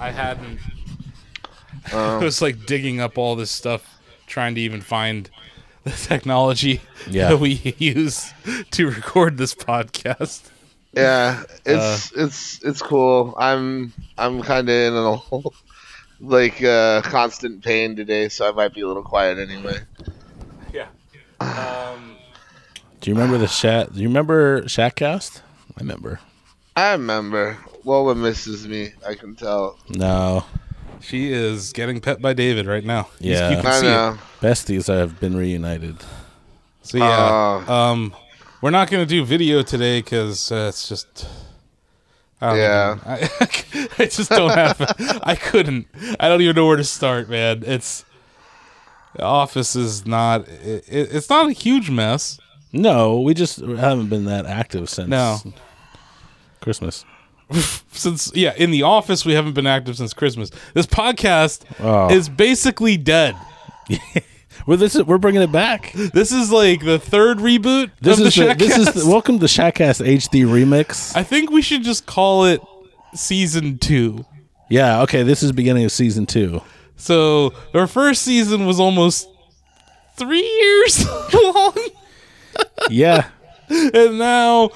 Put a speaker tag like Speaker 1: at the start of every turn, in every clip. Speaker 1: I hadn't.
Speaker 2: Um,
Speaker 3: it was like digging up all this stuff, trying to even find the technology
Speaker 4: Yeah.
Speaker 3: that we use to record this podcast.
Speaker 2: Yeah,
Speaker 4: Uh,
Speaker 2: it's it's it's cool. I'm I'm kind of in a like uh, constant pain today, so I might be a little quiet anyway.
Speaker 1: Yeah.
Speaker 4: Do you remember the chat? Do you remember Shatcast? I remember.
Speaker 2: I remember Lola misses me. I can tell.
Speaker 4: No.
Speaker 3: She is getting pet by David right now. You-
Speaker 4: Yeah.
Speaker 3: you can
Speaker 2: I
Speaker 3: see
Speaker 2: know.
Speaker 3: it.
Speaker 4: Besties have been reunited.
Speaker 3: So
Speaker 2: Uh,
Speaker 3: yeah,
Speaker 2: Oh,
Speaker 4: Uh,
Speaker 3: um, we're not gonna do video today because uh, it's just. I don't
Speaker 2: Yeah.
Speaker 3: know. I, I just don't have. I couldn't. I don't even know where to start, man. It's office is not. It, it, it's not a huge mess.
Speaker 4: No, we just haven't been that active since
Speaker 3: No,
Speaker 4: Christmas.
Speaker 3: since yeah, in the office we haven't been active since Christmas. This podcast
Speaker 4: Oh.
Speaker 3: is basically dead.
Speaker 4: Well, this is, we're bringing it back.
Speaker 3: This is like the third reboot
Speaker 4: This
Speaker 3: of
Speaker 4: is
Speaker 3: the,
Speaker 4: the, this is the,
Speaker 3: Shackcast.
Speaker 4: welcome to Shatcast HD remix.
Speaker 3: I think we should just call it season two.
Speaker 4: yeah, okay, this is beginning of season two.
Speaker 3: So our first season was almost three years long,
Speaker 4: Yeah,
Speaker 3: and now,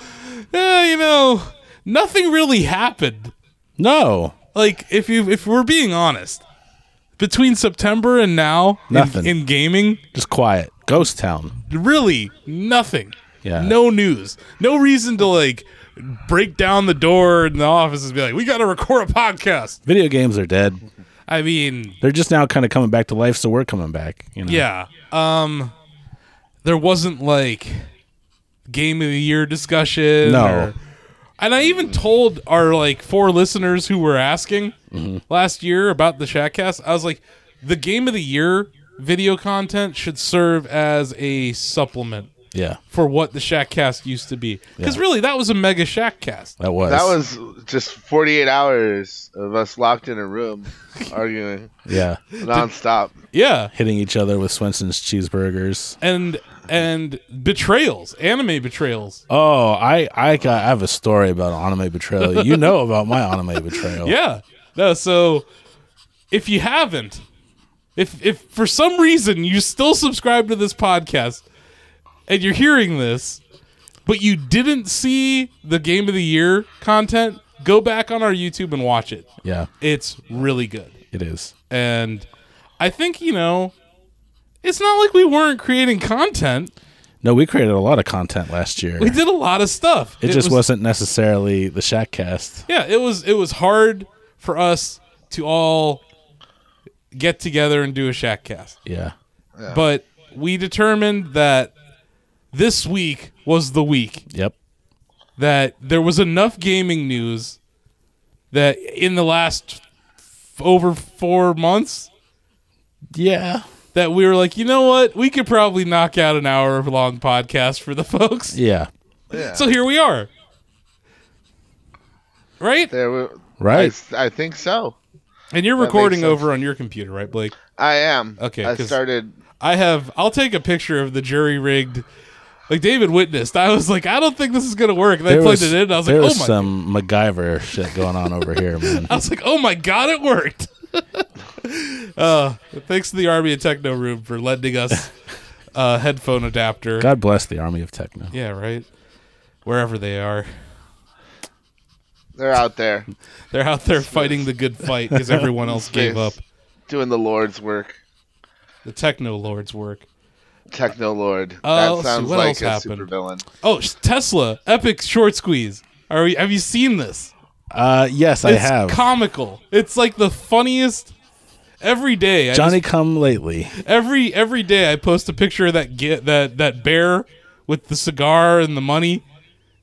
Speaker 3: eh, you know, nothing really happened.
Speaker 4: no,
Speaker 3: Like if you if we're being honest, between September and now, in-
Speaker 4: Nothing.
Speaker 3: in gaming,
Speaker 4: just quiet. Ghost Town.
Speaker 3: really nothing.
Speaker 4: Yeah.
Speaker 3: No news. No reason to like break down the door in the office and be like, we got to record a podcast.
Speaker 4: Video games are dead.
Speaker 3: I mean,
Speaker 4: They're just now kind of coming back to life, so we're coming back. You know?
Speaker 3: yeah. Um, there wasn't like game of the year discussion.
Speaker 4: No.
Speaker 3: or- and I even told our like four listeners who were asking
Speaker 4: Mm-hmm.
Speaker 3: last year about the Shatcast. I was like, the game of the year video content should serve as a supplement
Speaker 4: yeah,
Speaker 3: for what the Shackcast used to be. Because really, that was a mega Shackcast.
Speaker 4: that was
Speaker 2: That was just 48 hours of us locked in a room arguing
Speaker 4: yeah,
Speaker 2: nonstop.
Speaker 3: Yeah,
Speaker 4: hitting each other with Swenson's cheeseburgers.
Speaker 3: and and betrayals, anime betrayals.
Speaker 4: Oh, I I got I have a story about anime betrayal. You know about my anime betrayal.
Speaker 3: Yeah, no. So if you haven't, if if for some reason you still subscribe to this podcast and you're hearing this, but you didn't see the game of the year content, go back on our YouTube and watch it.
Speaker 4: Yeah,
Speaker 3: It's really good.
Speaker 4: it is.
Speaker 3: and I think you know, it's not like we weren't creating content.
Speaker 4: No, we created a lot of content last year.
Speaker 3: We
Speaker 4: It,
Speaker 3: did a lot of stuff.
Speaker 4: just
Speaker 3: was,
Speaker 4: was, not necessarily the Shackcast.
Speaker 3: yeah. It was it was hard for us to all get together and do a shack cast,
Speaker 4: Yeah.
Speaker 3: but we determined that this week was the week
Speaker 4: Yep.
Speaker 3: that there was enough gaming news that in the last f- over four months
Speaker 4: Yeah.
Speaker 3: that we were like, you know what, we could probably knock out an hour long podcast for the folks.
Speaker 4: Yeah.
Speaker 3: So here we are. Right?
Speaker 2: There we,
Speaker 4: Right.
Speaker 2: I, I think so.
Speaker 3: And you're recording
Speaker 2: sense.
Speaker 3: over on your computer, right, Blake?
Speaker 2: I am.
Speaker 3: Okay,
Speaker 2: I
Speaker 3: 'cause-
Speaker 2: started.
Speaker 3: I have I'll take a picture of the jury rigged like David witnessed. I was like, I don't think this is gonna work. And I
Speaker 4: There
Speaker 3: plugged
Speaker 4: was,
Speaker 3: it in and I was like,
Speaker 4: there
Speaker 3: Oh my
Speaker 4: was some MacGyver shit going on over here, man.
Speaker 3: I was like, Oh my god, it worked. uh thanks to the Army of Techno Room for lending us a headphone adapter.
Speaker 4: God bless the army of techno.
Speaker 3: Yeah, right. Wherever they are.
Speaker 2: They're out there
Speaker 3: They're out there fighting the good fight because everyone else gave up.
Speaker 2: doing the Lord's work.
Speaker 3: The techno lords work.
Speaker 2: Techno Lord.
Speaker 3: Uh, let's
Speaker 2: that
Speaker 3: see,
Speaker 2: sounds
Speaker 3: what
Speaker 2: like
Speaker 3: else
Speaker 2: a
Speaker 3: happened?
Speaker 2: supervillain.
Speaker 3: Oh, sh- Tesla, epic short squeeze. Are we, have you seen this?
Speaker 4: Uh, yes, I
Speaker 3: It's
Speaker 4: have.
Speaker 3: comical. It's like the funniest. Every day, I
Speaker 4: Johnny come lately.
Speaker 3: just- every every day, I post a picture of that get that that bear with the cigar and the money,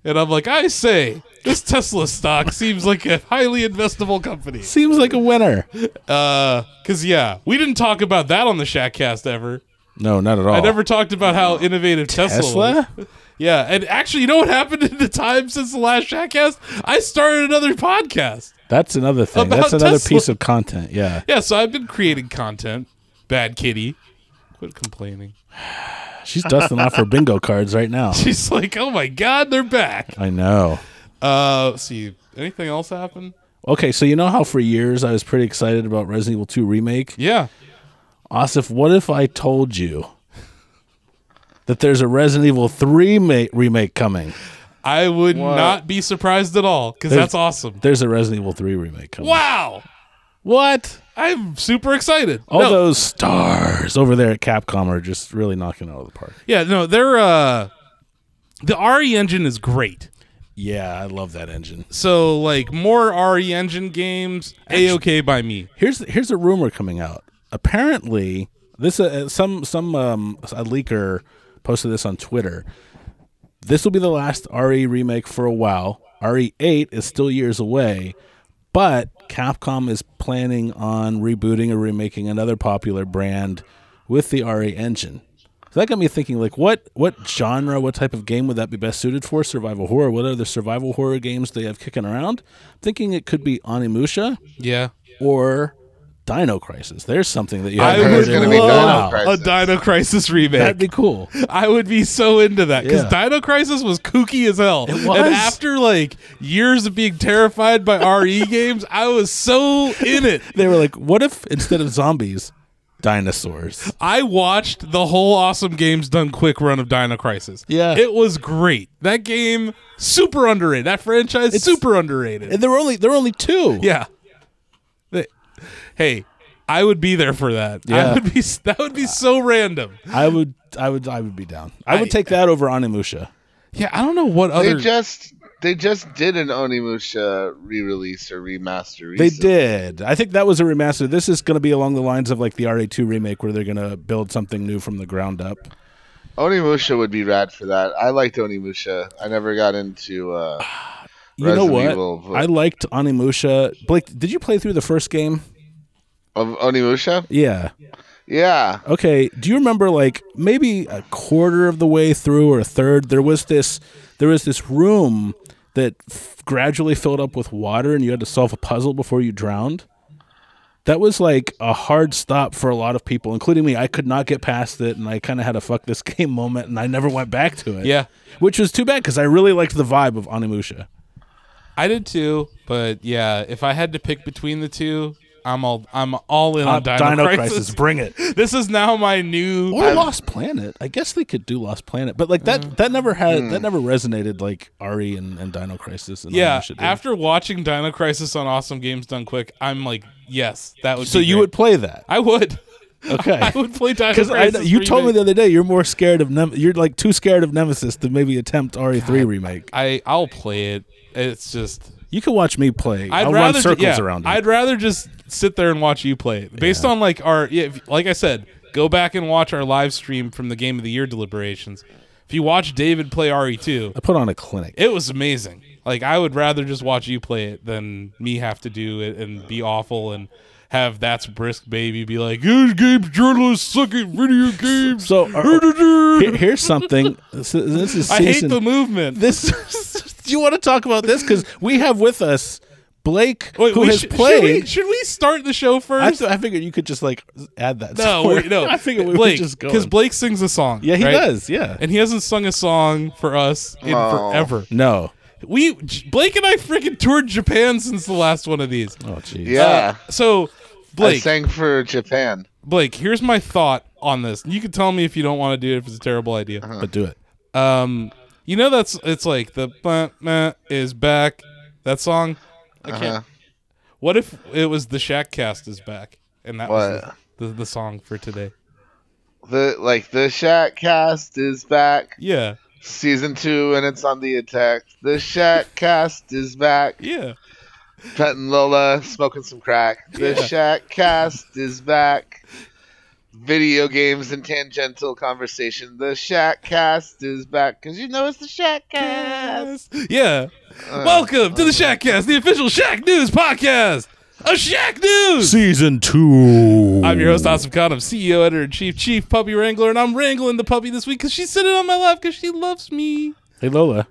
Speaker 3: and I'm like, I say, this Tesla stock seems like a highly investable company.
Speaker 4: Seems like a winner.
Speaker 3: Uh, cause yeah, we didn't talk about that on the Shackcast ever.
Speaker 4: No, not at all.
Speaker 3: I never talked about how innovative Tesla. was.
Speaker 4: Oh. Tesla?
Speaker 3: Yeah, and actually, you know what happened in the time since the last Shackcast? I started another podcast.
Speaker 4: That's another thing.
Speaker 3: About
Speaker 4: That's another
Speaker 3: Tesla.
Speaker 4: piece of content. Yeah.
Speaker 3: Yeah, so I've been creating content. Bad kitty. Quit complaining.
Speaker 4: She's dusting off her bingo cards right now.
Speaker 3: She's like, oh my god, they're back.
Speaker 4: I know.
Speaker 3: Uh, let's see, anything else happen?
Speaker 4: Okay, so you know how for years I was pretty excited about Resident Evil 2 remake?
Speaker 3: Yeah.
Speaker 4: Asif, what if I told you that there's a Resident Evil 3 ma- remake coming?
Speaker 3: I would not be surprised at all because that's awesome.
Speaker 4: There's a Resident Evil 3 remake coming.
Speaker 3: Wow.
Speaker 4: What?
Speaker 3: I'm super excited.
Speaker 4: All
Speaker 3: No,
Speaker 4: those stars over there at Capcom are just really knocking it out of the park.
Speaker 3: yeah, no, they're uh the RE engine is great.
Speaker 4: Yeah, I love that engine.
Speaker 3: So like more RE engine games, a okay by me.
Speaker 4: Here's here's a rumor coming out. Apparently, this uh, some some um, a leaker posted this on Twitter. This will be the last RE remake for a while. RE8 is still years away, but Capcom is planning on rebooting or remaking another popular brand with the RE engine. So that got me thinking, like, what what genre, what type of game would that be best suited for? Survival horror. What other survival horror games they have kicking around? I'm thinking it could be Onimusha
Speaker 3: Yeah.
Speaker 4: or Dino Crisis. There's something that you
Speaker 3: I
Speaker 4: haven't
Speaker 3: would
Speaker 4: heard
Speaker 2: There's
Speaker 4: in
Speaker 2: gonna
Speaker 4: a
Speaker 2: be Dino
Speaker 4: while.
Speaker 2: Crisis.
Speaker 3: A Dino Crisis
Speaker 4: That'd
Speaker 3: remake.
Speaker 4: be cool.
Speaker 3: I would be so into that because
Speaker 4: Yeah.
Speaker 3: Dino Crisis was kooky as hell.
Speaker 4: was.
Speaker 3: And after like years of being terrified by RE games, I was so in it.
Speaker 4: They were like, what if instead of zombies, dinosaurs?
Speaker 3: I watched the whole Awesome Games Done Quick run of Dino Crisis.
Speaker 4: Yeah.
Speaker 3: It was great. That game, super underrated. That franchise, super underrated.
Speaker 4: And there were only there were only two.
Speaker 3: yeah. They- hey, I would be there for that. I
Speaker 4: Yeah.
Speaker 3: would be, that would be so random.
Speaker 4: I would I would I would be down. I would take that over Animusha.
Speaker 3: Yeah, I don't know what
Speaker 2: They
Speaker 3: other.
Speaker 2: just they just did an Onimusha re-release or remaster. Recently.
Speaker 4: They did. I think that was a remaster. This is going to be along the lines of like the RA2 remake where they're going to build something new from the ground up.
Speaker 2: Onimusha would be rad for that. I liked Onimusha. I never got into. uh
Speaker 4: You
Speaker 2: Resident
Speaker 4: know what?
Speaker 2: Evil, but-
Speaker 4: I liked Animusha. Blake, did you play through the first game?
Speaker 2: Of Onimusha?
Speaker 4: Yeah.
Speaker 2: Yeah.
Speaker 3: Uh,
Speaker 4: Okay, do you remember like maybe a quarter of the way through or a third there was this there was this room that f- gradually filled up with water and you had to solve a puzzle before you drowned? That was like a hard stop for a lot of people, including me. I could not get past it and I kind of had a fuck this game moment and I never went back to it.
Speaker 3: Yeah.
Speaker 4: Which was too bad cuz I really liked the vibe of Animusha.
Speaker 3: I did too, but yeah, if I had to pick between the two, I'm all I'm all in on
Speaker 4: Uh,
Speaker 3: Dino, Crisis.
Speaker 4: bring it.
Speaker 3: This is now my new
Speaker 4: Or Lost Planet. I guess they could do Lost Planet, but like that
Speaker 3: Mm.
Speaker 4: that never had that never resonated like Ari and, and Dino Crisis and all
Speaker 3: Yeah,
Speaker 4: that shit did.
Speaker 3: after watching Dino Crisis on Awesome Games Done Quick, I'm like, yes, that would.
Speaker 4: so
Speaker 3: be
Speaker 4: you
Speaker 3: great.
Speaker 4: would play that,
Speaker 3: I would. I
Speaker 4: okay?
Speaker 3: would play Dino
Speaker 4: Because
Speaker 3: Crisis.
Speaker 4: I know- you told me
Speaker 3: remake.
Speaker 4: the other day you're more scared of Nem- you're like too scared of Nemesis to maybe attempt RE three remake.
Speaker 3: I I'll play it. It's just
Speaker 4: You can watch me play.
Speaker 3: I'd
Speaker 4: will
Speaker 3: rather
Speaker 4: run
Speaker 3: ju-
Speaker 4: circles
Speaker 3: yeah,
Speaker 4: around it.
Speaker 3: I'd rather just sit there and watch you play it. Based on like our yeah, if, like I said, go back and watch our live stream from the Game of the Year deliberations. If you watch David play E RE2,
Speaker 4: I put on a clinic.
Speaker 3: it was amazing. Like I would rather just watch you play it than me have to do it and be awful and have that's brisk baby be like these games journalists suck at video games.
Speaker 4: So are- here- here's something. This is, this is
Speaker 3: I hate
Speaker 4: season-
Speaker 3: the movement.
Speaker 4: This do you want to talk about this? Because we have with us Blake,
Speaker 3: Wait,
Speaker 4: who
Speaker 3: we
Speaker 4: has
Speaker 3: sh-
Speaker 4: played.
Speaker 3: Should we, should we start the show
Speaker 4: I,
Speaker 3: first?
Speaker 4: th- I figured you could just like add that.
Speaker 3: no,
Speaker 4: somewhere.
Speaker 3: we, no.
Speaker 4: I figured we
Speaker 3: Blake,
Speaker 4: were just going.
Speaker 3: because Blake sings a song.
Speaker 4: yeah, he
Speaker 3: right?
Speaker 4: does. Yeah.
Speaker 3: and he hasn't sung a song for us in
Speaker 2: Oh.
Speaker 3: forever.
Speaker 4: no.
Speaker 3: We J- Blake and I freaking toured Japan since the last one of these. Uh,
Speaker 4: Oh, jeez.
Speaker 2: Yeah.
Speaker 3: So,
Speaker 2: I
Speaker 3: Blake,
Speaker 2: sang for Japan.
Speaker 3: Blake, here's my thought on this. You can tell me if you don't want to do it if it's a terrible idea.
Speaker 4: But do it.
Speaker 2: Uh-huh.
Speaker 3: Um, you know that's it's like the bah, bah, is back that song. I can't.
Speaker 2: Uh-huh.
Speaker 3: What if it was the Shack Cast is back and that was
Speaker 2: What?
Speaker 3: the, the, the song for today?
Speaker 2: The like the Shat cast is back,
Speaker 3: Yeah,
Speaker 2: season two, and it's on the attack. The Shat cast is back.
Speaker 3: yeah.
Speaker 2: Petting Lola, smoking some crack. The Shat cast is back. Video games and tangential conversation. The Shat cast is back because you know it's the Shat cast.
Speaker 3: Uh, Yeah.
Speaker 2: uh,
Speaker 3: Welcome to the Shack Cast, the official Shack News podcast. A Shack News.
Speaker 4: Season two.
Speaker 3: I'm your host, Awesome Khan. I'm CEO, editor in chief, chief puppy wrangler, and I'm wrangling the puppy this week because she's sitting on my lap because she loves me.
Speaker 4: Hey, Lola.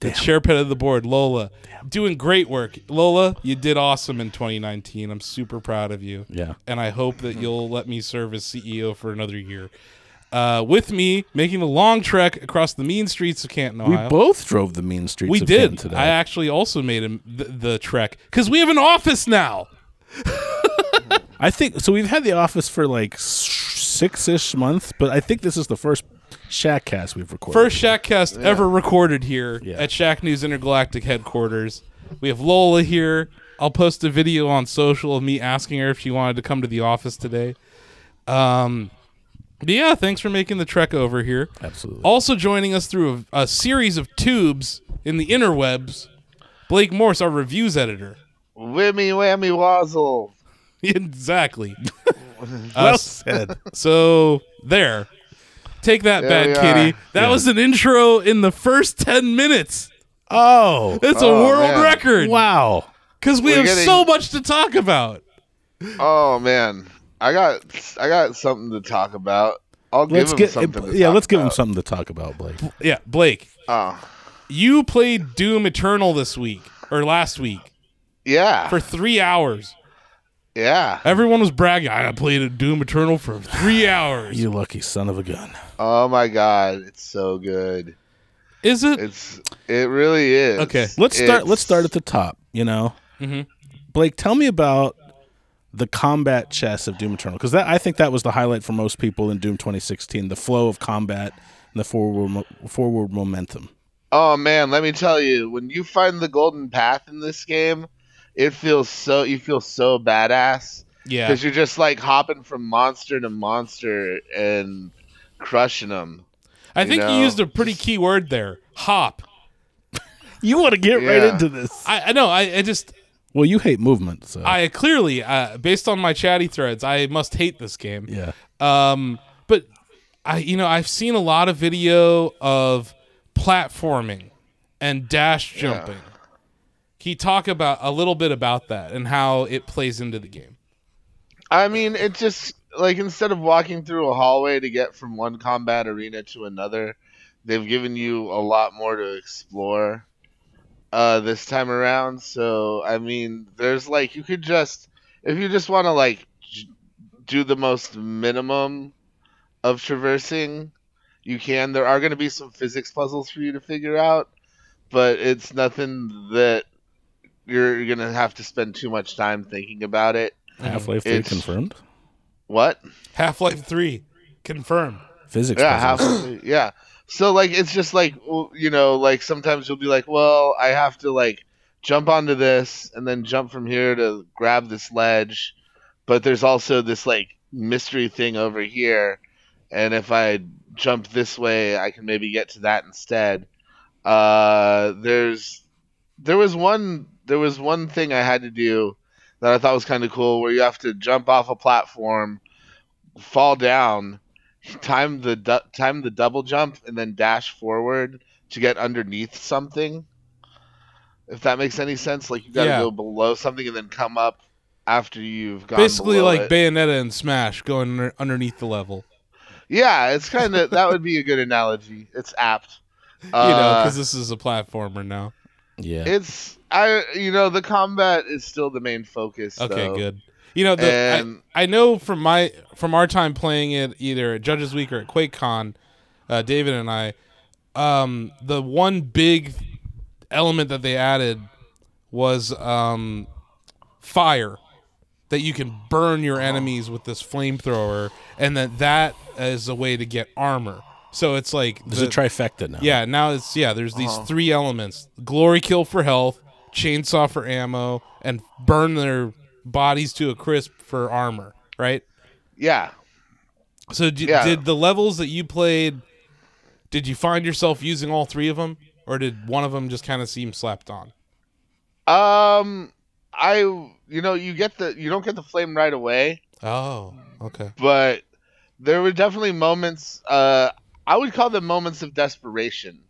Speaker 3: The chair pet of the board, Lola, doing great work. Lola, you did awesome in 2019. I'm super proud of you,
Speaker 4: Yeah.
Speaker 3: and I hope that you'll let me serve as CEO for E another year. uh, with me making the long trek across the mean streets of Canton,
Speaker 4: We
Speaker 3: Ohio.
Speaker 4: both drove the mean streets.
Speaker 3: We
Speaker 4: of
Speaker 3: did.
Speaker 4: Canton today.
Speaker 3: I actually also made him the, the trek because we have an office now.
Speaker 4: I think so. We've had the office for like six ish months, but I think this is the first Shackcast we've recorded.
Speaker 3: First Shackcast ever recorded here
Speaker 4: Yeah.
Speaker 3: at Shack News Intergalactic headquarters. We have Lola here. I'll post a video on social of me asking her if she wanted to come to the office today. Um, but yeah, thanks for making the trek over here.
Speaker 4: absolutely.
Speaker 3: Also joining us through a, a series of tubes in the interwebs, Blake Morse, our reviews editor.
Speaker 2: Whammy, whammy, wazzle.
Speaker 3: exactly.
Speaker 4: well
Speaker 3: Uh,
Speaker 4: said.
Speaker 3: So there. Take that,
Speaker 2: There we
Speaker 3: Bad Kitty.
Speaker 2: are.
Speaker 3: That was an intro in the first 10 minutes.
Speaker 4: Oh
Speaker 3: It's
Speaker 2: Oh,
Speaker 3: a world
Speaker 2: man.
Speaker 3: record.
Speaker 4: wow!
Speaker 3: Because we
Speaker 2: We're
Speaker 3: have
Speaker 2: getting-
Speaker 3: so much to talk about.
Speaker 2: Oh man, I got I got something to talk about. I'll give
Speaker 4: Let's
Speaker 2: him
Speaker 4: get
Speaker 2: something. to
Speaker 4: yeah.
Speaker 2: talk
Speaker 4: Let's give him
Speaker 2: about.
Speaker 4: something to talk about, Blake.
Speaker 3: Yeah, Blake,
Speaker 2: Oh,
Speaker 3: you played Doom Eternal this week or last week
Speaker 2: yeah,
Speaker 3: for three hours.
Speaker 2: yeah.
Speaker 3: Everyone was bragging. I played a Doom Eternal for three hours.
Speaker 4: You lucky son of a gun.
Speaker 2: Oh my god, it's so good.
Speaker 3: Is it?
Speaker 2: It's it really is.
Speaker 3: Okay,
Speaker 4: Let's start.
Speaker 2: It's- Mm-hmm.
Speaker 4: Let's start at the top. You know,
Speaker 3: Mhm.
Speaker 4: Blake, tell me about the combat chess of Doom Eternal because that I think that was the highlight for most people in Doom 2016. The flow of combat and the forward mo- forward momentum.
Speaker 2: Oh man, let me tell you, when you find the golden path in this game, it feels so you feel so badass
Speaker 3: Yeah.
Speaker 2: because you're just like hopping from monster to monster and crushing them.
Speaker 3: I think you
Speaker 2: know,
Speaker 3: used a pretty key word there hop.
Speaker 4: You want to get
Speaker 2: Yeah.
Speaker 4: right into this.
Speaker 3: I, I know. I, I just,
Speaker 4: Well, you hate movement, so
Speaker 3: I clearly, uh, based on my chatty threads, I must hate this game.
Speaker 4: yeah.
Speaker 3: Um, but I, you know, I've seen a lot of video of platforming and dash jumping. Can you talk about a little bit about that and how it plays into the game?
Speaker 2: I mean, it just like instead of walking through a hallway to get from one combat arena to another, they've given you a lot more to explore uh, this time around. So I mean, there's like you could just if you just want to like j- do the most minimum of traversing, you can. There are going to be some physics puzzles for you to figure out, but it's nothing that you're gonna have to spend too much time thinking about it.
Speaker 4: Half Life Three
Speaker 2: Mm-hmm. It's-
Speaker 4: confirmed.
Speaker 2: What?
Speaker 3: Half Life Three, confirmed.
Speaker 4: Physics.
Speaker 2: Yeah,
Speaker 4: puzzles.
Speaker 2: half, yeah. So like, it's just like w- you know, like sometimes you'll be like, well, I have to like jump onto this and then jump from here to grab this ledge, but there's also this like mystery thing over here, and if I jump this way, I can maybe get to that instead. Uh, there's there was one there was one thing I had to do that I thought was kind of cool where you have to jump off a platform, fall down, time the du- time the double jump and then dash forward to get underneath something. If that makes any sense, like you got to
Speaker 3: Yeah.
Speaker 2: go below something and then come up after you've gone
Speaker 3: Basically,
Speaker 2: below
Speaker 3: like
Speaker 2: it.
Speaker 3: Bayonetta and Smash going under- underneath the level,
Speaker 2: yeah, it's kind of that would be a good analogy. It's apt. You
Speaker 3: you know, because this is a platformer now.
Speaker 4: Yeah.
Speaker 2: it's I you know the combat is still the main focus.
Speaker 3: Okay,
Speaker 2: though.
Speaker 3: good. You know, the, I-
Speaker 2: And-
Speaker 3: I, know from my from our time playing it either at Judges Week or at QuakeCon, uh, David and I, um, the one big element that they added was um, fire that you can burn your enemies with this flamethrower, and that that is a way to get armor. So it's like
Speaker 4: There's
Speaker 3: the-
Speaker 4: a trifecta now.
Speaker 3: yeah, now it's yeah. There's these
Speaker 2: Uh-huh.
Speaker 3: three elements: glory kill for health, chainsaw for ammo, and burn their bodies to a crisp for armor. Right.
Speaker 2: Yeah.
Speaker 3: So d-
Speaker 2: Yeah.
Speaker 3: did the levels that you played? Did you find yourself using all three of them, or did one of them just kind of seem slapped on?
Speaker 2: Um, I you know you get the you don't get the flame right away,
Speaker 3: Oh, okay.
Speaker 2: but there were definitely moments. Uh, I would call them moments of desperation,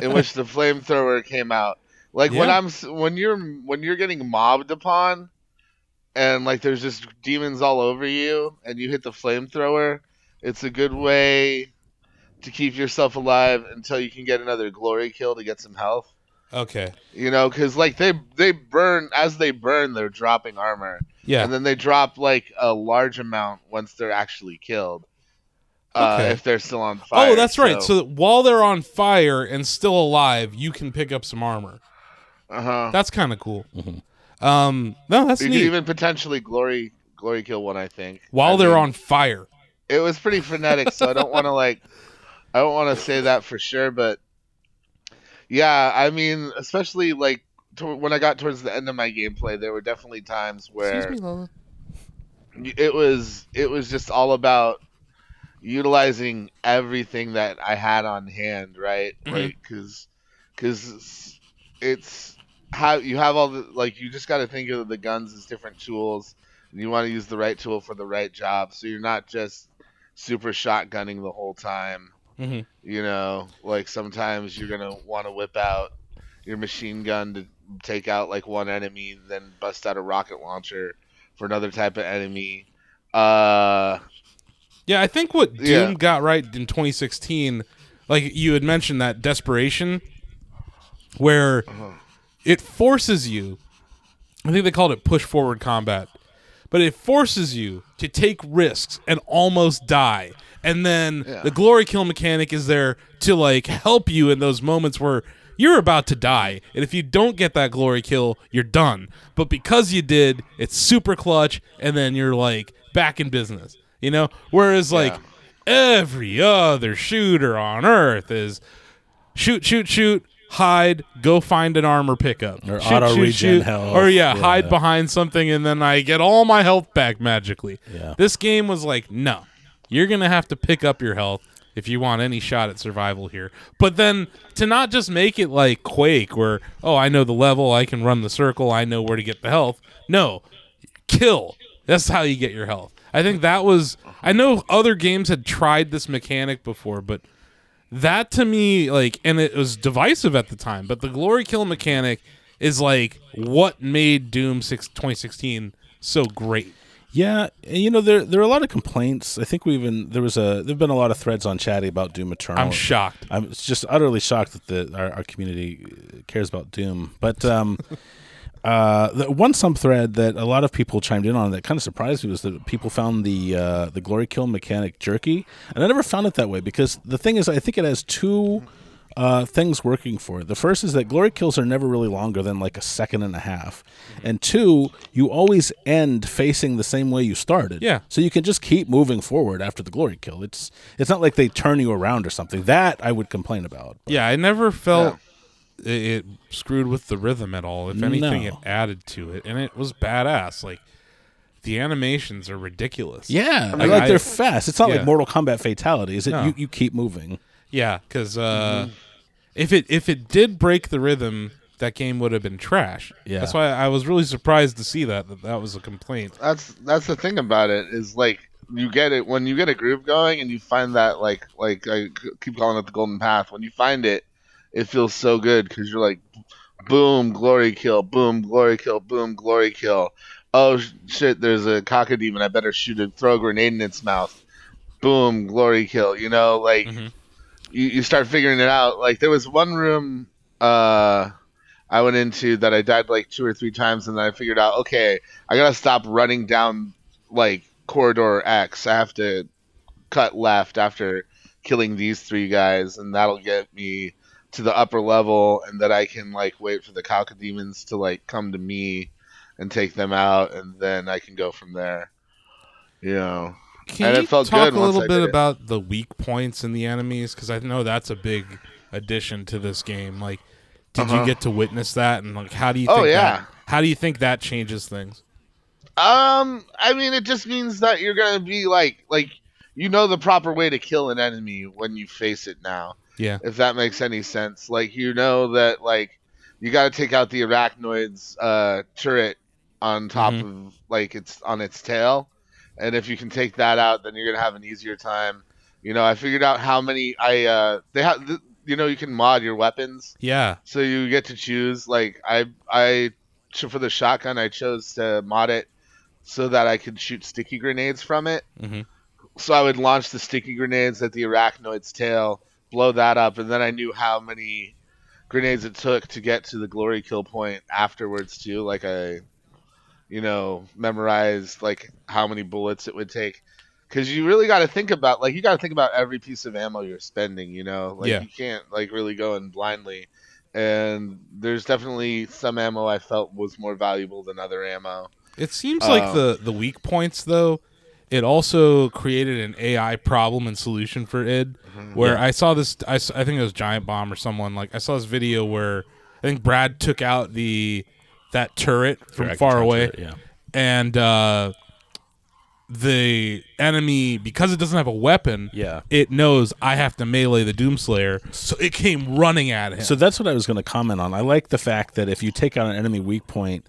Speaker 2: in which the flamethrower came out. Like when
Speaker 3: Yeah.
Speaker 2: I'm s- when you're when you're getting mobbed upon, and like there's just demons all over you, and you hit the flamethrower. It's a good way to keep yourself alive until you can get another glory kill to get some health.
Speaker 3: Okay.
Speaker 2: You know, because like they they burn as they burn, they're dropping armor,
Speaker 3: Yeah.
Speaker 2: and then they drop like a large amount once they're actually killed. uh,
Speaker 3: Okay.
Speaker 2: if they're still on fire.
Speaker 3: oh, that's right. So that while they're on fire and still alive, you can pick up some armor.
Speaker 2: uh-huh.
Speaker 3: That's kind of cool. Um, no, that's
Speaker 2: you
Speaker 3: neat.
Speaker 2: could even potentially glory glory kill one. I think
Speaker 3: while
Speaker 2: I
Speaker 3: they're
Speaker 2: mean,
Speaker 3: on fire.
Speaker 2: it was pretty frenetic. so I don't want to like, I don't want to say that for sure, but yeah, I mean, especially like to- when I got towards the end of my gameplay, there were definitely times where
Speaker 3: Lola.
Speaker 2: it was it was just all about utilizing everything that I had on hand, right?
Speaker 3: Mhm.
Speaker 2: Like because because it's how you have all the like you just got to think of the guns as different tools, and you want to use the right tool for the right job, so you're not just super shotgunning the whole time.
Speaker 3: Mhm.
Speaker 2: You know, like sometimes you're gonna want to whip out your machine gun to take out like one enemy, then bust out a rocket launcher for another type of enemy. Uh,
Speaker 3: Yeah, I think what Doom
Speaker 2: Yeah.
Speaker 3: got right in 2016, like you had mentioned that desperation, where it forces you. I think they called it push forward combat, but it forces you to take risks and almost die. And then
Speaker 2: Yeah.
Speaker 3: the glory kill mechanic is there to like help you in those moments where you're about to die. And if you don't get that glory kill, you're done. But because you did, it's super clutch and then you're like back in business. You know? Whereas like
Speaker 2: Yeah.
Speaker 3: every other shooter on earth is shoot, shoot, shoot, hide, go find an armor pickup.
Speaker 4: Or
Speaker 3: Shoot,
Speaker 4: auto
Speaker 3: shoot,
Speaker 4: regen
Speaker 3: shoot.
Speaker 4: health.
Speaker 3: Or yeah,
Speaker 4: Yeah.
Speaker 3: hide behind something and then I get all my health back magically.
Speaker 4: Yeah.
Speaker 3: This game was like, no, you're gonna have to pick up your health if you want any shot at survival here. But then to not just make it like Quake where, oh, I know the level, I can run the circle, I know where to get the health. No. Kill. That's how you get your health. I think that was I know other games had tried this mechanic before, but that to me like and it was divisive at the time but the glory kill mechanic is like what made doom 6 2016 so great
Speaker 4: Yeah, and, you know there there are a lot of complaints. I think we even there was a there've been a lot of threads on Chatty about Doom Eternal.
Speaker 3: i'm shocked
Speaker 4: I'm just utterly shocked that the our, our community uh, cares about Doom. But um, uh, the one subthread that a lot of people chimed in on that kind of surprised me was that people found the uh, the glory kill mechanic jerky, and I never found it that way because the thing is, I think it has two. Uh, things working for it. The first is that glory kills are never really longer than like a second and a half,
Speaker 3: Mm-hmm.
Speaker 4: and two, you always end facing the same way you started.
Speaker 3: Yeah.
Speaker 4: So you can just keep moving forward after the glory kill. It's it's not like they turn you around or something. That I would complain about.
Speaker 3: yeah i never felt i- it, screwed with the rhythm at all if anything
Speaker 4: No.
Speaker 3: it added to it and it was badass like the animations are ridiculous
Speaker 4: Yeah,
Speaker 3: mean,
Speaker 4: like
Speaker 3: I-
Speaker 4: they're fast. It's not
Speaker 3: Yeah.
Speaker 4: like Mortal Kombat fatalities. It,
Speaker 3: No.
Speaker 4: you you keep moving.
Speaker 3: yeah because uh,
Speaker 4: Mm-hmm.
Speaker 3: if it if it did break the rhythm that game would have been trash
Speaker 4: Yeah.
Speaker 3: that's why i was really surprised to see that that, that was a complaint
Speaker 2: that's that's the thing about it is like you get it when you get a groove going and you find that like like I c- keep calling it the golden path. When you find it, it feels so good because you're like, boom, glory kill, boom, glory kill, boom, glory kill. Oh sh- shit, there's a cockademon. I better shoot it, throw a grenade in its mouth. Boom, glory kill. You know, like
Speaker 3: Mhm.
Speaker 2: you, you start figuring it out. Like there was one room. Uh, I went into that I died like two or three times, and then I figured out, okay, I gotta stop running down like corridor X. I have to cut left after killing these three guys, and that'll get me to the upper level, and then I can like wait for the Calcademons to like come to me and take them out, and then I can go from there. You know,
Speaker 3: Can
Speaker 2: And
Speaker 3: you
Speaker 2: it felt
Speaker 3: talk
Speaker 2: good
Speaker 3: a
Speaker 2: once
Speaker 3: little
Speaker 2: I
Speaker 3: bit
Speaker 2: did it.
Speaker 3: about the weak points in the enemies? Because I know that's a big addition to this game. Like, did you
Speaker 2: Uh-huh.
Speaker 3: get to witness that? And like, how do you?
Speaker 2: Oh,
Speaker 3: Think
Speaker 2: yeah.
Speaker 3: That, how do you think that changes things?
Speaker 2: um, I mean, it just means that you're gonna be like like you know the proper way to kill an enemy when you face it now.
Speaker 3: Yeah.
Speaker 2: if that makes any sense. Like you know that like you got to take out the arachnoid's uh, turret on top of like it's on its tail, and if you can take that out, then you're gonna have an easier time. You know, I figured out how many I uh, they have. Th- you know, you can mod your weapons,
Speaker 3: Yeah.
Speaker 2: so you get to choose. Like I I ch- for the shotgun, I chose to mod it so that I could shoot sticky grenades from it
Speaker 3: hmm
Speaker 2: so I would launch the sticky grenades at the arachnoid's tail, blow that up, and then I knew how many grenades it took to get to the glory kill point afterwards too. Like I, you know, memorized like how many bullets it would take. because you really got to think about like you got to think about every piece of ammo you're spending. You know, like
Speaker 3: Yeah.
Speaker 2: you can't like really go in blindly. And there's definitely some ammo I felt was more valuable than other ammo.
Speaker 3: It seems like
Speaker 2: Um,
Speaker 3: the the weak points though. It also created an AI problem and solution for id,
Speaker 2: Mm-hmm.
Speaker 3: where I saw this. I, s- I think it was Giant Bomb or someone like I saw this video where I think Brad took out the that turret from
Speaker 4: Dragon
Speaker 3: far
Speaker 4: Town
Speaker 3: away,
Speaker 4: turret, yeah.
Speaker 3: and uh, the enemy because it doesn't have a weapon,
Speaker 4: Yeah.
Speaker 3: it knows I have to melee the Doomslayer, so it came running at him.
Speaker 4: So that's what I was going to comment on. I like the fact that if you take out an enemy weak point,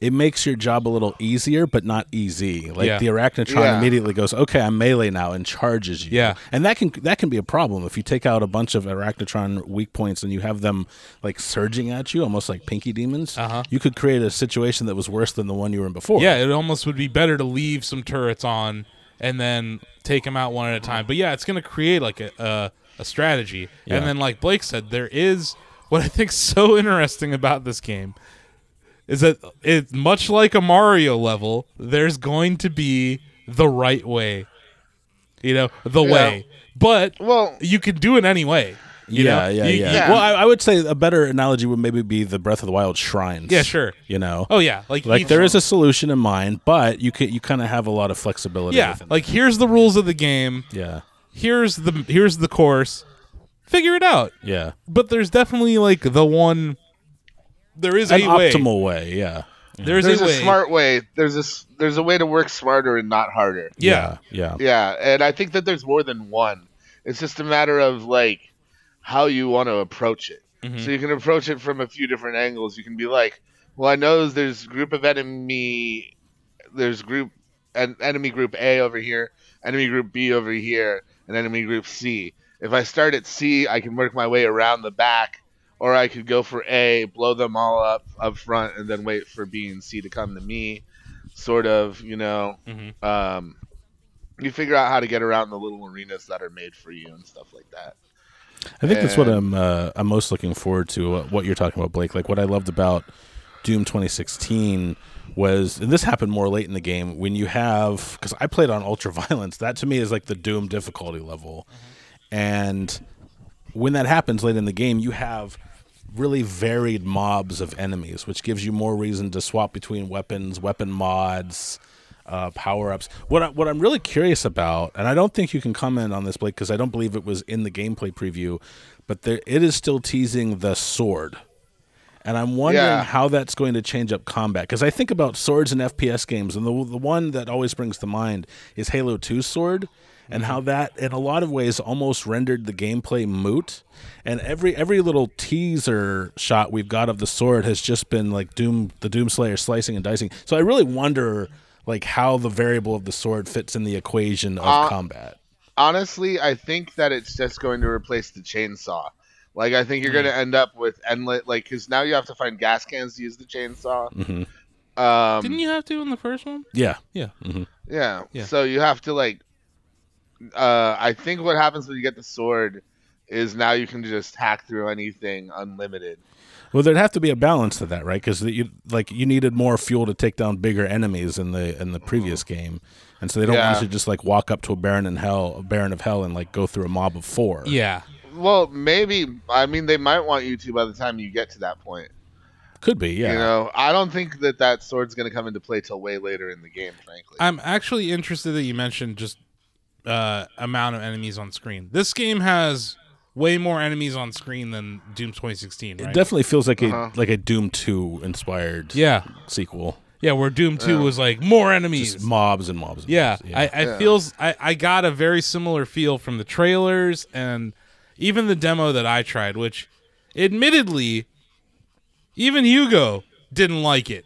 Speaker 4: it makes your job a little easier, but not easy. Like
Speaker 3: Yeah.
Speaker 4: the arachnotron
Speaker 2: Yeah.
Speaker 4: immediately goes, "Okay, I'm melee now," and charges you.
Speaker 3: Yeah.
Speaker 4: and that can that can be a problem if you take out a bunch of arachnotron weak points and you have them like surging at you, almost like pinky demons.
Speaker 3: Uh-huh.
Speaker 4: You could create a situation that was worse than the one you were in before.
Speaker 3: Yeah, it almost would be better to leave some turrets on and then take them out one at a time. But yeah, it's going to create like a a, a strategy.
Speaker 4: Yeah.
Speaker 3: And then, like Blake said, there is what I think's so interesting about this game is that it's much like a Mario level. There's going to be the right way, you know, the way. But
Speaker 2: Well,
Speaker 3: you can do it any way. you
Speaker 4: yeah,
Speaker 3: know?
Speaker 4: yeah,
Speaker 3: You-
Speaker 4: yeah.
Speaker 3: you-
Speaker 2: Yeah.
Speaker 4: Well, I, I would say a better analogy would maybe be the Breath of the Wild shrines.
Speaker 3: Yeah, sure.
Speaker 4: You know,
Speaker 3: Oh yeah, like
Speaker 4: like
Speaker 3: each-
Speaker 4: there is a solution in mind, but you can, you kind of have a lot of flexibility.
Speaker 3: yeah.
Speaker 4: within
Speaker 3: Like here's the rules of the game.
Speaker 4: Yeah.
Speaker 3: Here's the here's the course. Figure it out.
Speaker 4: Yeah.
Speaker 3: but there's definitely like the one. There is
Speaker 4: An
Speaker 3: a way.
Speaker 4: optimal way. Yeah.
Speaker 3: There is
Speaker 2: there's
Speaker 3: a,
Speaker 2: a
Speaker 3: way.
Speaker 2: smart way. There's a s- there's a way to work smarter and not harder.
Speaker 3: yeah.
Speaker 4: Yeah. Yeah.
Speaker 2: Yeah, and I think that there's more than one. It's just a matter of like how you want to approach it. So you can approach it from a few different angles. You can be like, well, I know there's group of enemy, there's group and enemy group A over here, enemy group B over here, and enemy group C. If I start at C, I can work my way around the back, or I could go for A, blow them all up up front, and then wait for B and C to come to me. Sort of, you know. Um, you figure out how to get around the little arenas that are made for you and stuff like that.
Speaker 4: I think that's what I'm uh, I'm most looking forward to. Uh, what you're talking about, Blake. Like what I loved about Doom 2016 was, and this happened more late in the game when you have because I played on Ultra Violence. That to me is like the Doom difficulty level,
Speaker 3: Mm-hmm.
Speaker 4: and when that happens late in the game, you have really varied mobs of enemies, which gives you more reason to swap between weapons, weapon mods, uh, power ups. What I, what I'm really curious about, and I don't think you can comment on this, Blake, because I don't believe it was in the gameplay preview, but there, it is still teasing the sword. And I'm wondering
Speaker 2: Yeah.
Speaker 4: how that's going to change up combat. Because I think about swords in FPS games, and the, the one that always brings to mind is Halo 2's sword, and
Speaker 2: Mm-hmm.
Speaker 4: how that, in a lot of ways, almost rendered the gameplay moot. And every every little teaser shot we've got of the sword has just been like Doom, the Doomslayer slicing and dicing. So I really wonder, like, how the variable of the sword fits in the equation of
Speaker 2: Uh,
Speaker 4: combat.
Speaker 2: honestly, I think that it's just going to replace the chainsaw. Like, I think you're going to
Speaker 3: Hmm.
Speaker 2: end up with endless, like, because now you have to find gas cans to use the chainsaw. Um,
Speaker 3: Didn't you have to in the first one?
Speaker 4: Mm-hmm. Yeah,
Speaker 3: Yeah.
Speaker 2: Yeah.
Speaker 3: Yeah.
Speaker 2: So you have to like. Uh, I think what happens when you get the sword is now you can just hack through anything unlimited.
Speaker 4: Well, there'd have to be a balance to that, right? Because you like you needed more fuel to take down bigger enemies in the in the previous
Speaker 3: Mm-hmm.
Speaker 4: game, and so they don't
Speaker 2: Yeah.
Speaker 4: want you to just like walk up to a baron in hell, a baron of hell, and like go through a mob of four.
Speaker 3: Yeah.
Speaker 2: Well, maybe. I mean, they might want you to by the time you get to that point.
Speaker 4: could be. Yeah,
Speaker 2: You know, I don't think that that sword's going to come into play till way later in the game, frankly.
Speaker 3: I'm actually interested that you mentioned just uh, amount of enemies on screen. This game has way more enemies on screen than Doom 2016, right?
Speaker 4: it definitely feels like
Speaker 2: Uh-huh.
Speaker 4: a like a Doom Two inspired
Speaker 3: yeah.
Speaker 4: sequel.
Speaker 3: Yeah, where Doom 2 was like more enemies.
Speaker 4: Just mobs and mobs. And
Speaker 3: Yeah,
Speaker 4: mobs.
Speaker 3: I, I feels I, I got a very similar feel from the trailers and even the demo that I tried, which admittedly, even Hugo didn't like it.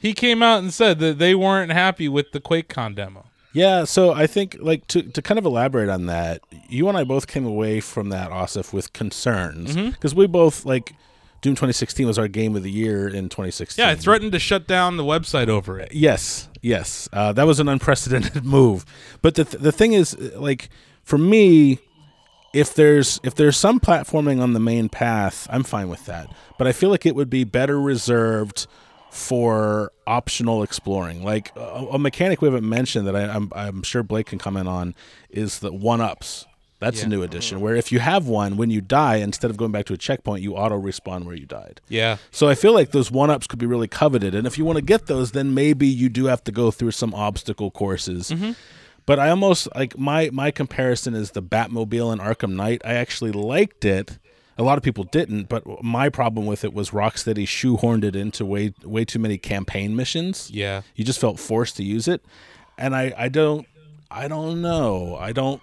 Speaker 3: He came out and said that they weren't happy with the QuakeCon demo.
Speaker 4: Yeah, so I think like to to kind of elaborate on that, you and I both came away from that Osif with concerns
Speaker 3: Mm-hmm.
Speaker 4: because we both like Doom 2016 was our game of the year in 2016.
Speaker 3: Yeah, it threatened to shut down the website over it.
Speaker 4: Yes, yes, uh, that was an unprecedented move. But the th- the thing is, uh, like for me, if there's if there's some platforming on the main path, I'm fine with that. But I feel like it would be better reserved for optional exploring. Like a, a mechanic we haven't mentioned that I, I'm, I'm sure Blake can comment on is the one ups. That's
Speaker 3: Yeah.
Speaker 4: a new addition where if you have one, when you die, instead of going back to a checkpoint, you auto respawn where you died.
Speaker 3: Yeah.
Speaker 4: So I feel like those one ups could be really coveted. And if you want to get those, then maybe you do have to go through some obstacle courses. But I almost like my my comparison is the Batmobile and Arkham Knight. I actually liked it. A lot of people didn't, but my problem with it was Rocksteady shoehorned it into way way too many campaign missions.
Speaker 3: Yeah.
Speaker 4: You just felt forced to use it, and I I don't I don't know I don't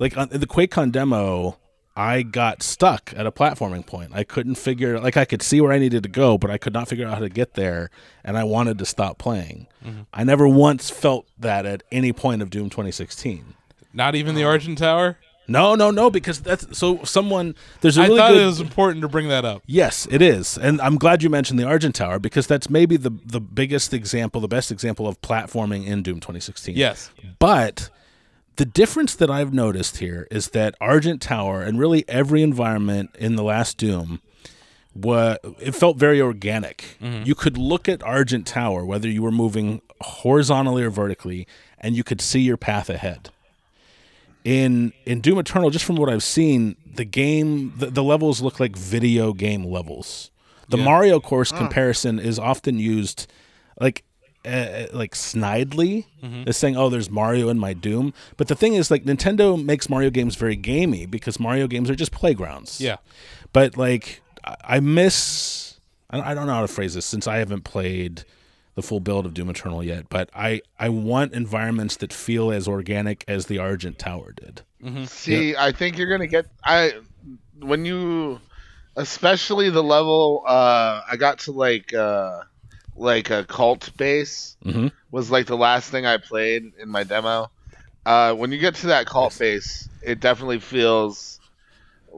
Speaker 4: like on, in the QuakeCon demo. I got stuck at a platforming point. I couldn't figure like I could see where I needed to go, but I could not figure out how to get there, and I wanted to stop playing.
Speaker 3: Mm-hmm.
Speaker 4: I never once felt that at any point of Doom 2016.
Speaker 3: Not even the Argent Tower.
Speaker 4: No, no, no, because that's so. Someone there's a really
Speaker 3: I thought
Speaker 4: good,
Speaker 3: it was important to bring that up.
Speaker 4: Yes, it is. And I'm glad you mentioned the Argent Tower because that's maybe the the biggest example, the best example of platforming in Doom 2016.
Speaker 3: Yes.
Speaker 4: But the difference that I've noticed here is that Argent Tower and really every environment in the last Doom was it felt very organic. You could look at Argent Tower whether you were moving horizontally or vertically and you could see your path ahead in in Doom Eternal, just from what I've seen, the game the, the levels look like video game levels. The Mario course comparison is often used like uh, like snidely as saying, "Oh, there's Mario in my Doom." But the thing is, like Nintendo makes Mario games very gamey because Mario games are just playgrounds.
Speaker 3: Yeah.
Speaker 4: but like I- I miss I don't- I don't know how to phrase this since I haven't played the full build of Doom Eternal yet, but I I want environments that feel as organic as the Argent Tower did.
Speaker 2: See, I think you're gonna get I when you, especially the level. Uh, I got to like uh, like a cult base
Speaker 4: Mhm.
Speaker 2: was like the last thing I played in my demo. Uh, when you get to that cult base, it definitely feels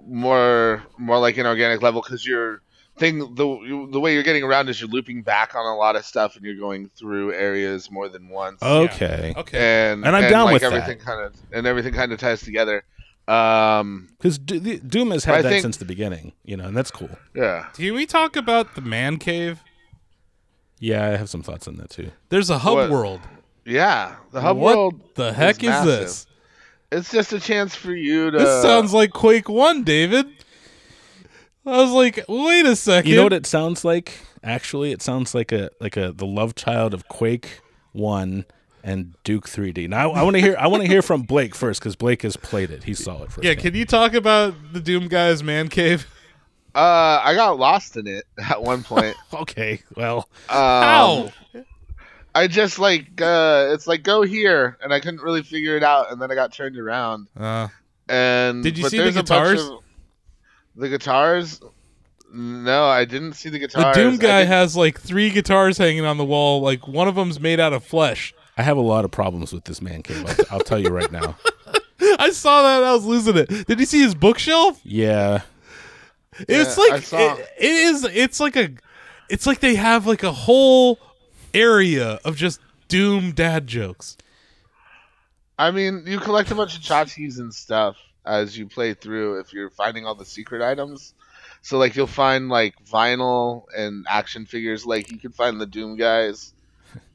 Speaker 2: more more like an organic level because you're thing the you- the way you're getting around is you're looping back on a lot of stuff and you're going through areas more than once
Speaker 4: Oh, Okay,
Speaker 3: Okay.
Speaker 2: and
Speaker 4: And I'm down
Speaker 2: like
Speaker 4: with that.
Speaker 2: everything kind of and everything kind of ties together. Um,
Speaker 4: because Doom has had
Speaker 2: I
Speaker 4: that
Speaker 2: think-
Speaker 4: since the beginning, you know, and that's cool.
Speaker 2: yeah,
Speaker 3: Can we talk about the man cave?
Speaker 4: Yeah, I have some thoughts on that too.
Speaker 3: There's a hub
Speaker 2: What?
Speaker 3: world.
Speaker 2: yeah. The hub
Speaker 3: What
Speaker 2: world.
Speaker 3: The heck is
Speaker 2: massive.
Speaker 3: this?
Speaker 2: It's just a chance for you to.
Speaker 3: This sounds like Quake One, David. I was like, wait a second.
Speaker 4: You know what it sounds like? Actually, it sounds like a like a the love child of Quake One and Duke 3D. Now I, want to hear I want to hear from Blake first because Blake has played it. He saw it first.
Speaker 3: yeah, can you talk about the Doom guy's man cave?
Speaker 2: Uh, I got lost in it at one point.
Speaker 4: Okay. Well,
Speaker 2: Um,
Speaker 3: Ow!
Speaker 2: I just like uh, it's like go here, and I couldn't really figure it out, and then I got turned around.
Speaker 3: Uh,
Speaker 2: And
Speaker 3: Did you
Speaker 2: but
Speaker 3: see the
Speaker 2: there's a bunch
Speaker 3: guitars?
Speaker 2: of- the guitars? No, I didn't see the
Speaker 3: the
Speaker 2: guitars.
Speaker 3: Doom
Speaker 2: I
Speaker 3: guy
Speaker 2: didn't-
Speaker 3: has like three guitars hanging on the wall. Like one of them's made out of flesh.
Speaker 4: I have a lot of problems with this man cave. I'll, I'll tell you right now.
Speaker 3: I saw that. and I was losing it. Did you see his bookshelf?
Speaker 4: Yeah.
Speaker 3: it's
Speaker 2: Yeah,
Speaker 3: like
Speaker 2: I saw-
Speaker 3: it- it is. It's like a. It's like they have like a whole area of just Doom dad jokes.
Speaker 2: I mean, you collect a bunch of tchotchkes and stuff as you play through if you're finding all the secret items. So, like, you'll find, like, vinyl and action figures. Like, you could find the Doom guys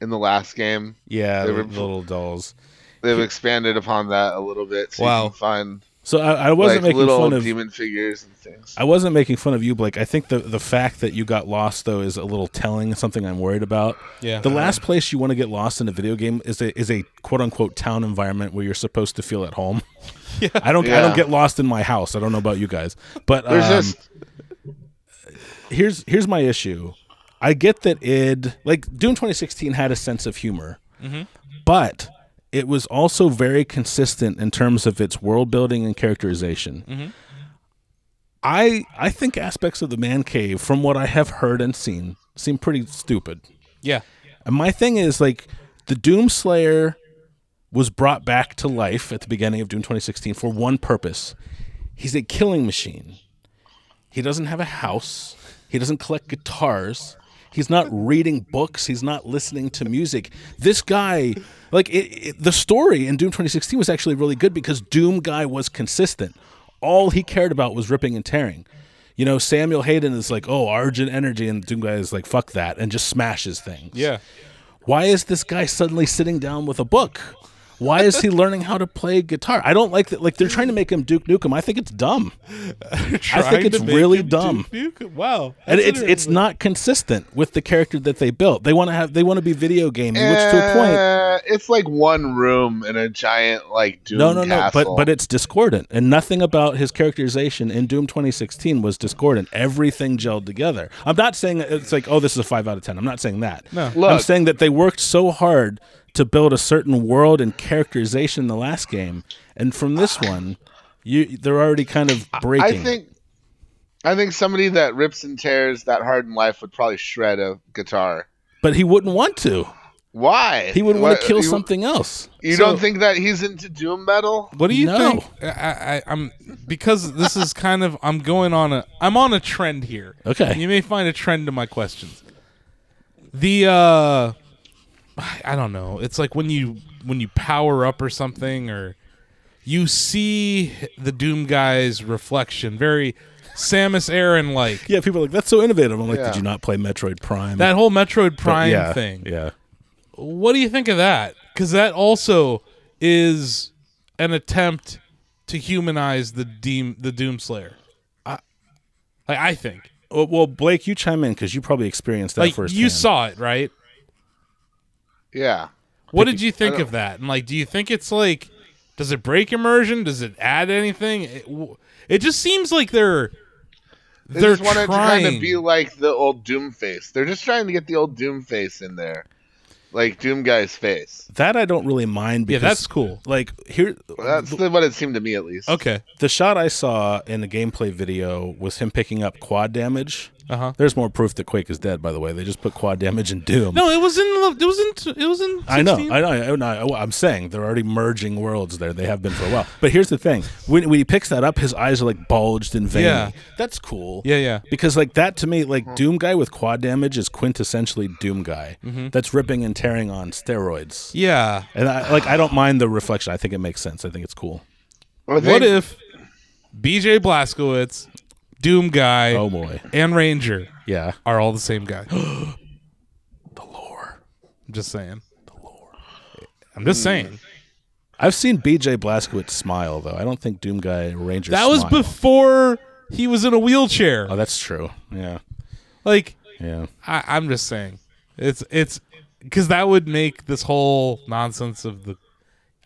Speaker 2: in the last game.
Speaker 4: Yeah.
Speaker 2: They
Speaker 4: the
Speaker 2: were-
Speaker 4: little dolls.
Speaker 2: They've expanded upon that a little bit. So
Speaker 3: Wow.
Speaker 2: You can find,
Speaker 4: So I, I
Speaker 2: like,
Speaker 4: wasn't making
Speaker 2: little
Speaker 4: fun of
Speaker 2: demon figures and things.
Speaker 4: I wasn't making fun of you, Blake. I think the the fact that you got lost though is a little telling. Something I'm worried about.
Speaker 3: Yeah.
Speaker 4: The last place you want to get lost in a video game is a is a quote unquote town environment where you're supposed to feel at home. Yeah. I don't I
Speaker 2: Yeah.
Speaker 4: don't get lost in my house. I don't know about you guys, but
Speaker 2: There's
Speaker 4: um,
Speaker 2: just.
Speaker 4: here's here's my issue. I get that id like Doom 2016 had a sense of humor, but it was also very consistent in terms of its world building and characterization. I I think aspects of the man cave, from what I have heard and seen, seem pretty stupid.
Speaker 3: Yeah.
Speaker 4: And my thing is like the Doom Slayer was brought back to life at the beginning of Doom 2016 for one purpose. He's a killing machine. He doesn't have a house. He doesn't collect guitars. He's not reading books. He's not listening to music. This guy, like it, it, the story in Doom 2016 was actually really good because Doom guy was consistent. All he cared about was ripping and tearing. You know, Samuel Hayden is like, oh, Argent Energy, and Doom Guy is like, fuck that, and just smashes things.
Speaker 3: Yeah.
Speaker 4: Why is this guy suddenly sitting down with a book? Why is he learning how to play guitar? I don't like that. Like they're trying to make him Duke Nukem. I think it's dumb,
Speaker 3: Trying
Speaker 4: it's
Speaker 3: to make
Speaker 4: really
Speaker 3: him
Speaker 4: dumb.
Speaker 3: Duke Nukem. Wow.
Speaker 4: and
Speaker 3: That's
Speaker 4: it's it's
Speaker 3: interesting.
Speaker 4: not consistent with the character that they built. They want to have they want to be video gamey, which to a point
Speaker 2: Uh, it's like one room in a giant like doom
Speaker 4: No, no, no.
Speaker 2: castle.
Speaker 4: But but it's discordant, and nothing about his characterization in Doom 2016 was discordant. Everything gelled together. I'm not saying it's like, oh, this is a five out of ten. I'm not saying that. No, I'm
Speaker 2: Look.
Speaker 4: saying that they worked so hard to build a certain world and characterization in the last game, and from this one, you they're already kind of breaking.
Speaker 2: I
Speaker 4: it.
Speaker 2: think I think somebody that rips and tears that hard in life would probably shred a guitar.
Speaker 4: but he wouldn't want to.
Speaker 2: Why?
Speaker 4: He would want
Speaker 2: What-
Speaker 4: to kill
Speaker 2: you-
Speaker 4: something else.
Speaker 2: You
Speaker 3: So-
Speaker 2: don't think that he's into doom metal?
Speaker 3: What do you
Speaker 4: No.
Speaker 3: think? I, I, I'm because this is kind of I'm going on a I'm on a trend here.
Speaker 4: Okay.
Speaker 3: you may find a trend to my questions. The uh, I don't know. It's like when you when you power up or something, or you see the Doom guy's reflection, very Samus Aran like
Speaker 4: Yeah, people are like that's so innovative. I'm like,
Speaker 2: Yeah.
Speaker 4: did you not play Metroid Prime?
Speaker 3: that whole Metroid Prime
Speaker 4: yeah,
Speaker 3: thing.
Speaker 4: Yeah.
Speaker 3: What do you think of that? Because that also is an attempt to humanize the Deem the Doom Slayer. I, like I think,
Speaker 4: Well, well, Blake, you chime in because you probably experienced that
Speaker 3: like
Speaker 4: firsthand.
Speaker 3: you saw it, right?
Speaker 2: Yeah.
Speaker 3: What did you think
Speaker 2: don't-
Speaker 3: of that? And like, do you think it's like, does it break immersion? Does it add anything? It, w- it just seems like they're
Speaker 2: They
Speaker 3: they're
Speaker 2: just wanted
Speaker 3: trying.
Speaker 2: to kind of be like the old Doom face. They're just trying to get the old Doom face in there, like Doom guy's face.
Speaker 4: That I don't really mind
Speaker 3: yeah,
Speaker 4: because
Speaker 3: that's cool.
Speaker 4: like here
Speaker 2: That's the, what it seemed to me, at least.
Speaker 3: Okay,
Speaker 4: the shot I saw in the gameplay video was him picking up quad damage.
Speaker 3: uh huh.
Speaker 4: There's more proof that Quake is dead, by the way. They just put quad damage in Doom.
Speaker 3: No, it was in. the- It was in. It was in. 16?
Speaker 4: I know, I know, I know. I'm saying they're already merging worlds there. They have been for a while. But here's the thing: when, when he picks that up, his eyes are like bulged and veiny.
Speaker 3: Yeah.
Speaker 4: that's cool.
Speaker 3: Yeah, yeah.
Speaker 4: Because like that to me, like Doom Guy with quad damage is quintessentially Doom Guy.
Speaker 3: Mm-hmm.
Speaker 4: That's ripping and tearing on steroids.
Speaker 3: Yeah.
Speaker 4: And I like I don't mind the reflection. I think it makes sense. I think it's cool.
Speaker 2: I think-
Speaker 3: What if BJ Blazkowicz, Doom Guy,
Speaker 4: Oh boy,
Speaker 3: and Ranger
Speaker 4: yeah.
Speaker 3: are all the same guy? the lore. I'm just saying. The lore. I'm just saying.
Speaker 4: I've seen BJ Blazkowicz smile though. I don't think Doom Guy and Ranger.
Speaker 3: That was
Speaker 4: smile.
Speaker 3: before he was in a wheelchair.
Speaker 4: Oh, that's true. Yeah,
Speaker 3: Like
Speaker 4: yeah.
Speaker 3: I, I'm just saying, it's it's because that would make this whole nonsense of the.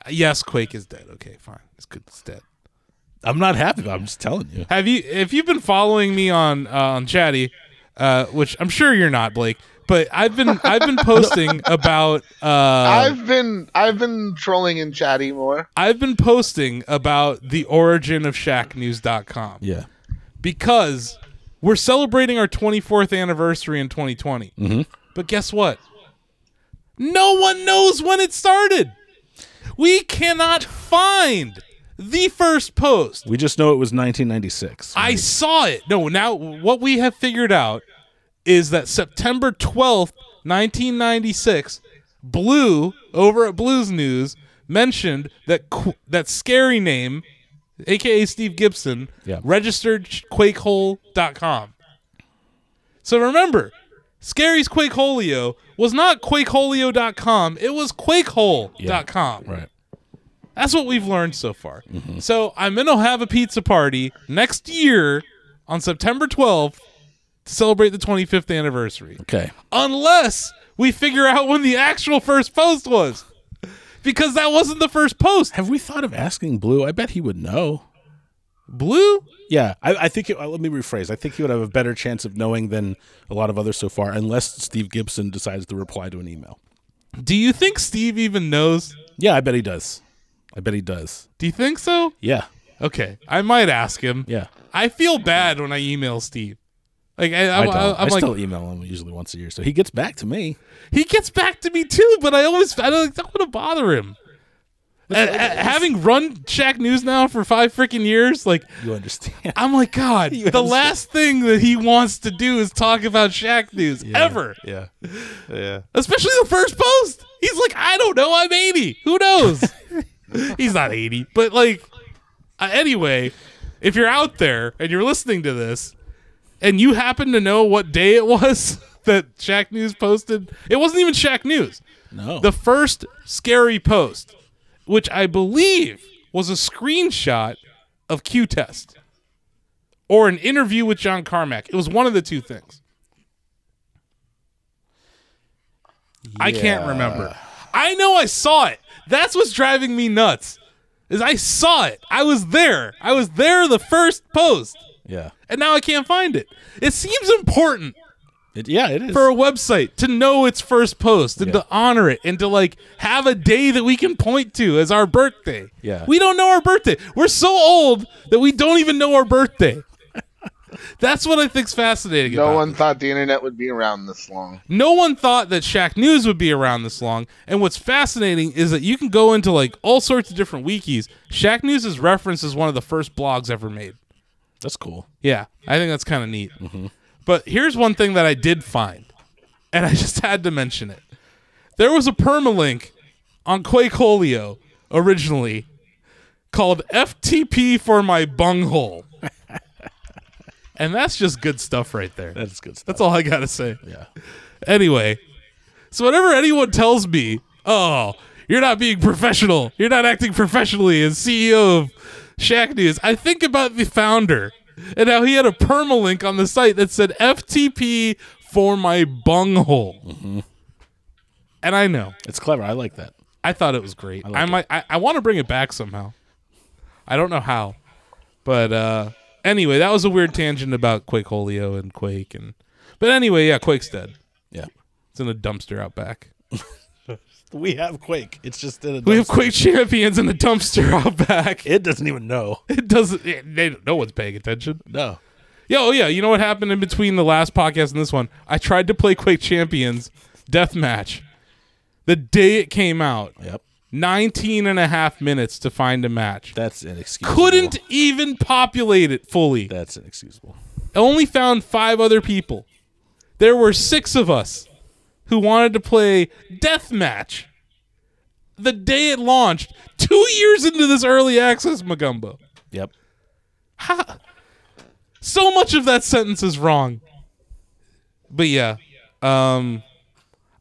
Speaker 3: Yes, Quake is dead. Okay, fine. It's good. It's dead.
Speaker 4: I'm not happy. But I'm just telling you.
Speaker 3: Have you if you've been following me on uh, on Chatty, uh, which I'm sure you're not, Blake, but I've been I've been posting about uh,
Speaker 2: I've been I've been trolling and chatty more.
Speaker 3: I've been posting about the origin of ShackNews.com
Speaker 4: Yeah.
Speaker 3: because we're celebrating our 24th anniversary in 2020. But guess what? No one knows when it started. We cannot find the first post.
Speaker 4: We just know it was 1996.
Speaker 3: I saw it. No, now what we have figured out is that September 12th, 1996, Blue over at Blues News mentioned that Qu- that scary name, aka Steve Gibson,
Speaker 4: Yeah.
Speaker 3: registered quakehole.com. So remember, Scary's Quakeholio was not quakeholio.com, it was quakehole.com.
Speaker 4: right.
Speaker 3: That's what we've learned so far.
Speaker 4: Mm-hmm.
Speaker 3: So I'm gonna have a pizza party next year on September 12th to celebrate the 25th anniversary,
Speaker 4: Okay.
Speaker 3: unless we figure out when the actual first post was, because that wasn't the first post.
Speaker 4: Have we thought of asking Blue? I bet he would know.
Speaker 3: Blue?
Speaker 4: Yeah, I, I think. It, uh, let me rephrase. I think he would have a better chance of knowing than a lot of others so far, unless Steve Gibson decides to reply to an email.
Speaker 3: Do you think Steve even knows?
Speaker 4: Yeah, I bet he does. I bet he does.
Speaker 3: Do you think so?
Speaker 4: Yeah,
Speaker 3: Okay, I might ask him.
Speaker 4: yeah.
Speaker 3: I feel bad when I email Steve. Like I, I,
Speaker 4: I
Speaker 3: I,
Speaker 4: don't. I,
Speaker 3: am like,
Speaker 4: still email him usually once a year, so he gets back to me.
Speaker 3: he gets back to me too, but I always I don't, I don't want to bother him. A- a- having run Shack News now for five freaking years, like
Speaker 4: You understand?
Speaker 3: I'm like God. the
Speaker 4: understand.
Speaker 3: last thing that he wants to do is talk about Shack News ever,
Speaker 4: yeah, yeah.
Speaker 3: especially the first post. He's like, I don't know, I'm 80. Who knows? He's not 80, but like, uh, anyway, if you're out there and you're listening to this, and you happen to know what day it was that Shaq News posted, it wasn't even Shaq News.
Speaker 4: No.
Speaker 3: The first scary post, which I believe was a screenshot of Q Test or an interview with John Carmack. It was one of the two things. I can't
Speaker 4: Yeah.
Speaker 3: remember. I know I saw it. That's what's driving me nuts. Is I saw it. I was there. I was there the first post,
Speaker 4: yeah.
Speaker 3: and now I can't find it. It seems important
Speaker 4: It, yeah, it is.
Speaker 3: for a website to know its first post and
Speaker 4: Yeah.
Speaker 3: to honor it and to like have a day that we can point to as our birthday.
Speaker 4: Yeah.
Speaker 3: We don't know our birthday. We're so old that we don't even know our birthday. That's what I think's fascinating
Speaker 2: No
Speaker 3: about
Speaker 2: one thought the internet would be around this long.
Speaker 3: no one thought that Shaq News would be around this long. And what's fascinating is that you can go into like all sorts of different wikis. Shaq News is referenced as one of the first blogs ever made.
Speaker 4: That's cool.
Speaker 3: Yeah, I think that's kind of neat. But here's one thing that I did find, and I just had to mention it. There was a permalink on Quakeholio originally called FTP for my bunghole. and that's just good stuff right there.
Speaker 4: That's good stuff.
Speaker 3: That's all I got to say.
Speaker 4: yeah.
Speaker 3: Anyway, so whenever anyone tells me, "Oh, you're not being professional. You're not acting professionally as CEO of Shack News," I think about the founder and how he had a permalink on the site that said "FTP for my bunghole," and I know.
Speaker 4: It's clever. I like that.
Speaker 3: I thought it was great. I,
Speaker 4: like it.
Speaker 3: might. I, I want to bring it back somehow. I don't know how, but uh, anyway, that was a weird tangent about Quake Holio and Quake, and but anyway, yeah, Quake's dead.
Speaker 4: Yeah.
Speaker 3: It's in a dumpster out back.
Speaker 4: We have Quake. It's just in a
Speaker 3: We have Quake champions in the dumpster out back.
Speaker 4: It doesn't even know.
Speaker 3: It doesn't. It, they, no one's paying attention.
Speaker 4: No.
Speaker 3: Yo, oh yeah. You know what happened in between the last podcast and this one? I tried to play Quake Champions Deathmatch. The day it came out,
Speaker 4: Yep.
Speaker 3: 19 and a half minutes to find a match.
Speaker 4: That's inexcusable.
Speaker 3: Couldn't even populate it fully.
Speaker 4: That's inexcusable.
Speaker 3: only found five other people. There were six of us who wanted to play Deathmatch the day it launched, two years into this early access, Magumbo.
Speaker 4: Yep.
Speaker 3: So much of that sentence is wrong. But yeah, um,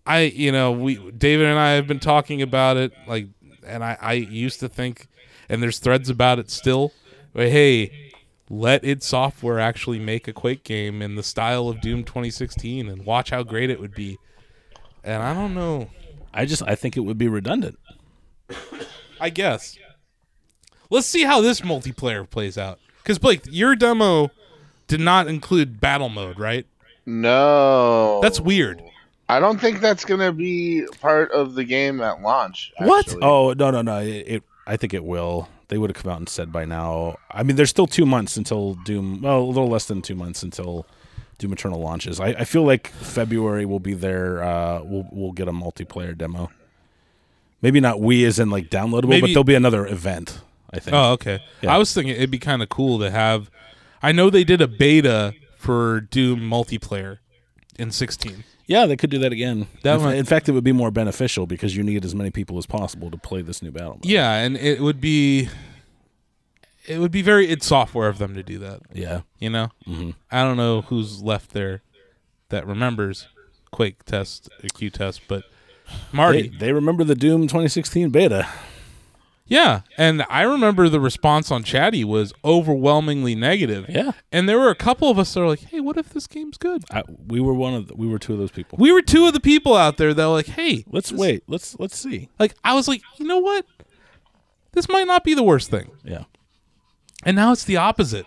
Speaker 3: I you know we David and I have been talking about it like, and I I used to think, and there's threads about it still. But hey, let id Software actually make a Quake game in the style of Doom 2016, and watch how great it would be. And I don't know.
Speaker 4: I just I think it would be redundant.
Speaker 3: I guess. Let's see how this multiplayer plays out. Because Blake, your demo did not include battle mode, right?
Speaker 2: No.
Speaker 3: That's weird.
Speaker 2: I don't think that's gonna be part of the game at launch.
Speaker 3: What?
Speaker 2: actually.
Speaker 4: Oh no no no! It, it I think it will. They would have come out and said by now. I mean, there's still two months until Doom. Well, a little less than two months until Doom Eternal launches. I, I feel like February will be there. Uh, we'll we'll get a multiplayer demo. Maybe not we as in like downloadable, but
Speaker 3: Maybe-
Speaker 4: there'll be another event. I think.
Speaker 3: Oh, okay.
Speaker 4: Yeah.
Speaker 3: I was thinking it'd be kind of cool to have. I know they did a beta for Doom multiplayer in 16.
Speaker 4: yeah, they could do that again.
Speaker 3: That
Speaker 4: in,
Speaker 3: might-
Speaker 4: in fact, it would be more beneficial because you need as many people as possible to play this new battle. mode.
Speaker 3: Yeah, and it would be. It would be very id Software of them to do that.
Speaker 4: Yeah.
Speaker 3: You know, mm-hmm. I don't know who's left there that remembers Quake test or Q test, but
Speaker 4: They,
Speaker 3: Marty,
Speaker 4: they remember the Doom 2016 beta.
Speaker 3: Yeah, and I remember the response on Chatty was overwhelmingly negative.
Speaker 4: Yeah.
Speaker 3: and there were a couple of us that were like, "Hey, what if this game's good?"
Speaker 4: I, we were one of the, we were two of those people.
Speaker 3: We were two of the people out there that were like, "Hey,
Speaker 4: Let's wait. Let's let's see.
Speaker 3: like I was like, you know what? This might not be the worst thing."
Speaker 4: Yeah.
Speaker 3: And now it's the opposite.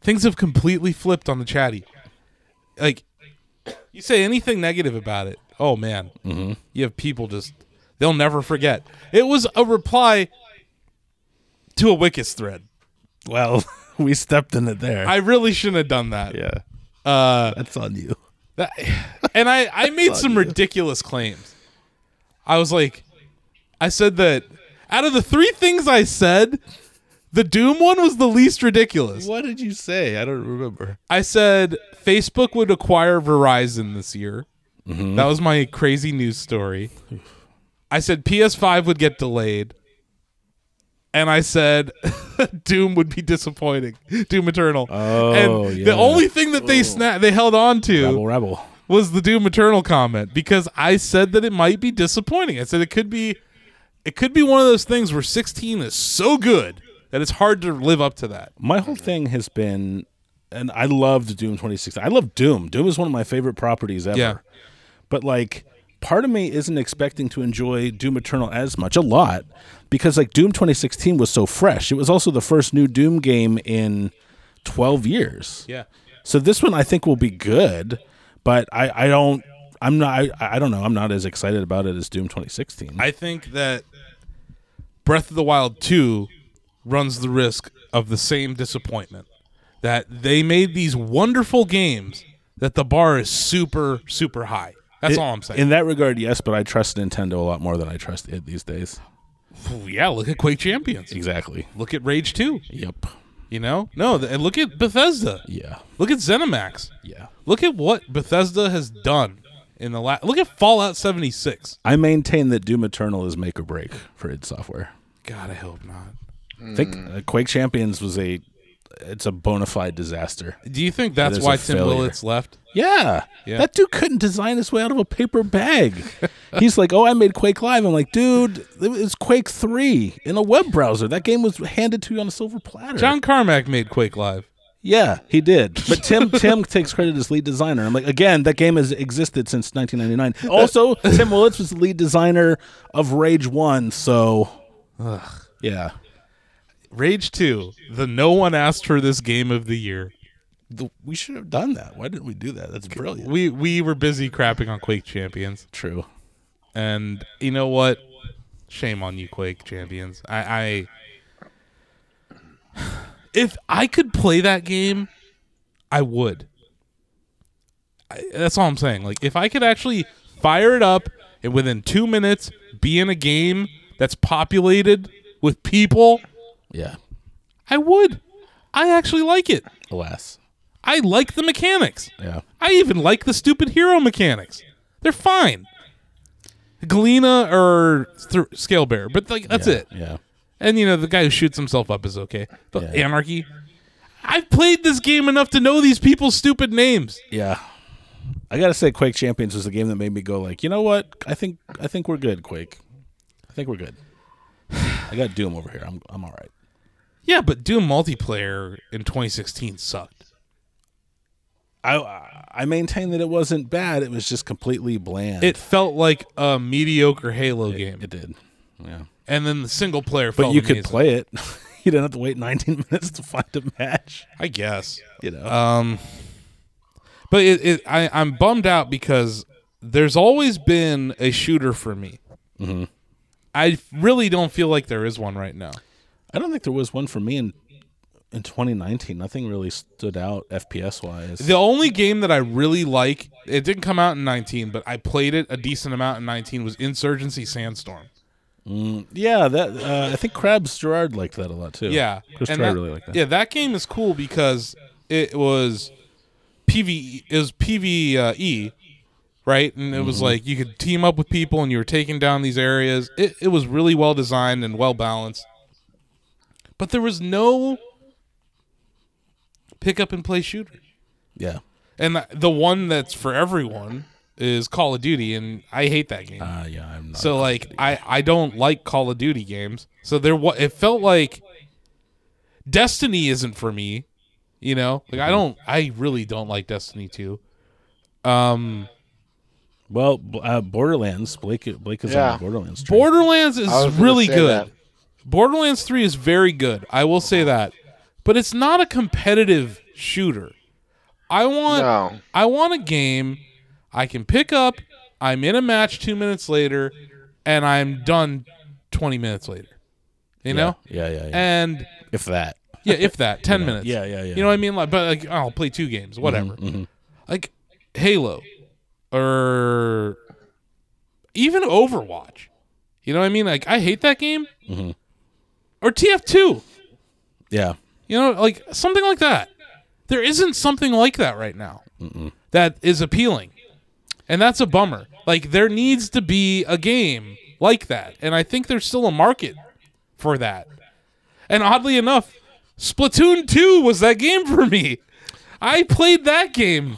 Speaker 3: Things have completely flipped on the Chatty. Like, you say anything negative about it, oh man, mm-hmm. you have people just they'll never forget. It was a reply to a Wikis thread.
Speaker 4: Well, we stepped in it there.
Speaker 3: I really shouldn't have done that.
Speaker 4: yeah.
Speaker 3: Uh,
Speaker 4: That's on you.
Speaker 3: that- and I, I made some
Speaker 4: you.
Speaker 3: ridiculous claims. I was like, I said that out of the three things I said, the Doom one was the least ridiculous.
Speaker 4: What did you say? I don't remember.
Speaker 3: I said Facebook would acquire Verizon this year.
Speaker 4: Mm-hmm.
Speaker 3: That was my crazy news story. I said PS5 would get delayed. and I said Doom would be disappointing. Doom Eternal.
Speaker 4: Oh,
Speaker 3: and
Speaker 4: yeah.
Speaker 3: the only thing that they sna- they held on to
Speaker 4: Rebel, rebel.
Speaker 3: was the Doom Eternal comment because I said that it might be disappointing. I said it could be it could be one of those things where 16 is so good that it's hard to live up to that.
Speaker 4: My whole thing has been, and I loved Doom 2016. I love Doom. Doom is one of my favorite properties ever.
Speaker 3: Yeah.
Speaker 4: But like, part of me isn't expecting to enjoy Doom Eternal as much, a lot, because like Doom 2016 was so fresh. It was also the first new Doom game in 12 years.
Speaker 3: Yeah.
Speaker 4: So this one I think will be good, but I, I don't. I'm not. I, I don't know. I'm not as excited about it as Doom 2016.
Speaker 3: I think that Breath of the Wild 2 runs the risk of the same disappointment that they made these wonderful games that the bar is super super high. That's all I'm saying.
Speaker 4: In that regard, yes, but I trust Nintendo a lot more than I trust it these days.
Speaker 3: Ooh, yeah, look at Quake Champions.
Speaker 4: Exactly.
Speaker 3: Look at Rage 2,
Speaker 4: Yep.
Speaker 3: you know? No, th- and look at Bethesda.
Speaker 4: Yeah.
Speaker 3: Look at ZeniMax.
Speaker 4: Yeah.
Speaker 3: Look at what Bethesda has done in the last. Look at Fallout 76.
Speaker 4: I maintain that Doom Eternal is make or break for id Software.
Speaker 3: God, I hope not.
Speaker 4: I think
Speaker 3: Mm.
Speaker 4: uh, Quake Champions was a. It's a bona fide disaster.
Speaker 3: Do you think that's
Speaker 4: is
Speaker 3: why
Speaker 4: a
Speaker 3: Tim
Speaker 4: failure.
Speaker 3: Willett's left?
Speaker 4: Yeah.
Speaker 3: Yeah.
Speaker 4: That dude couldn't design his way out of a paper bag. He's like, oh, I made Quake Live. I'm like, dude, it's Quake 3 in a web browser. That game was handed to you on a silver platter.
Speaker 3: John Carmack made Quake Live.
Speaker 4: yeah, he did. But Tim Tim takes credit as lead designer. I'm like, again, that game has existed since 1999. Also, Tim Willits was the lead designer of Rage 1, so. Yeah.
Speaker 3: Rage 2, the no one asked for this game of the year.
Speaker 4: The- we should have done that. Why didn't we do that? That's brilliant.
Speaker 3: We we were busy crapping on Quake Champions,
Speaker 4: True.
Speaker 3: and you know what? Shame on you, Quake Champions. I, I if I could play that game, I would. I, that's all I'm saying. Like if I could actually fire it up and within two minutes be in a game that's populated with people,
Speaker 4: Yeah.
Speaker 3: I would. I actually like it.
Speaker 4: Alas.
Speaker 3: I like the mechanics.
Speaker 4: Yeah.
Speaker 3: I even like the stupid hero mechanics. They're fine. Galena or th- Scale Bear, but like that's
Speaker 4: Yeah.
Speaker 3: it.
Speaker 4: Yeah.
Speaker 3: And you know the guy who shoots himself up is okay. But
Speaker 4: Yeah.
Speaker 3: Anarchy, I've played this game enough to know these people's stupid names.
Speaker 4: Yeah. I gotta say, Quake Champions was the game that made me go like, you know what? I think I think we're good, Quake. I think we're good. I got Doom over here. I'm I'm all right.
Speaker 3: Yeah, but Doom multiplayer in 2016 sucked.
Speaker 4: I I maintain that it wasn't bad. It was just completely bland.
Speaker 3: It felt like a mediocre Halo game,
Speaker 4: it did. Yeah.
Speaker 3: and then the single player.
Speaker 4: But
Speaker 3: felt
Speaker 4: you could
Speaker 3: amazing.
Speaker 4: play it. you didn't have to wait 19 minutes to find a match.
Speaker 3: I guess.
Speaker 4: You know.
Speaker 3: Um, but it, it I, I'm bummed out because there's always been a shooter for me. I really don't feel like there is one right now.
Speaker 4: I don't think there was one for me in in 2019. Nothing really stood out FPS wise.
Speaker 3: The only game that I really like, it didn't come out in 19, but I played it a decent amount in 19 was Insurgency Sandstorm.
Speaker 4: yeah, that uh, I think Krabs Gerard liked that a lot too.
Speaker 3: Yeah,
Speaker 4: Chris
Speaker 3: and
Speaker 4: Gerard
Speaker 3: that-
Speaker 4: really liked that.
Speaker 3: Yeah, that game is cool because it was PVE is PVE, E, right? And it
Speaker 4: Mm-hmm.
Speaker 3: was like you could team up with people and you were taking down these areas. It it was really well designed and well balanced. But there was no pick up and play shooter.
Speaker 4: yeah.
Speaker 3: And the- the one that's for everyone is Call of Duty and I hate that game.
Speaker 4: Uh, yeah, I'm not.
Speaker 3: So like I I don't like Call of Duty games. So there wa it felt like Destiny isn't for me, you know? Like I
Speaker 2: Mm-hmm.
Speaker 3: don't I really don't like Destiny 2. Um
Speaker 4: well, b- uh, Borderlands. Blake, Blake is
Speaker 2: Yeah.
Speaker 4: on the Borderlands. Train.
Speaker 3: Borderlands is
Speaker 2: I was gonna
Speaker 3: really
Speaker 2: say
Speaker 3: good.
Speaker 2: that.
Speaker 3: Borderlands 3 is very good. I will say that. But it's not a competitive shooter. I want
Speaker 2: No.
Speaker 3: I want a game I can pick up, I'm in a match 2 minutes later and I'm done 20 minutes later. You know?
Speaker 4: Yeah, yeah, yeah.
Speaker 3: and
Speaker 4: if that.
Speaker 3: yeah, if that, ten minutes.
Speaker 4: yeah, yeah, yeah. Mm-hmm,
Speaker 3: You know what I mean? Like, but like, I'll play two games, whatever. Like Halo, or even Overwatch. You know what I mean? Like, I hate that game.
Speaker 4: Mm-hmm.
Speaker 3: Or TF two.
Speaker 4: Yeah.
Speaker 3: You know, like something like that. There isn't something like that right now that is appealing, and that's a bummer. Like there needs to be a game like that, and I think there's still a market for that. And oddly enough, Splatoon 2 was that game for me. I played that game.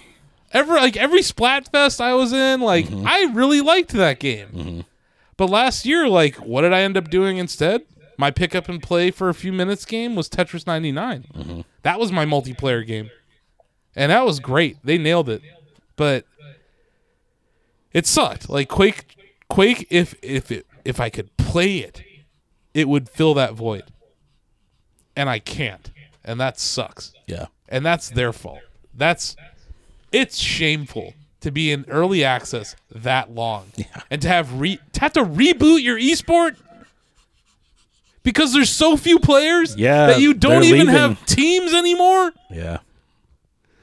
Speaker 3: Every like every Splatfest I was in, like I really liked that game. But last year, like what did I end up doing instead? My pick up and play for a few minutes game was Tetris 99. That was my multiplayer game. And that was great. They nailed it. But it sucked. Like Quake Quake if if it if I could play it, it would fill that void. And I can't. And that sucks.
Speaker 4: Yeah.
Speaker 3: And that's their fault. That's it's shameful to be in early access that long and to have re to have to reboot your esport because there's so few players
Speaker 4: Yeah,
Speaker 3: that you don't
Speaker 4: they're
Speaker 3: even
Speaker 4: leaving.
Speaker 3: have teams anymore.
Speaker 4: Yeah.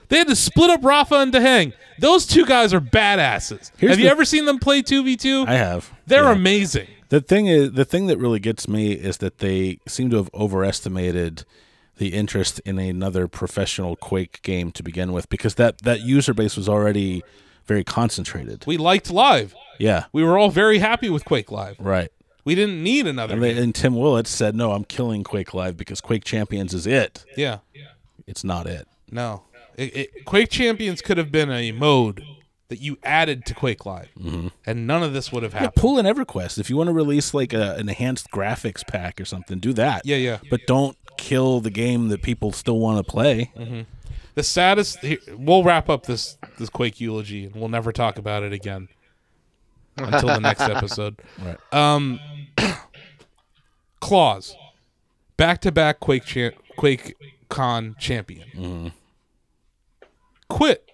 Speaker 3: They had to split up Rafa and Dehang. Those two guys are badasses.
Speaker 4: Here's
Speaker 3: have you
Speaker 4: the-
Speaker 3: ever seen them play 2v2?
Speaker 4: I have.
Speaker 3: They're
Speaker 4: yeah.
Speaker 3: amazing.
Speaker 4: The thing is, the thing that really gets me is that they seem to have overestimated the interest in another professional Quake game to begin with, because that that user base was already very concentrated.
Speaker 3: We liked live.
Speaker 4: yeah,
Speaker 3: We were all very happy with Quake Live.
Speaker 4: right.
Speaker 3: We didn't need another.
Speaker 4: And, they, and Tim Willits said, "No, I'm killing Quake Live because Quake Champions is it.
Speaker 3: yeah.
Speaker 4: It's not it.
Speaker 3: No. It, it, Quake Champions could have been a mode that you added to Quake Live, and none of this would have happened.
Speaker 4: Pull an EverQuest if you want to release like a, an enhanced graphics pack or something. Do that.
Speaker 3: Yeah, yeah.
Speaker 4: But don't kill the game that people still want to play.
Speaker 3: Mm. The saddest. Here, we'll wrap up this this Quake eulogy, and we'll never talk about it again until the next episode.
Speaker 4: Right.
Speaker 3: Um, Claws, back to back Quake champ, Quake Con champion, quit.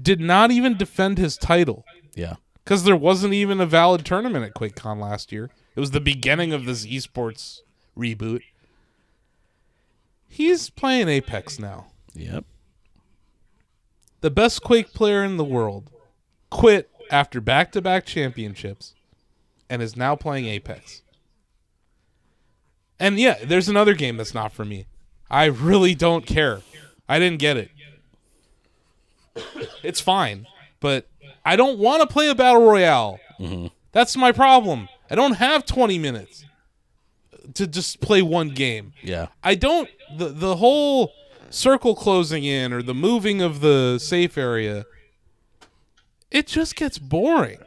Speaker 3: Did not even defend his title
Speaker 4: Yeah.
Speaker 3: because there wasn't even a valid tournament at QuakeCon last year. It was the beginning of this esports reboot. He's playing Apex now
Speaker 4: Yep.
Speaker 3: the best Quake player in the world, quit after back to back championships and is now playing Apex. And yeah, there's another game that's not for me. I really don't care. I didn't get it. It's fine, but I don't want to play a battle royale. That's my problem. I don't have 20 minutes to just play one game.
Speaker 4: Yeah.
Speaker 3: I don't the the whole circle closing in or the moving of the safe area. It just gets boring.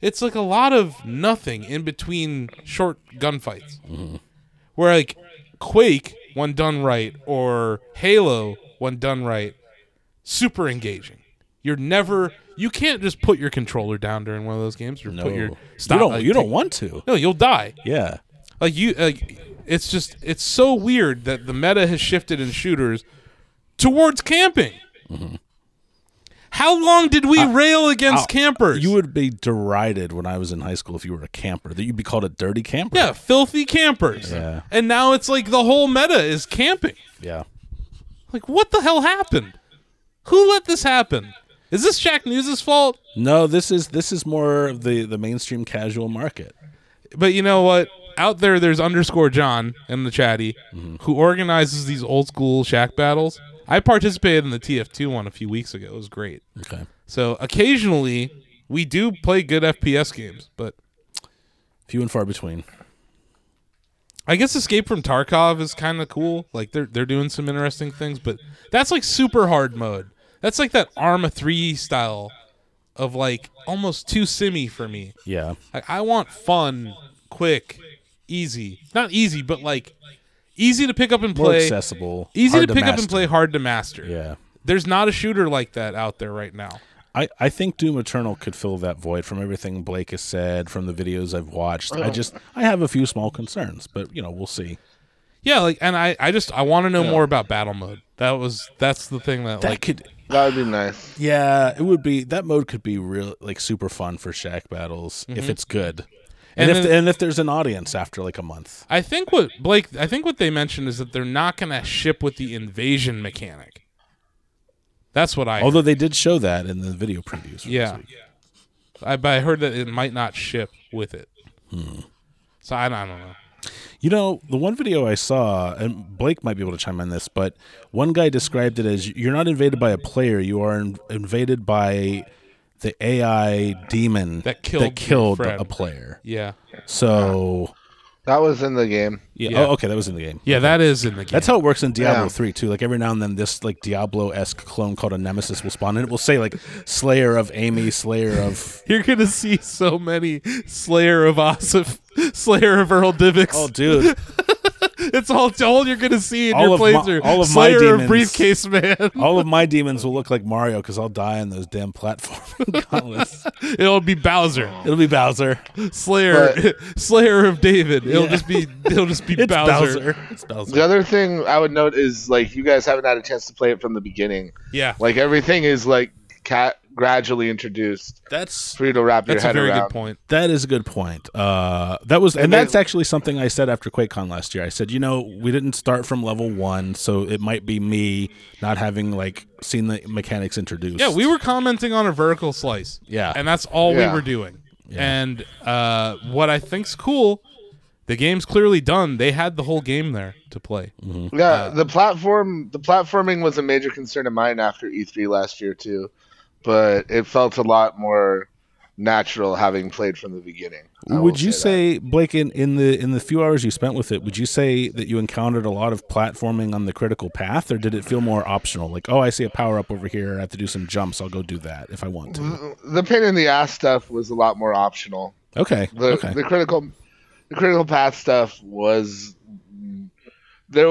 Speaker 3: It's like a lot of nothing in between short gunfights.
Speaker 4: Mm-hmm.
Speaker 3: Where like Quake when done right or Halo when done right, super engaging. You're never you can't just put your controller down during one of those games or
Speaker 4: No.
Speaker 3: put your
Speaker 4: you
Speaker 3: stop,
Speaker 4: don't.
Speaker 3: like,
Speaker 4: you don't
Speaker 3: take-
Speaker 4: want to.
Speaker 3: No, you'll die
Speaker 4: Yeah.
Speaker 3: like you like it's just it's so weird that the meta has shifted in shooters towards camping
Speaker 4: Mm-hmm.
Speaker 3: how long did we rail against
Speaker 4: I'll-
Speaker 3: campers
Speaker 4: You would be derided when I was in high school if you were a camper. That you'd be called a dirty camper.
Speaker 3: yeah filthy campers
Speaker 4: Yeah.
Speaker 3: and now it's like the whole meta is camping
Speaker 4: Yeah.
Speaker 3: like what the hell happened who let this happen is this Jack News's fault?
Speaker 4: No, this is this is more of the the mainstream casual market.
Speaker 3: But you know what? Out there, there's underscore John in the chatty
Speaker 4: Mm-hmm.
Speaker 3: who organizes these old school Shack battles. I participated in the TF2 one a few weeks ago. It was great.
Speaker 4: Okay.
Speaker 3: So occasionally we do play good FPS games, but
Speaker 4: Few and far between.
Speaker 3: I guess Escape from Tarkov is kind of cool. Like they're they're doing some interesting things, but that's like super hard mode. That's like that Arma 3 style of like almost too simmy for me.
Speaker 4: Yeah.
Speaker 3: Like I want fun, quick, easy. Not easy, but like easy to pick up and
Speaker 4: More
Speaker 3: play.
Speaker 4: accessible.
Speaker 3: Easy
Speaker 4: hard
Speaker 3: to pick up
Speaker 4: master.
Speaker 3: and play, hard to master.
Speaker 4: Yeah.
Speaker 3: There's not a shooter like that out there right now.
Speaker 4: I, I think Doom Eternal could fill that void from everything Blake has said, from the videos I've watched. I just I have a few small concerns, but you know, we'll see.
Speaker 3: Yeah, like, and I, I just, I want to know more about battle mode. That was, that's the thing that,
Speaker 4: That
Speaker 3: like,
Speaker 4: could
Speaker 2: That would be nice.
Speaker 4: Yeah, it would be that mode could be real like super fun for Shack battles if it's good. And,
Speaker 3: Mm-hmm. And
Speaker 4: if
Speaker 3: then-
Speaker 4: and if there's an audience after like a month.
Speaker 3: I think what Blake, I think what they mentioned is that they're not going to ship with the invasion mechanic. That's what I,
Speaker 4: Although they did show that in the video previews. for
Speaker 3: yeah,
Speaker 4: this week.
Speaker 3: I, but I heard that it might not ship with it. Hmm. So I, don't- I don't know.
Speaker 4: You know, the one video I saw, and Blake might be able to chime in this, but one guy described it as you're not invaded by a player, you are in- invaded by the AI demon
Speaker 3: That killed your
Speaker 4: killed
Speaker 3: friend.
Speaker 4: a player.
Speaker 3: Yeah.
Speaker 4: So
Speaker 2: That was in the game.
Speaker 4: Yeah.
Speaker 3: Yeah.
Speaker 4: Oh, okay, that was in the game.
Speaker 3: Yeah, that is in the game.
Speaker 4: That's how it works in Diablo
Speaker 2: Yeah.
Speaker 4: 3 too. Like every now and then this like Diablo esque clone called a nemesis will spawn and it will say like Slayer of Amy, Slayer of
Speaker 3: You're gonna see so many Slayer of Osif, Slayer of Earl Divix.
Speaker 4: Oh dude.
Speaker 3: it's all all you're gonna see in
Speaker 4: All
Speaker 3: your
Speaker 4: of my-
Speaker 3: playthrough.
Speaker 4: all of my
Speaker 3: Slayer
Speaker 4: demons.
Speaker 3: of Briefcase Man.
Speaker 4: All of my demons will look like Mario because I'll die on those damn platform gauntlets.
Speaker 3: It'll be Bowser,
Speaker 4: It'll be Bowser.
Speaker 3: Slayer, Slayer of David. It'll
Speaker 4: Yeah.
Speaker 3: just be it'll just be
Speaker 4: It's Bowser.
Speaker 3: Bowser.
Speaker 4: It's Bowser.
Speaker 2: The other thing I would note is like you guys haven't had a chance to play it from the beginning.
Speaker 3: Yeah,
Speaker 2: Like everything is like cat gradually introduced
Speaker 4: That's
Speaker 2: for you to wrap your
Speaker 3: that's a
Speaker 2: head
Speaker 3: very
Speaker 2: around.
Speaker 3: good point.
Speaker 4: that is a good point. Uh, that was, and
Speaker 2: then-
Speaker 4: that's actually something I said after QuakeCon last year. I said, you know, we didn't start from level one, so it might be me not having like seen the mechanics introduced.
Speaker 3: Yeah, we were commenting on a vertical slice.
Speaker 4: Yeah.
Speaker 3: and that's all
Speaker 2: Yeah.
Speaker 3: we were doing. And uh, what I think's cool, the game's clearly done. They had the whole game there to play.
Speaker 2: Yeah,
Speaker 3: Uh,
Speaker 2: the platform the platforming was a major concern of mine after E3 last year too, but it felt a lot more natural having played from the beginning. I will
Speaker 4: Would you
Speaker 2: Oh, that.
Speaker 4: say, Blake, in, in the in the few hours you spent with it, would you say that you encountered a lot of platforming on the critical path, or did it feel more optional? Like, oh, I see a power up over here, I have to do some jumps, I'll go do that if I want
Speaker 2: Mm-hmm.
Speaker 4: to.
Speaker 2: the pain in the ass stuff was a lot more optional?
Speaker 4: Okay,
Speaker 2: The
Speaker 4: okay,
Speaker 2: the critical the critical path stuff was there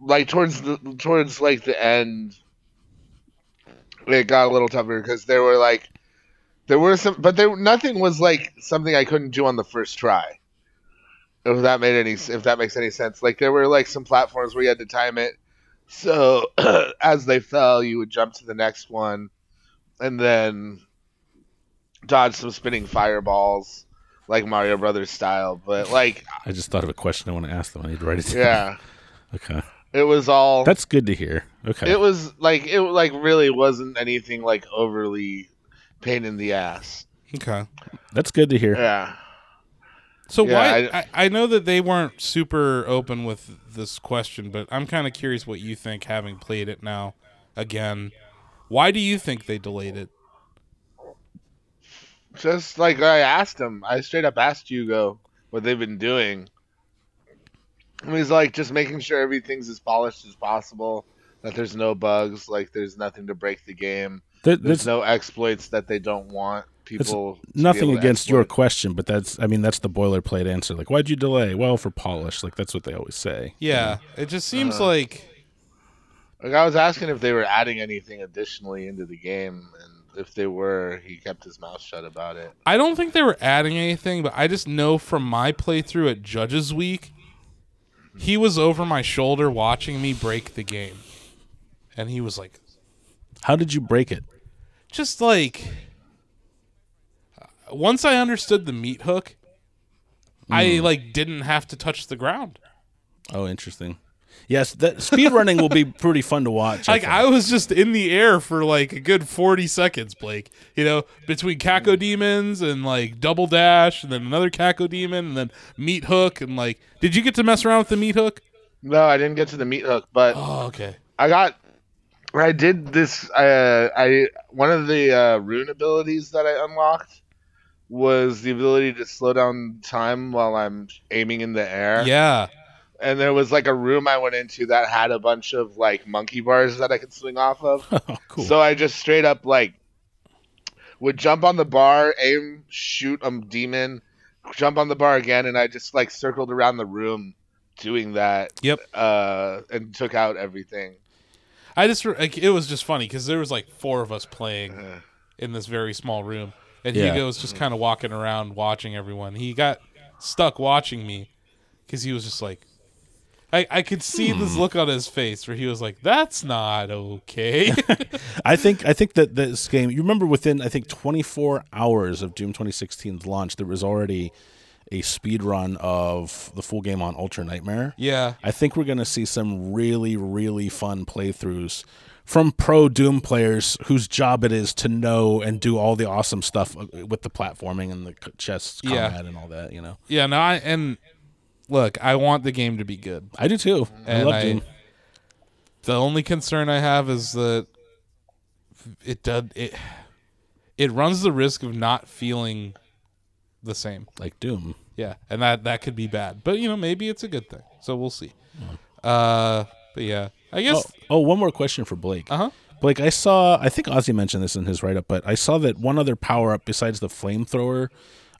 Speaker 2: like towards the towards like the end it got a little tougher because there were like there were some but there nothing was like something I couldn't do on the first try. If that made any if that makes any sense. Like there were like some platforms where you had to time it so as they fell you would jump to the next one and then dodge some spinning fireballs like Mario Brothers style, but like
Speaker 4: I just thought of a question I want to ask them. I need to write it down.
Speaker 2: yeah,
Speaker 4: Okay,
Speaker 2: it was all
Speaker 4: that's good to hear. Okay,
Speaker 2: it was like it like really wasn't anything like overly pain in the ass.
Speaker 3: Okay.
Speaker 4: that's good to hear.
Speaker 2: Yeah.
Speaker 3: So
Speaker 2: Yeah,
Speaker 3: why I,
Speaker 2: I-
Speaker 3: I, know that they weren't super open with this question, but I'm kind of curious what you think having played it now again. Why do you think they delayed it?
Speaker 2: Just like I asked him, I straight up asked Hugo what they've been doing. And he's like, just making sure everything's as polished as possible, that there's no bugs, like there's nothing to break the game,
Speaker 4: There-
Speaker 2: there's
Speaker 4: there's
Speaker 2: no exploits that they don't want people. to be
Speaker 4: nothing
Speaker 2: able to
Speaker 4: against your
Speaker 2: exploit.
Speaker 4: question, but that's I mean that's the boilerplate answer. Like, why'd you delay? Well, for polish. Like that's what they always say.
Speaker 3: Yeah, it just seems
Speaker 2: Uh-huh.
Speaker 3: like
Speaker 2: Like I was asking if they were adding anything additionally into the game, and if they were, he kept his mouth shut about it.
Speaker 3: I don't think they were adding anything, but I just know from my playthrough at Judges Week, he was over my shoulder watching me break the game. And he was like,
Speaker 4: How did you break it?
Speaker 3: just like uh, once I understood the meat hook, I like didn't have to touch the ground.
Speaker 4: Oh, interesting. Yes, that speedrunning will be pretty fun to watch.
Speaker 3: Like
Speaker 4: think.
Speaker 3: I was just in the air for like a good forty seconds, Blake. You know, between Caco Demons and like Double Dash, and then another Caco Demon, and then Meat Hook, and like, did you get to mess around with the Meat Hook?
Speaker 2: No, I didn't get to the meat hook, but
Speaker 3: Oh, okay.
Speaker 2: I got. I did this. Uh, I one of the uh, rune abilities that I unlocked was the ability to slow down time while I'm aiming in the air.
Speaker 3: Yeah,
Speaker 2: And there was like a room I went into that had a bunch of like monkey bars that I could swing off of.
Speaker 4: oh, cool.
Speaker 2: So I just straight up like would jump on the bar, aim, shoot a demon, jump on the bar again, and I just like circled around the room doing that.
Speaker 3: Yep.
Speaker 2: Uh, and took out everything.
Speaker 3: I just re- like it was just funny because there was like four of us playing in this very small room, and
Speaker 4: Yeah.
Speaker 3: Hugo was just kind of walking around watching everyone. He got stuck watching me because he was just like, I I could see this look on his face where he was like, "That's not okay."
Speaker 4: I think I think that this game. You remember within I think 24 hours of Doom 2016's launch, there was already a speed run of the full game on Ultra Nightmare.
Speaker 3: yeah,
Speaker 4: I think we're going to see some really, really fun playthroughs from pro Doom players whose job it is to know and do all the awesome stuff uh, with the platforming and the c- chess
Speaker 3: Yeah.
Speaker 4: combat and all that. You know,
Speaker 3: yeah. No, I and look, I want the game to be good.
Speaker 4: I do too. I
Speaker 3: And
Speaker 4: love
Speaker 3: I-
Speaker 4: Doom.
Speaker 3: The only concern I have is that it does it it runs the risk of not feeling the same.
Speaker 4: Like Doom.
Speaker 3: Yeah, and that that could be bad, but you know maybe it's a good thing. So we'll see. Uh, but yeah, I
Speaker 4: Oh,
Speaker 3: guess.
Speaker 4: oh, one more question for Blake.
Speaker 3: Uh huh.
Speaker 4: Blake, I saw. I think Ozzy mentioned this in his write up, but I saw that one other power up besides the flamethrower.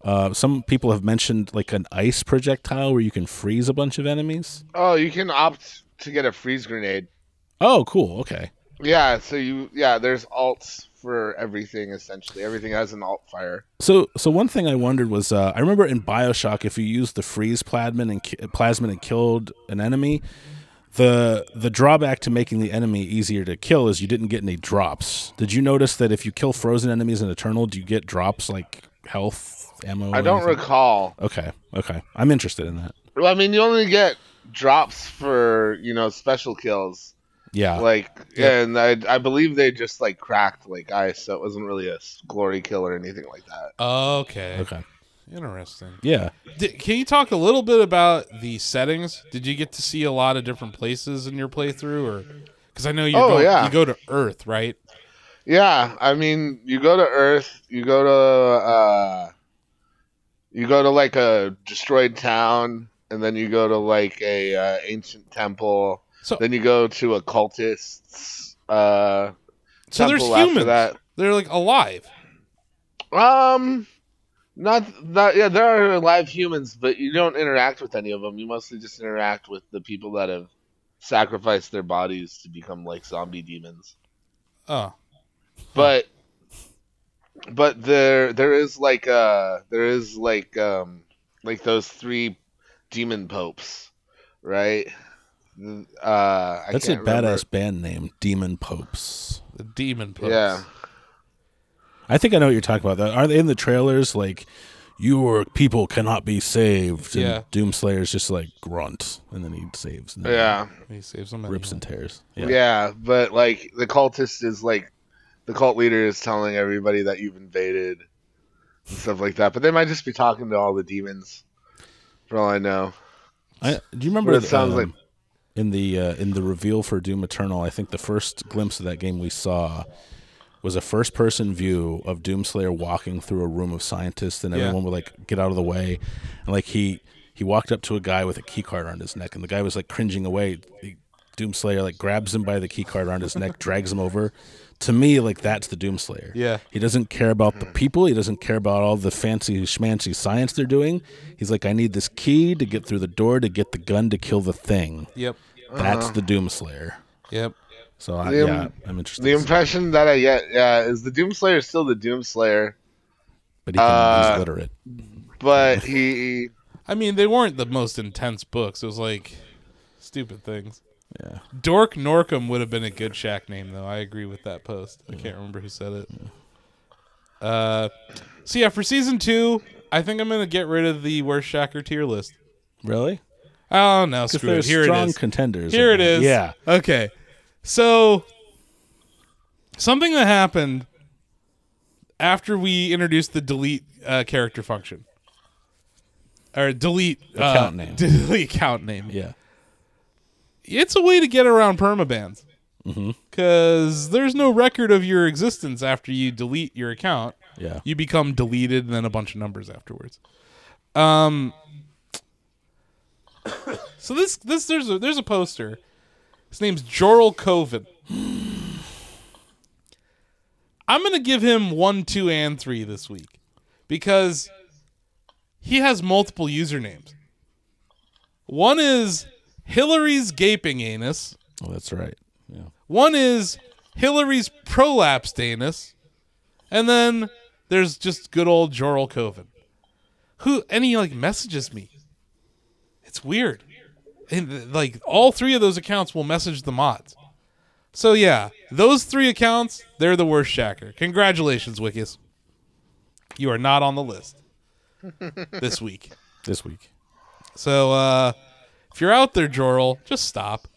Speaker 4: Uh, some people have mentioned like an ice projectile where you can freeze a bunch of enemies.
Speaker 2: Oh, you can opt to get a freeze grenade.
Speaker 4: Oh, cool. Okay.
Speaker 2: Yeah, so you yeah, there's alts for everything essentially. Everything has an alt fire.
Speaker 4: So, so one thing I wondered was, uh, I remember in Bioshock, if you used the freeze plasmin and ki- plasmin and killed an enemy, the the drawback to making the enemy easier to kill is you didn't get any drops. Did you notice that if you kill frozen enemies in Eternal, do you get drops like health, ammo?
Speaker 2: I
Speaker 4: or
Speaker 2: don't
Speaker 4: anything?
Speaker 2: recall.
Speaker 4: Okay, okay, I'm interested in that.
Speaker 2: Well, I mean, you only get drops for you know special kills.
Speaker 4: Yeah,
Speaker 2: Like, and I, I believe they just like cracked like ice, so it wasn't really a s- glory kill or anything like that.
Speaker 3: uh-huh. Okay.
Speaker 4: okay,
Speaker 3: Interesting.
Speaker 4: yeah.
Speaker 3: D- can you talk a little bit about the settings? Did you get to see a lot of different places in your playthrough, or because I know you
Speaker 2: Oh,
Speaker 3: go,
Speaker 2: yeah.
Speaker 3: you go to Earth, right?
Speaker 2: Yeah, I mean, you go to Earth, you go to uh, you go to like a destroyed town, and then you go to like a uh, ancient temple.
Speaker 3: So-
Speaker 2: then you go to a cultist's uh,
Speaker 3: So there's
Speaker 2: temple after
Speaker 3: humans.
Speaker 2: that.
Speaker 3: They're like alive.
Speaker 2: Um, not not yeah. There are live humans, but you don't interact with any of them. You mostly just interact with the people that have sacrificed their bodies to become like zombie demons.
Speaker 3: Oh,
Speaker 4: Hmm.
Speaker 2: But but there there is like uh there is like um like those three demon popes, right? Uh, I
Speaker 4: That's a
Speaker 2: can't
Speaker 4: badass
Speaker 2: remember.
Speaker 4: band name, Demon Popes.
Speaker 3: the demon. Popes.
Speaker 2: Yeah.
Speaker 4: I think I know what you're talking about. Are they in the trailers like? Your people cannot be saved. And
Speaker 3: Yeah.
Speaker 4: Doomslayer's just like grunt, and then he saves. and then
Speaker 2: Yeah.
Speaker 3: He saves them.
Speaker 4: rips
Speaker 3: anyway.
Speaker 4: and tears.
Speaker 2: Yeah. but like the cultist is like the cult leader is telling everybody that you've invaded and stuff like that. But they might just be talking to all the demons. For all I know.
Speaker 4: I, do you remember? um,
Speaker 2: But it sounds like-
Speaker 4: in the uh, in the reveal for Doom Eternal. I think the first glimpse of that game we saw was a first person view of Doomslayer walking through a room of scientists, and
Speaker 3: Yeah.
Speaker 4: everyone would like get out of the way, and like he he walked up to a guy with a key card around his neck, and the guy was like cringing away. He- Doomslayer like grabs him by the key card around his neck, drags him over. To me, like that's the Doomslayer.
Speaker 3: Yeah.
Speaker 4: He doesn't care about the people. He doesn't care about all the fancy schmancy science they're doing. He's like, I need this key to get through the door to get the gun to kill the thing.
Speaker 3: Yep.
Speaker 4: That's the Doomslayer.
Speaker 3: Yep.
Speaker 4: So I,
Speaker 2: The, um,
Speaker 4: yeah, I'm interested.
Speaker 2: The
Speaker 4: to see.
Speaker 2: impression that I get, yeah, is the Doomslayer is still the Doomslayer,
Speaker 4: but he can,
Speaker 2: uh,
Speaker 4: he's literate.
Speaker 2: but he
Speaker 3: I mean, they weren't the most intense books. It was like stupid things.
Speaker 4: Yeah.
Speaker 3: Dork Norcom would have been a good Shack name, though. I agree with that post. I can't remember who said it. Uh, so yeah, for season two, I think I'm gonna get rid of the worst Shacker tier list.
Speaker 4: Really?
Speaker 3: Oh no,
Speaker 4: Because
Speaker 3: screw it.
Speaker 4: there's
Speaker 3: Here
Speaker 4: strong
Speaker 3: it is.
Speaker 4: contenders.
Speaker 3: Here
Speaker 4: in
Speaker 3: it
Speaker 4: there.
Speaker 3: is.
Speaker 4: Yeah.
Speaker 3: Okay. So something that happened after we introduced the delete uh, character function or delete
Speaker 4: Account
Speaker 3: uh,
Speaker 4: name.
Speaker 3: delete account name.
Speaker 4: Yeah.
Speaker 3: It's a way to get around permabans
Speaker 4: Mm-hmm.
Speaker 3: because there's no record of your existence after you delete your account.
Speaker 4: Yeah.
Speaker 3: You become deleted and then a bunch of numbers afterwards. Um So this this there's a there's a poster. His name's Jorl Coven. I'm gonna give him one, two, and three this week because he has multiple usernames. One is Hillary's gaping anus.
Speaker 4: Oh, that's right. Yeah.
Speaker 3: One is Hillary's prolapsed anus, and then there's just good old Jorl Coven, who and he like messages me. It's weird, and like all three of those accounts will message the mods. So yeah, those three accounts they're the worst shacker. Congratulations, Wikis. You are not on the list this week.
Speaker 4: This week.
Speaker 3: So uh if you're out there, Jorl, just stop.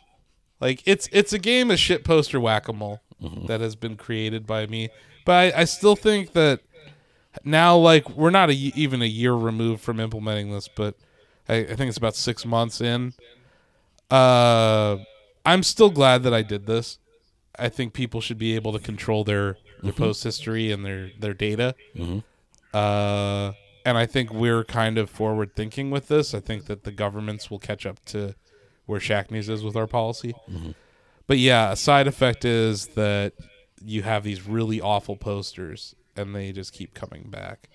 Speaker 3: Like it's it's a game of shit poster whack a mole that has been created by me, but I, I still think that now like we're not a, y- even a year removed from implementing this, but I, I think it's about six months in. Uh, I'm still glad that I did this. I think people should be able to control their their post history and their their data. Uh, and I think we're kind of forward thinking with this. I think that the governments will catch up to where Shackney's is with our policy. But yeah, a side effect is that you have these really awful posters and they just keep coming back.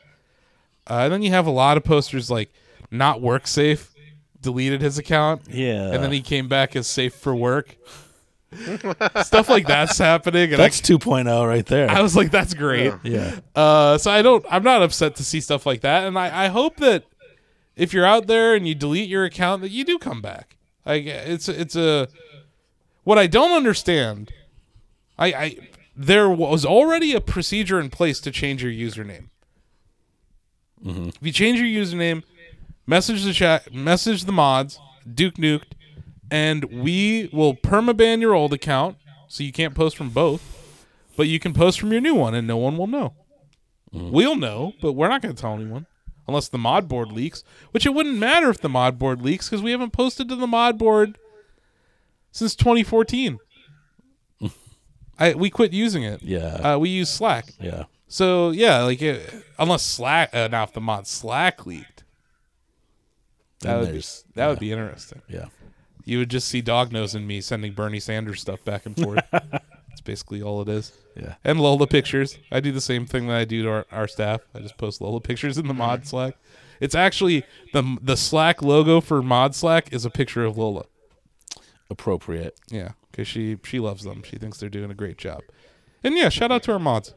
Speaker 3: Uh, and then you have a lot of posters like not work safe, deleted his account,
Speaker 4: Yeah.
Speaker 3: and then he came back as safe for work. Stuff like that's happening. And I,
Speaker 4: That's 2.0 right there.
Speaker 3: I was like, that's great.
Speaker 4: yeah.
Speaker 3: Uh, so I don't. I'm not upset to see stuff like that, and I, I hope that if you're out there and you delete your account, that you do come back. Like it's it's a what I don't understand. I, I there was already a procedure in place to change your username. If you change your username, message the chat, message the mods, Duke Nuked, and we will permaban your old account, so you can't post from both, but you can post from your new one, and no one will know. We'll know, but we're not going to tell anyone unless the mod board leaks, which it wouldn't matter if the mod board leaks because we haven't posted to the mod board since 2014. I, we quit using it.
Speaker 4: Yeah.
Speaker 3: Uh, we use Slack.
Speaker 4: yeah.
Speaker 3: So yeah, like it, unless Slack, uh, now if the mod Slack leaked, that
Speaker 4: Then
Speaker 3: would be,
Speaker 4: there's-
Speaker 3: that would be interesting.
Speaker 4: Yeah.
Speaker 3: You would just see Dognose and me sending Bernie Sanders stuff back and forth. That's basically all it is.
Speaker 4: Yeah.
Speaker 3: And Lola pictures. I do the same thing that I do to our, our staff. I just post Lola pictures in the mod Slack. It's actually the the Slack logo for mod Slack is a picture of Lola.
Speaker 4: Appropriate.
Speaker 3: Yeah, because she she loves them. She thinks they're doing a great job. And yeah, shout out to our mods.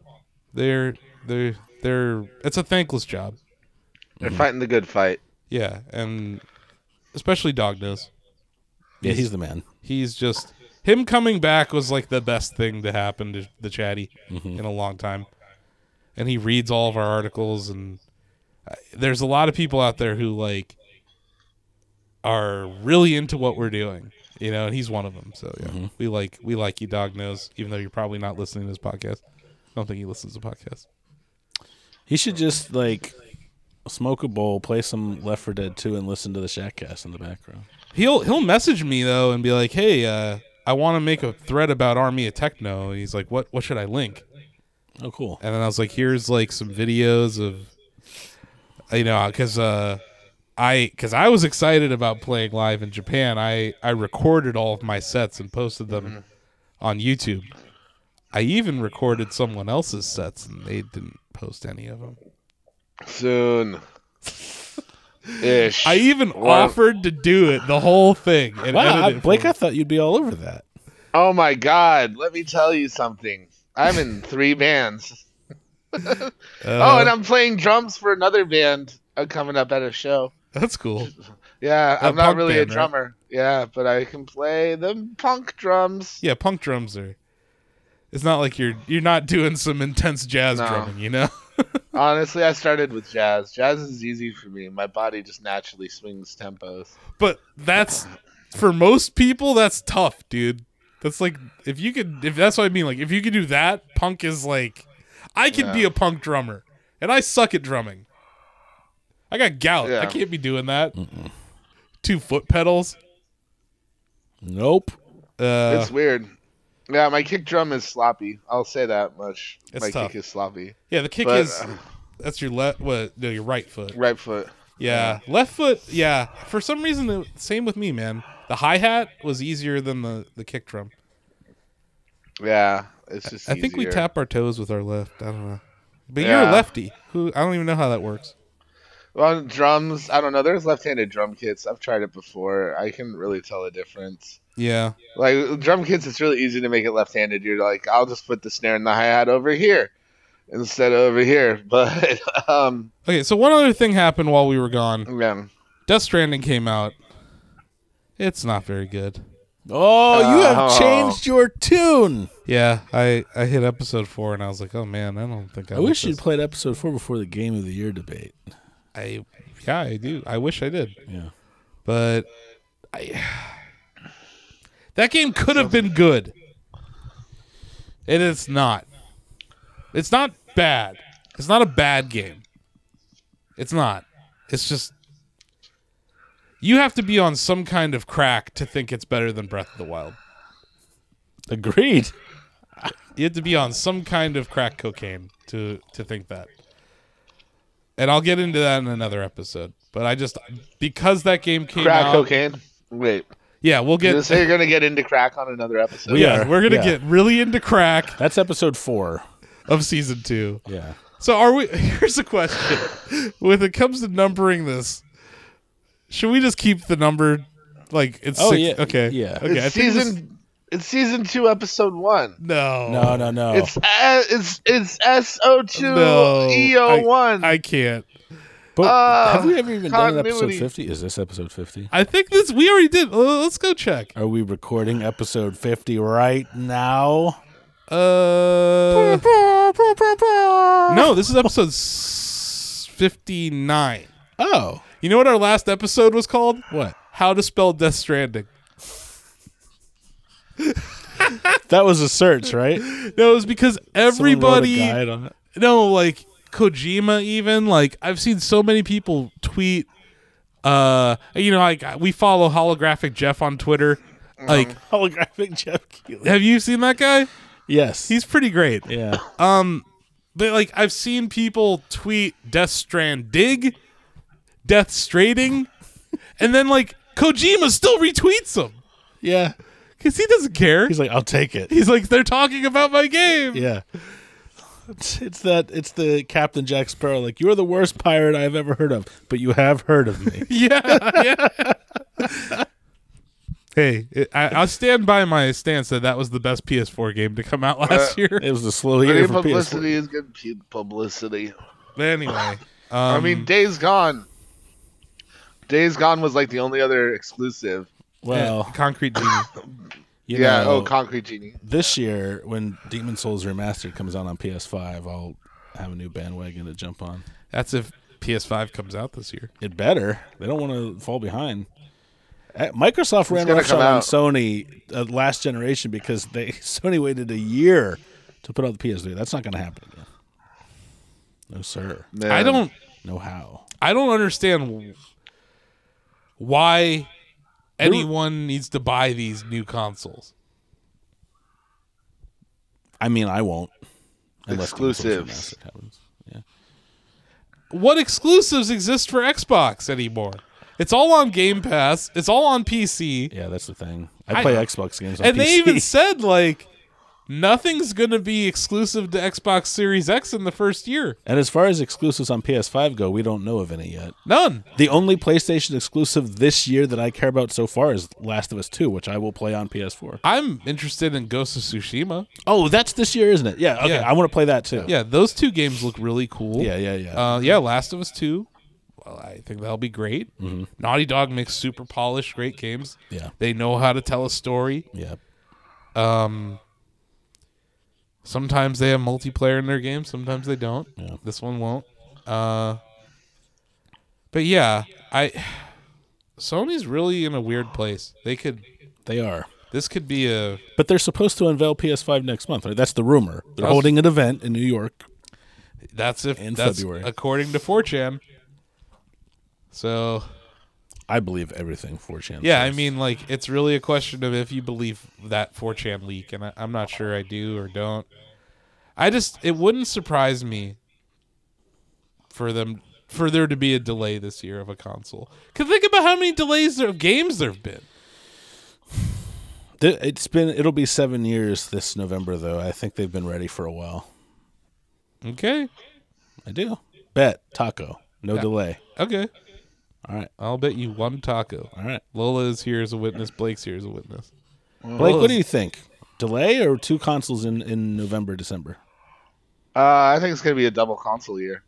Speaker 3: They're they're they're it's a thankless job.
Speaker 2: They're
Speaker 3: Mm-hmm.
Speaker 2: fighting the good fight.
Speaker 3: Yeah, and especially Dog Nose.
Speaker 4: Yeah, he's the man.
Speaker 3: He's just him coming back was like the best thing to happen to the chatty in a long time. And he reads all of our articles and I- there's a lot of people out there who like are really into what we're doing, you know, and he's one of them. So yeah, we like we like you, dog nose, even though you're probably not listening to this podcast. I don't think he listens to podcasts.
Speaker 4: He should just like smoke a bowl, play some Left 4 Dead 2, and listen to the Shackcast in the background.
Speaker 3: He'll he'll message me though and be like, "Hey, uh, I want to make a thread about Army of Techno." And he's like, "What what should I link?"
Speaker 4: Oh, cool.
Speaker 3: and then I was like, "Here's like some videos of, you know, because uh, I because I was excited about playing live in Japan. I I recorded all of my sets and posted them
Speaker 4: Mm-hmm.
Speaker 3: on YouTube. I even recorded someone else's sets and they didn't post any of them.
Speaker 2: Soon. Ish.
Speaker 3: I even
Speaker 2: Wow.
Speaker 3: offered to do it the whole thing and
Speaker 4: Wow,
Speaker 3: edit it for
Speaker 4: Blake,
Speaker 3: them.
Speaker 4: I thought you'd be all over that.
Speaker 2: oh my god, let me tell you something. I'm in three bands.
Speaker 3: Uh,
Speaker 2: Oh, and I'm playing drums for another band uh, coming up at a show.
Speaker 3: that's cool.
Speaker 2: Yeah,
Speaker 3: A
Speaker 2: I'm not
Speaker 3: punk
Speaker 2: really
Speaker 3: band,
Speaker 2: a
Speaker 3: right?
Speaker 2: drummer. Yeah, but I can play the punk drums.
Speaker 3: Yeah, punk drums are. It's not like you're you're not doing some intense jazz
Speaker 2: No.
Speaker 3: drumming, you know.
Speaker 2: Honestly, I started with jazz. Jazz is easy for me. My body just naturally swings tempos.
Speaker 3: but that's for most people that's tough dude that's like if you could if that's what i mean like if you could do that punk is like i could be
Speaker 2: Yeah.
Speaker 3: a punk drummer and i suck at drumming i got gout i
Speaker 2: Yeah.
Speaker 3: can't be doing that two foot pedals
Speaker 4: Nope.
Speaker 3: uh
Speaker 2: it's weird. Yeah, my kick drum is sloppy. I'll say that much.
Speaker 3: It's
Speaker 2: my
Speaker 3: tough.
Speaker 2: kick is sloppy.
Speaker 3: yeah the kick
Speaker 2: but,
Speaker 3: is
Speaker 2: um,
Speaker 3: that's your left what no your right foot
Speaker 2: Right foot.
Speaker 3: yeah left foot yeah for some reason the same with me man the hi-hat was easier than the the kick drum
Speaker 2: Yeah, it's just.
Speaker 3: I think we
Speaker 2: easier.
Speaker 3: tap our toes with our left. I don't know. But you're a
Speaker 2: Yeah.
Speaker 3: lefty. Who I don't even know how that works.
Speaker 2: Well, drums. I don't know. There's left-handed drum kits. I've tried it before. I can really tell a difference.
Speaker 3: Yeah.
Speaker 2: Like with drum kits, it's really easy to make it left-handed. You're like, I'll just put the snare and the hi hat over here instead of over here. But um,
Speaker 3: Okay, so one other thing happened while we were gone.
Speaker 2: yeah.
Speaker 3: Death Stranding came out. It's not very good.
Speaker 4: Oh, you have
Speaker 2: Oh.
Speaker 4: changed your tune.
Speaker 3: Yeah, I I hit episode four and I was like, oh man, I don't think I,
Speaker 4: I
Speaker 3: like
Speaker 4: wish you'd
Speaker 3: this.
Speaker 4: played episode four before the game of the year debate.
Speaker 3: I yeah, I do. I wish I did,
Speaker 4: Yeah.
Speaker 3: but I that game could have been good. It is not. It's not bad. It's not a bad game. It's not. It's just you have to be on some kind of crack to think it's better than Breath of the Wild.
Speaker 4: Agreed.
Speaker 3: You have to be on some kind of crack cocaine to to think that. and I'll get into that in another episode. But I just because that game came
Speaker 2: Crack
Speaker 3: out,
Speaker 2: cocaine. Wait.
Speaker 3: yeah, we'll get
Speaker 2: So you're gonna get into crack on another episode.
Speaker 4: We
Speaker 3: yeah,
Speaker 4: are,
Speaker 3: we're gonna
Speaker 4: yeah.
Speaker 3: get really into crack
Speaker 4: That's episode four.
Speaker 3: of season two.
Speaker 4: Yeah.
Speaker 3: So are we? Here's a question: When it comes to numbering this, should we just keep the number like it's
Speaker 4: Oh,
Speaker 3: six?
Speaker 4: yeah,
Speaker 3: Okay,
Speaker 4: yeah.
Speaker 3: Okay, I
Speaker 2: it's
Speaker 3: think this-
Speaker 2: season. It's season two, episode one.
Speaker 3: no,
Speaker 4: No, no, no.
Speaker 2: It's uh, it's it's S O two
Speaker 3: Oh. No,
Speaker 2: E O one.
Speaker 3: I can't.
Speaker 4: but
Speaker 2: uh,
Speaker 4: have we ever even done an episode
Speaker 2: continuity.
Speaker 4: fifty? Is this episode fifty?
Speaker 3: I think this we already did. L- Let's go check.
Speaker 4: Are we recording episode fifty right now?
Speaker 3: Uh, no, this is episode s- fifty-nine.
Speaker 4: Oh,
Speaker 3: You know what our last episode was called?
Speaker 4: what?
Speaker 3: How to spell Death Stranding.
Speaker 4: That was a search, right?
Speaker 3: No, it was because
Speaker 4: Someone wrote a
Speaker 3: everybody.
Speaker 4: guide on it.
Speaker 3: no like kojima even like i've seen so many people tweet uh you know like we follow holographic jeff on twitter
Speaker 4: Mm-hmm.
Speaker 3: like
Speaker 4: holographic Jeff Keighley.
Speaker 3: have you seen that guy
Speaker 4: Yes.
Speaker 3: he's pretty great
Speaker 4: yeah.
Speaker 3: but like i've seen people tweet death strand dig death strading and then like kojima still retweets them
Speaker 4: Yeah.
Speaker 3: because he doesn't care
Speaker 4: He's like, I'll take it.
Speaker 3: he's like they're talking about my game
Speaker 4: Yeah. It's, it's that it's the Captain Jack Sparrow like you're the worst pirate I've ever heard of, but you have heard of me.
Speaker 3: yeah. yeah. hey, it, I, I'll stand by my stance that that was the best PS4 game to come out last year.
Speaker 4: it was a slow year
Speaker 2: Good
Speaker 4: for PS4.
Speaker 2: publicity is good pu- publicity.
Speaker 3: But anyway, um,
Speaker 2: I mean, Days Gone. Days Gone was like the only other exclusive.
Speaker 4: Well,
Speaker 3: Concrete Genie.
Speaker 4: you
Speaker 2: Yeah.
Speaker 4: know,
Speaker 2: oh, Concrete Genie.
Speaker 4: this year when Demon Souls Remastered comes out on PS5, I'll have a new bandwagon to jump on.
Speaker 3: That's if PS5 comes out this year.
Speaker 4: It better. They don't want to fall behind. Uh, Microsoft ran
Speaker 2: gonna
Speaker 4: roughshod
Speaker 2: come
Speaker 4: on
Speaker 2: out.
Speaker 4: Sony uh, last generation because they Sony waited a year to put out the PS3. That's not going to happen again. No sir.
Speaker 3: I don't.
Speaker 4: No how.
Speaker 3: I don't understand why anyone needs to buy these new consoles.
Speaker 4: I mean, I won't. Unless Demon Souls
Speaker 2: Exclusives.
Speaker 4: Remastered happens.
Speaker 3: What exclusives exist for Xbox anymore? It's all on Game Pass. It's all on PC.
Speaker 4: Yeah, that's the thing. I play Xbox games on
Speaker 3: and they
Speaker 4: PC.
Speaker 3: even said like nothing's gonna be exclusive to xbox series x in the first year
Speaker 4: and as far as exclusives on PS5 go, we don't know of any yet.
Speaker 3: none
Speaker 4: The only PlayStation exclusive this year that I care about so far is Last of Us 2, which I will play on PS4.
Speaker 3: i'm interested in ghost of tsushima
Speaker 4: Oh, that's this year, isn't it? Yeah, okay.
Speaker 3: Yeah.
Speaker 4: I want to play that too.
Speaker 3: yeah those two games look really cool
Speaker 4: Yeah, yeah, yeah.
Speaker 3: uh, yeah last of us 2 well, i think that'll be great
Speaker 4: Mm-hmm.
Speaker 3: naughty dog makes super polished great games
Speaker 4: Yeah.
Speaker 3: they know how to tell a story
Speaker 4: yeah.
Speaker 3: sometimes they have multiplayer in their games sometimes they don't this one won't uh, but yeah i sony's really in a weird place they could
Speaker 4: They are.
Speaker 3: This could be a
Speaker 4: But they're supposed to unveil PS5 next month, right? That's the rumor. They're
Speaker 3: That's-
Speaker 4: holding an event in New York.
Speaker 3: that's if
Speaker 4: In
Speaker 3: that's
Speaker 4: February.
Speaker 3: according to 4chan. So
Speaker 4: I believe everything 4chan.
Speaker 3: yeah, I
Speaker 4: says.
Speaker 3: mean, like it's really a question of if you believe that 4chan leak, and I, I'm not sure I do or don't. I just it wouldn't surprise me for them for there to be a delay this year of a console. Cause think about how many delays there, of games there've been.
Speaker 4: Th- it's been it'll be 7 years this November though. I think they've been ready for a while.
Speaker 3: Okay,
Speaker 4: I do. Bet taco. No delay.
Speaker 3: okay,
Speaker 4: All right.
Speaker 3: I'll bet you one taco.
Speaker 4: All right.
Speaker 3: Lola is here as a witness. Blake's here as a witness. Oh.
Speaker 4: Blake, what do you think? Delay or two consoles in in November December?
Speaker 2: Uh, I think it's gonna be a double console year,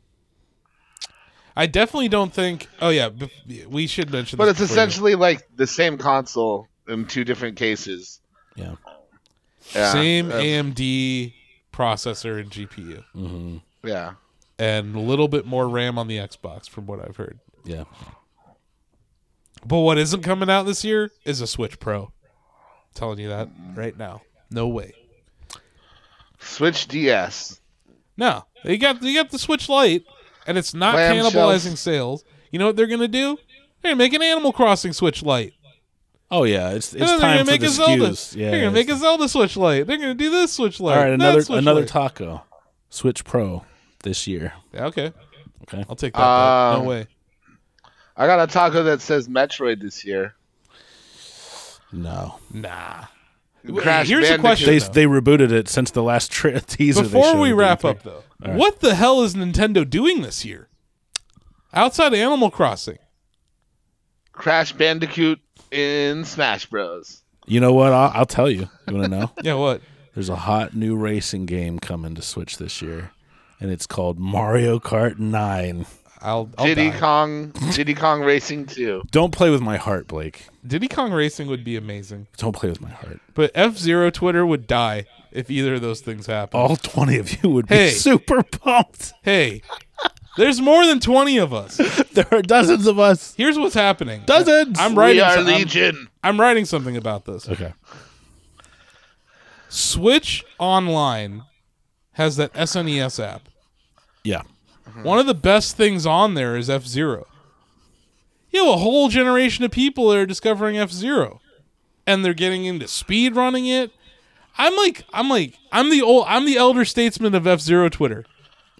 Speaker 3: I definitely don't think. Oh yeah, bef- we should mention.
Speaker 2: but
Speaker 3: this
Speaker 2: it's
Speaker 3: before you-
Speaker 2: essentially like the same console in two different cases.
Speaker 4: Yeah.
Speaker 2: Yeah.
Speaker 3: same
Speaker 2: Uh,
Speaker 3: AMD processor and GPU,
Speaker 4: Mhm.
Speaker 2: yeah.
Speaker 3: and a little bit more RAM on the Xbox, from what I've heard.
Speaker 4: Yeah.
Speaker 3: But what isn't coming out this year is a Switch Pro. telling you that right now. No way.
Speaker 2: Switch DS.
Speaker 3: No, you got you got the Switch Lite, and it's not
Speaker 2: Clam
Speaker 3: cannibalizing
Speaker 2: shells.
Speaker 3: sales. You know what they're gonna do? They're gonna make an Animal Crossing Switch Lite.
Speaker 4: Oh yeah, it's
Speaker 3: And
Speaker 4: it's
Speaker 3: then
Speaker 4: time
Speaker 3: they're gonna
Speaker 4: for
Speaker 3: make
Speaker 4: the
Speaker 3: a Zelda.
Speaker 4: SKUs. Yeah,
Speaker 3: they're gonna make a Zelda Switch Lite. They're gonna do this Switch Lite.
Speaker 4: All right,
Speaker 3: that
Speaker 4: another
Speaker 3: Switch
Speaker 4: another
Speaker 3: Lite.
Speaker 4: taco. Switch Pro this year.
Speaker 3: Yeah, okay.
Speaker 4: Okay.
Speaker 3: I'll take that. bet.
Speaker 2: Um,
Speaker 3: no way.
Speaker 2: I got a taco that says Metroid this year.
Speaker 4: No.
Speaker 3: Nah.
Speaker 2: Crash
Speaker 3: Here's a
Speaker 2: Bandicoot.
Speaker 3: question.
Speaker 4: They
Speaker 3: though.
Speaker 4: they rebooted it since the last tra- teaser. they
Speaker 3: Before
Speaker 4: showed
Speaker 3: we
Speaker 4: the
Speaker 3: wrap
Speaker 4: entire-
Speaker 3: up, though, what the hell is Nintendo doing this year? Outside of Animal Crossing,
Speaker 2: Crash Bandicoot in Smash Bros.
Speaker 4: you know what? I'll, I'll tell you. You want to know?
Speaker 3: yeah, what?
Speaker 4: There's a hot new racing game coming to Switch this year, and it's called Mario Kart Nine.
Speaker 3: I'll, I'll
Speaker 2: Diddy
Speaker 3: die.
Speaker 2: Kong, Diddy Kong Racing 2.
Speaker 4: Don't play with my heart, Blake.
Speaker 3: Diddy Kong Racing would be amazing,
Speaker 4: Don't play with my heart.
Speaker 3: but F Zero Twitter would die if either of those things happened.
Speaker 4: All twenty of you would be
Speaker 3: Hey.
Speaker 4: super pumped.
Speaker 3: Hey, there's more than twenty of us.
Speaker 4: There are dozens of us.
Speaker 3: Here's what's happening.
Speaker 4: Dozens.
Speaker 3: I'm
Speaker 2: We
Speaker 3: writing.
Speaker 2: are
Speaker 3: so- I'm-
Speaker 2: Legion.
Speaker 3: I'm writing something about this.
Speaker 4: okay.
Speaker 3: Switch Online has that SNES app.
Speaker 4: Yeah.
Speaker 3: Mm-hmm. One of the best things on there is F Zero. You have a whole generation of people that are discovering F Zero, and they're getting into speed running it. I'm like, I'm like, I'm the old, I'm the elder statesman of F Zero Twitter.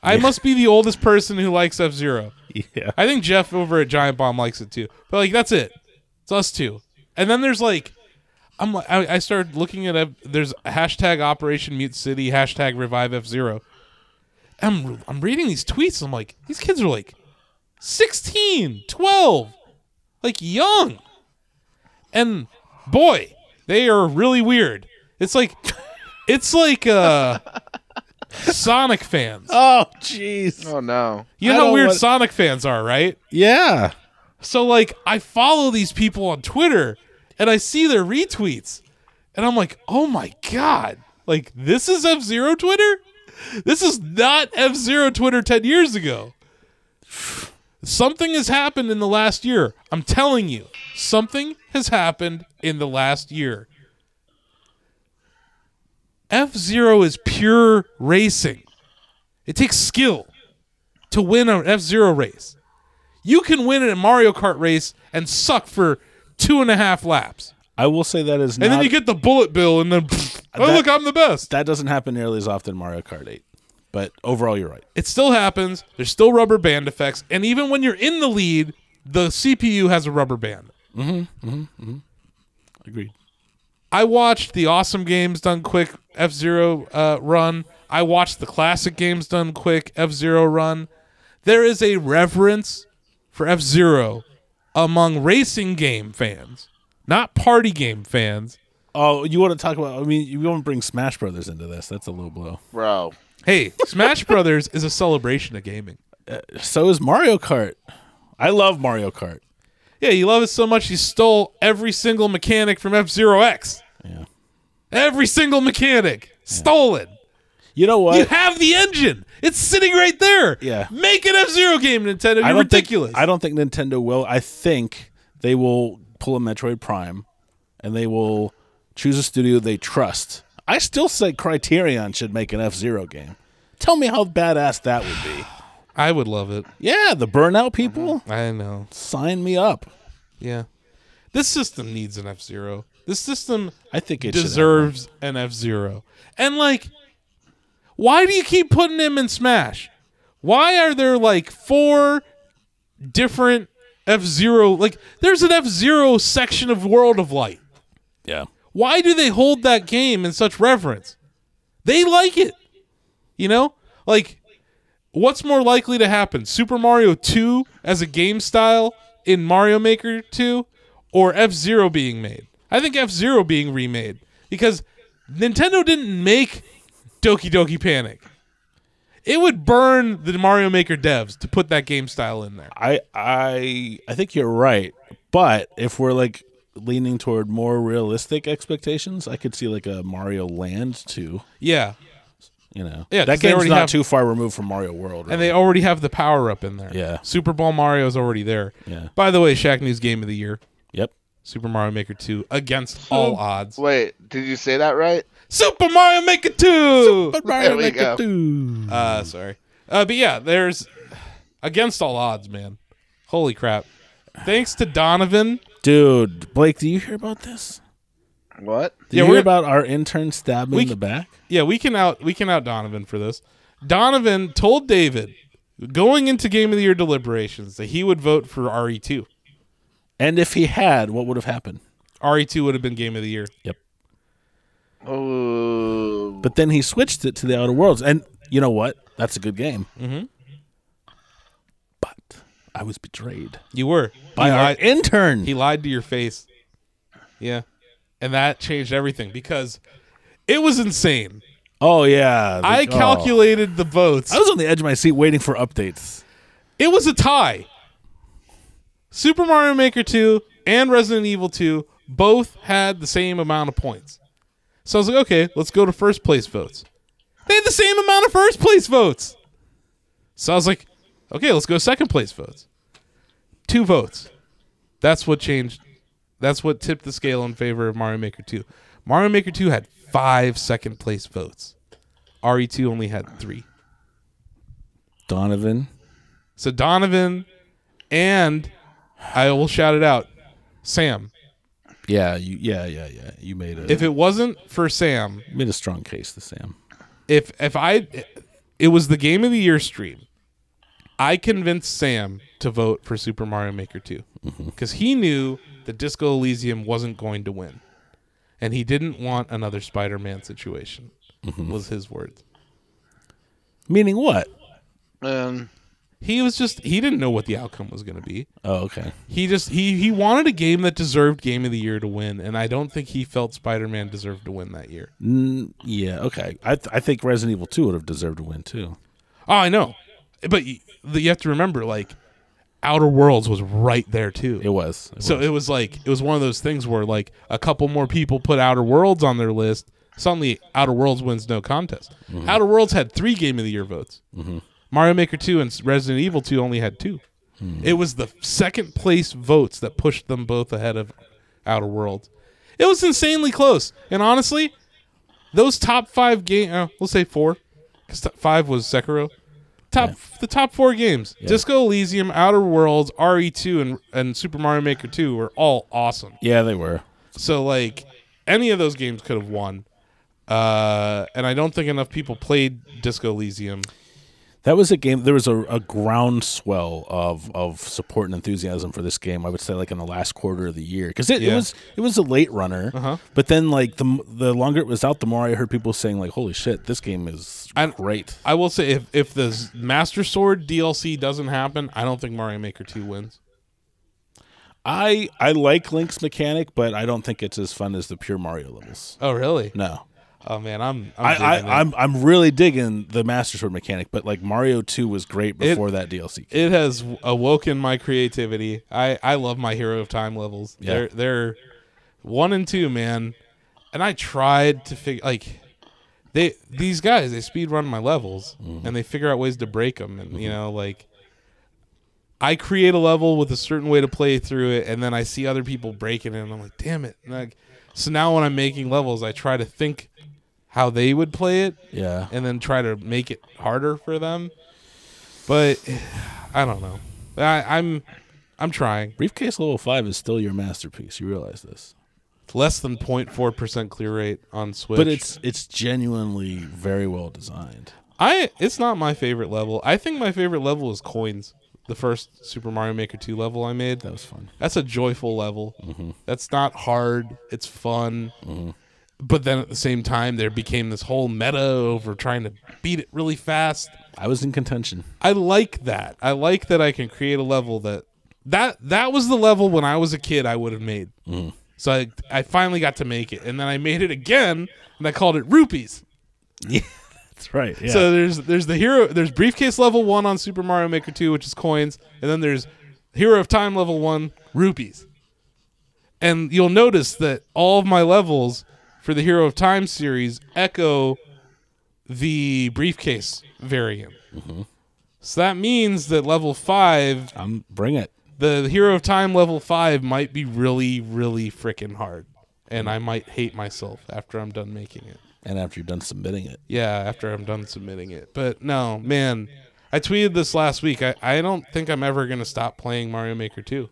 Speaker 3: I must be the oldest person who likes F Zero.
Speaker 4: Yeah.
Speaker 3: I think Jeff over at Giant Bomb likes it too. But like that's it. It's us two. And then there's like I'm like I, I started looking at a, there's hashtag Operation Mute City, hashtag revive F Zero. I'm I'm reading these tweets, I'm like, these kids are like 16, 12, like young. And boy, they are really weird. It's like it's like uh Sonic fans.
Speaker 4: Oh, jeez.
Speaker 2: Oh no.
Speaker 3: You
Speaker 4: I
Speaker 3: know how
Speaker 4: don't
Speaker 3: weird
Speaker 4: want-
Speaker 3: Sonic fans are, right?
Speaker 4: Yeah.
Speaker 3: So like I follow these people on Twitter and I see their retweets and I'm like, "Oh my god. Like this is F0 Twitter? This is not F0 Twitter 10 years ago." Something has happened in the last year. I'm telling you. Something has happened in the last year. F0 is pure racing. It takes skill to win an F0 race. You can win in a Mario Kart race and suck for two and a half laps,
Speaker 4: I will say that is not.
Speaker 3: and then you get the bullet bill, and then pfft, oh
Speaker 4: That-
Speaker 3: look, I'm the best.
Speaker 4: that doesn't happen nearly as often in Mario Kart 8. But overall, you're right.
Speaker 3: It still happens. There's still rubber band effects, and even when you're in the lead, the CPU has a rubber band.
Speaker 4: Agreed.
Speaker 3: I watched the awesome games done quick F Zero uh, run. I watched the classic games done quick F Zero run. There is a reverence for F Zero among racing game fans, not party game fans.
Speaker 4: Oh, you want to talk about? I mean, you want to bring Smash Brothers into this? That's a low blow.
Speaker 2: Bro.
Speaker 3: Hey, Smash Brothers is a celebration of gaming.
Speaker 4: So is Mario Kart. I love Mario Kart.
Speaker 3: Yeah, you love it so much you stole every single mechanic from F Zero X.
Speaker 4: Yeah.
Speaker 3: Every single mechanic. Stolen.
Speaker 4: You know what?
Speaker 3: You have the engine. It's sitting right there.
Speaker 4: Yeah.
Speaker 3: Make an F Zero game, Nintendo. You're
Speaker 4: I don't
Speaker 3: ridiculous.
Speaker 4: Think, I don't think Nintendo will. I think they will pull a Metroid Prime, and they will choose a studio they trust. I still say Criterion should make an F Zero game. Tell me how badass that would be.
Speaker 3: I would love it.
Speaker 4: Yeah, the Burnout people
Speaker 3: I know.
Speaker 4: sign me up.
Speaker 3: Yeah. This system needs an F Zero. This system
Speaker 4: I think it should
Speaker 3: deserves an F Zero. And like, why do you keep putting him in Smash? Why are there like four different F Zero? Like, there's an F Zero section of World of Light.
Speaker 4: Yeah.
Speaker 3: Why do they hold that game in such reverence? They like it. You know? Like, what's more likely to happen? Super Mario 2 as a game style in Mario Maker 2 or F Zero being made? I think F Zero being remade because Nintendo didn't make Doki Doki Panic. It would burn the Mario Maker devs to put that game style in there.
Speaker 4: I I I think you're right, but if we're like leaning toward more realistic expectations, I could see like a Mario Land too.
Speaker 3: Yeah.
Speaker 4: You know,
Speaker 3: Yeah, 'cause
Speaker 4: that
Speaker 3: they
Speaker 4: game's
Speaker 3: already
Speaker 4: not
Speaker 3: have-
Speaker 4: too far removed from Mario World.
Speaker 3: And
Speaker 4: really.
Speaker 3: they already have the power up in there.
Speaker 4: Yeah.
Speaker 3: Super Bowl Mario's already there.
Speaker 4: Yeah.
Speaker 3: By the way, Shaq News Game of the Year,
Speaker 4: yep,
Speaker 3: Super Mario Maker 2 against all odds.
Speaker 2: Wait, did you say that right?
Speaker 3: Super Mario Maker 2.
Speaker 2: Mario we Maker go.
Speaker 3: uh sorry. Uh but yeah, there's against all odds, man. Holy crap. Thanks to Donovan.
Speaker 4: dude. Blake, do you hear about this?
Speaker 2: What?
Speaker 4: Do
Speaker 3: Yeah,
Speaker 4: you hear
Speaker 3: we're-
Speaker 4: about our intern stabbing
Speaker 3: We-
Speaker 4: in the back?
Speaker 3: Yeah, we can out we can out Donovan for this. Donovan told David going into Game of the Year deliberations that he would vote for E RE2.
Speaker 4: And if he had, what would have happened?
Speaker 3: RE2 E would have been Game of the Year.
Speaker 4: Yep.
Speaker 2: Oh,
Speaker 4: But then he switched it to the Outer Worlds, and you know what? That's a good game. Mm-hmm. But I was betrayed
Speaker 3: You were.
Speaker 4: by
Speaker 3: he,
Speaker 4: our
Speaker 3: lied,
Speaker 4: intern.
Speaker 3: he lied to your face. Yeah. And that changed everything because it was insane.
Speaker 4: oh yeah, The-
Speaker 3: I
Speaker 4: oh.
Speaker 3: calculated the votes.
Speaker 4: I was on the edge of my seat waiting for updates.
Speaker 3: It was a tie. Super Mario Maker 2 and Resident Evil 2 both had the same amount of points. So I was like, okay, let's go to first place votes. They had the same amount of first place votes. So I was like, okay, let's go second place votes. Two votes. That's what changed. That's what tipped the scale in favor of Mario Maker 2. Mario Maker 2 had five second place votes. RE2 only had three.
Speaker 4: Donovan,
Speaker 3: So Donovan and I will shout it out, Sam.
Speaker 4: yeah, you, yeah, yeah, yeah. You made a
Speaker 3: If it wasn't for Sam,
Speaker 4: you made a strong case to Sam.
Speaker 3: if if I it was the game of the year stream, I convinced Sam to vote for Super Mario Maker 2 because he knew that Disco Elysium wasn't going to win, and he didn't want another Spider-Man situation. Was his words.
Speaker 4: Meaning what?
Speaker 2: man.
Speaker 3: He was just he didn't know what the outcome was going to be.
Speaker 4: Oh, okay.
Speaker 3: He just he he wanted a game that deserved game of the year to win, and I don't think he felt Spider Man deserved to win that year.
Speaker 4: Mm, yeah, okay. I th- I think Resident Evil Two would have deserved to win too.
Speaker 3: Oh, I know, but you, the, you have to remember, like, Outer Worlds was right there too.
Speaker 4: It was. It
Speaker 3: so
Speaker 4: was.
Speaker 3: it was like it was one of those things where like a couple more people put Outer Worlds on their list. Suddenly, Outer Worlds wins no contest.
Speaker 4: Mm-hmm.
Speaker 3: Outer Worlds had three game of the year votes. Mario Maker Two and Resident Evil Two only had 2
Speaker 4: Mm-hmm.
Speaker 3: It was the second place votes that pushed them both ahead of Outer Worlds. It was insanely close, and honestly, those top five game, uh, we'll say four, because five was Sekiro. Top the top four games: Disco Elysium, Outer Worlds, RE2, and and Super Mario Maker 2 were all awesome.
Speaker 4: yeah, they were.
Speaker 3: So like any of those games could have won. Uh, and I don't think enough people played Disco Elysium.
Speaker 4: That was a game. There was a, a groundswell of of support and enthusiasm for this game. I would say like in the last quarter of the year because it, it
Speaker 3: Yeah.
Speaker 4: was it was a late runner.
Speaker 3: Uh-huh.
Speaker 4: But then like the m- the longer it was out, the more I heard people saying like, "Holy shit, this game is
Speaker 3: I-
Speaker 4: great."
Speaker 3: I will say if if the Z- Master Sword DLC doesn't happen, I don't think Mario Maker 2 wins.
Speaker 4: I I like Link's mechanic, but I don't think it's as fun as the pure Mario levels.
Speaker 3: Oh really?
Speaker 4: No.
Speaker 3: Oh man, I'm I'm
Speaker 4: I,
Speaker 3: digging it.
Speaker 4: I, I'm I'm really digging the Master Sword mechanic, but like Mario Two was great before that DLC.
Speaker 3: it has awoken my creativity. I I love my Hero of Time levels.
Speaker 4: Yeah.
Speaker 3: They're they're one and two, man. And I tried to figure like they these guys they speed run my levels and they figure out ways to break them and you know like I create a level with a certain way to play through it and then I see other people breaking it and I'm like damn it And like so now when I'm making levels I try to think how they would play it
Speaker 4: yeah,
Speaker 3: and then try to make it harder for them. But I don't know. I, I'm I'm trying.
Speaker 4: Briefcase Level Five is still your masterpiece. You realize this?
Speaker 3: Less than 0.4 percent clear rate on Switch.
Speaker 4: but it's it's genuinely very well designed.
Speaker 3: I it's not my favorite level. I think my favorite level is coins. The first Super Mario Maker 2 level I made.
Speaker 4: That was Mm-hmm. fun.
Speaker 3: That's a joyful level. That's not hard. It's fun.
Speaker 4: Mm-hmm.
Speaker 3: But then at the same time, there became this whole meta over trying to beat it really fast.
Speaker 4: I was in contention.
Speaker 3: I like that. I like that I can create a level that that that was the level when I was a kid I would have made. So I I finally got to make it, and then I made it again, and I called it rupees.
Speaker 4: That's right. Yeah.
Speaker 3: So there's there's the hero there's briefcase level one on Super Mario Maker two, which is coins, and then there's Hero of Time level one rupees. And you'll notice that all of my levels for the Hero of Time series echo the briefcase variant. So that means that level five,
Speaker 4: I'm um, bring it.
Speaker 3: the Hero of Time level five, might be really, really freaking hard, and I might hate myself after I'm done making it.
Speaker 4: And after you're done submitting it,
Speaker 3: Yeah, after I'm done submitting it. But no, man, I tweeted this last week. I, I don't think I'm ever gonna stop playing Mario Maker 2.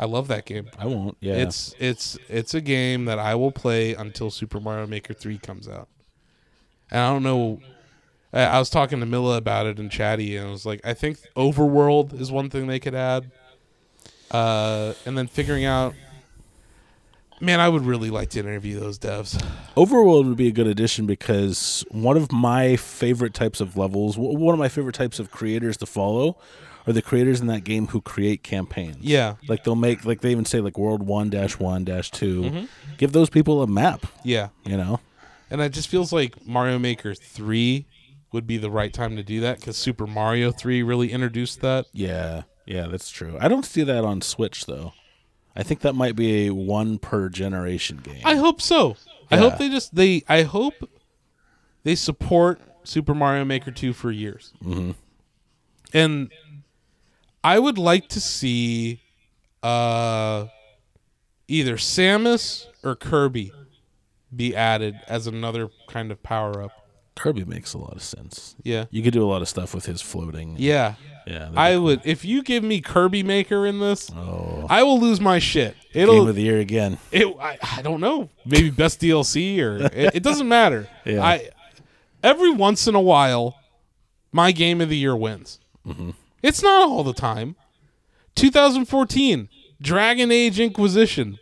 Speaker 3: I love that game.
Speaker 4: I won't. Yeah.
Speaker 3: It's it's it's a game that I will play until Super Mario Maker 3 comes out. And I don't know I, I was talking to Mila about it and Chatty, and I was like, I think Overworld is one thing they could add. Uh, and then figuring out, man, I would really like to interview those devs.
Speaker 4: Overworld would be a good addition because one of my favorite types of levels, w- one of my favorite types of creators to follow, are the creators in that game who create campaigns.
Speaker 3: Yeah.
Speaker 4: Like they'll make, like they even say, like World One Dash One Dash Two. Give those people a map.
Speaker 3: Yeah.
Speaker 4: You know,
Speaker 3: And it just feels like Mario Maker 3 would be the right time to do that because Super Mario 3 really introduced that.
Speaker 4: Yeah, yeah, that's true. I don't see that on Switch though. I think that might be a one per generation game.
Speaker 3: I hope so. I hope
Speaker 4: Yeah.
Speaker 3: they just they I hope they support Super Mario Maker 2 for years. Mm-hmm. And I would like to see uh either Samus or Kirby be added as another kind of power up.
Speaker 4: Kirby makes a lot of sense.
Speaker 3: Yeah.
Speaker 4: You could do a lot of stuff with his floating.
Speaker 3: Yeah.
Speaker 4: yeah. that'd
Speaker 3: I would if you give me Kirby Maker in this,
Speaker 4: be- oh,
Speaker 3: I will lose my shit. It'll
Speaker 4: game of the year again.
Speaker 3: it I, I don't know maybe best DLC or it, it doesn't matter.
Speaker 4: Yeah.
Speaker 3: I every once in a while my game of the year wins.
Speaker 4: Mm-hmm.
Speaker 3: It's not all the time. 2014 Dragon Age Inquisition.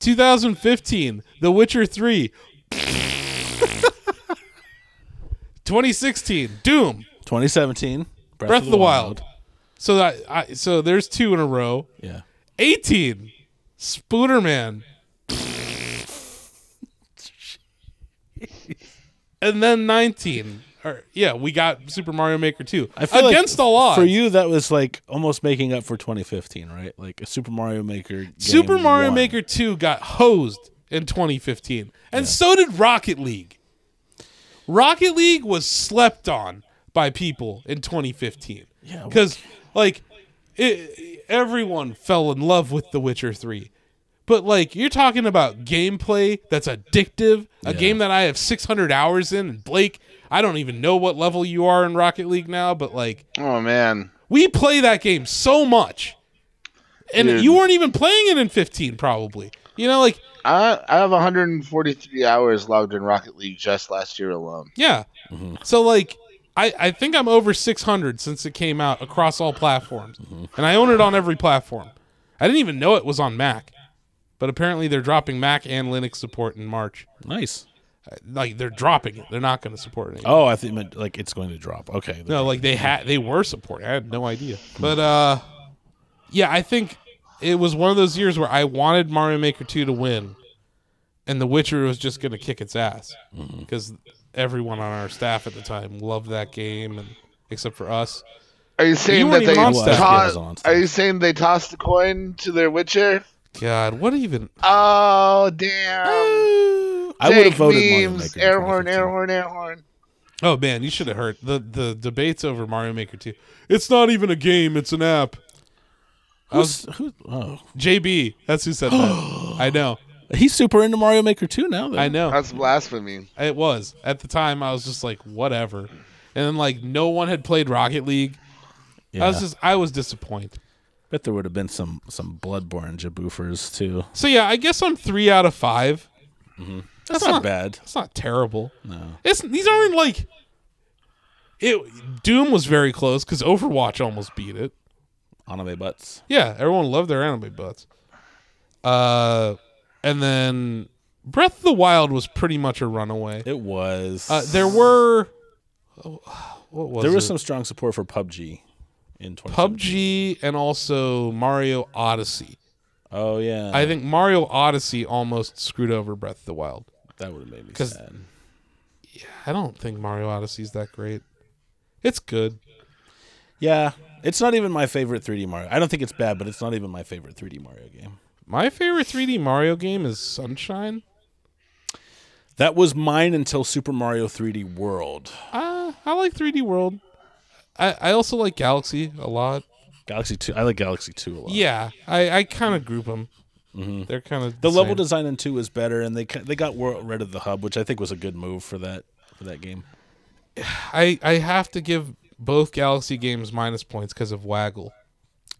Speaker 3: 2015 The Witcher 3. 2016 Doom
Speaker 4: 2017. Breath,
Speaker 3: Breath of the Wild. So that I so there's two in a row.
Speaker 4: Yeah.
Speaker 3: 18 Spooderman. and then 19 or yeah, we got Super Mario Maker 2.
Speaker 4: I feel like
Speaker 3: Against all odds.
Speaker 4: For you, that was like almost making up for 2015, right? Like a Super Mario Maker. game
Speaker 3: Super Mario
Speaker 4: won.
Speaker 3: Maker 2 got hosed in 2015. And so did Rocket League. Rocket League was slept on by people in 2015.
Speaker 4: Yeah, well-
Speaker 3: Cuz like it, everyone fell in love with The Witcher 3. But like you're talking about gameplay that's addictive, a game that I have 600 hours in and Blake, I don't even know what level you are in Rocket League now, but like
Speaker 2: Oh man,
Speaker 3: we play that game so much. And
Speaker 2: Dude.
Speaker 3: you weren't even playing it in 15 probably. You know like
Speaker 2: I I have 143 hours logged in Rocket League just last year alone.
Speaker 3: yeah. So like I I think I'm over 600 since it came out across all platforms. And I own it on every platform. I didn't even know it was on Mac. But apparently they're dropping Mac and Linux support in March.
Speaker 4: Nice.
Speaker 3: Like they're dropping it. They're not going to support it. Anymore.
Speaker 4: Oh, I think you meant, like it's going to drop. Okay.
Speaker 3: No, like they had they were supporting. I had no idea. But uh yeah, I think it was one of those years where I wanted Mario Maker 2 to win and The Witcher was just going to kick its ass because everyone on our staff at the time loved that game and except for us.
Speaker 2: Are you saying
Speaker 3: weren't
Speaker 2: that they
Speaker 3: even on staff.
Speaker 4: Yeah, I was on
Speaker 2: tossed?
Speaker 4: staff.
Speaker 2: Are you saying they tossed a coin to their Witcher?
Speaker 3: God, what even
Speaker 2: Oh damn!
Speaker 4: I would have
Speaker 2: Jake
Speaker 4: voted Mario
Speaker 2: memes,
Speaker 4: Maker. in
Speaker 2: air horn,
Speaker 4: 2015.
Speaker 2: air horn, air horn.
Speaker 3: Oh man, you should have heard the the debates over Mario Maker 2. It's not even a game, it's an app. I was-
Speaker 4: Who's, who, oh,
Speaker 3: JB, that's who said that. I know.
Speaker 4: he's super into Mario Maker 2 now. Though.
Speaker 3: I know.
Speaker 2: That's blasphemy.
Speaker 3: It was. At the time, I was just like, whatever. And then, like, no one had played Rocket League.
Speaker 4: Yeah.
Speaker 3: I was just, I was disappointed.
Speaker 4: Bet there would have been some some Bloodborne jaboofers too.
Speaker 3: So, yeah, I guess I'm three out of five.
Speaker 4: Mm-hmm. That's,
Speaker 3: not-
Speaker 4: not bad.
Speaker 3: That's not terrible. No. It's, these aren't like. It, Doom was very close because Overwatch almost beat it.
Speaker 4: Anime butts.
Speaker 3: Yeah, everyone loved their anime butts. Uh, and then Breath of the Wild was pretty much a runaway.
Speaker 4: It was.
Speaker 3: Uh, there were. oh, What was
Speaker 4: there was
Speaker 3: it?
Speaker 4: some strong support for PUBG in 20.
Speaker 3: PUBG and also Mario Odyssey.
Speaker 4: Oh yeah,
Speaker 3: I think Mario Odyssey almost screwed over Breath of the Wild.
Speaker 4: that would have made me
Speaker 3: 'Cause-
Speaker 4: sad.
Speaker 3: I don't think Mario Odyssey's that great. It's good.
Speaker 4: Yeah, it's not even my favorite 3D Mario. I don't think it's bad, but it's not even my favorite 3D Mario game.
Speaker 3: My favorite 3D Mario game is Sunshine.
Speaker 4: That was mine until Super Mario 3D World.
Speaker 3: Uh, I like 3D World. I, I also like Galaxy a lot.
Speaker 4: Galaxy 2. I like Galaxy 2 a lot.
Speaker 3: Yeah, I, I kind of group them. They're kind of
Speaker 4: Mm-hmm. The level design in 2 is better and they ca- they got wor- rid of the hub, which I think was a good move for that for that game.
Speaker 3: I I have to give both Galaxy games minus points because of Waggle.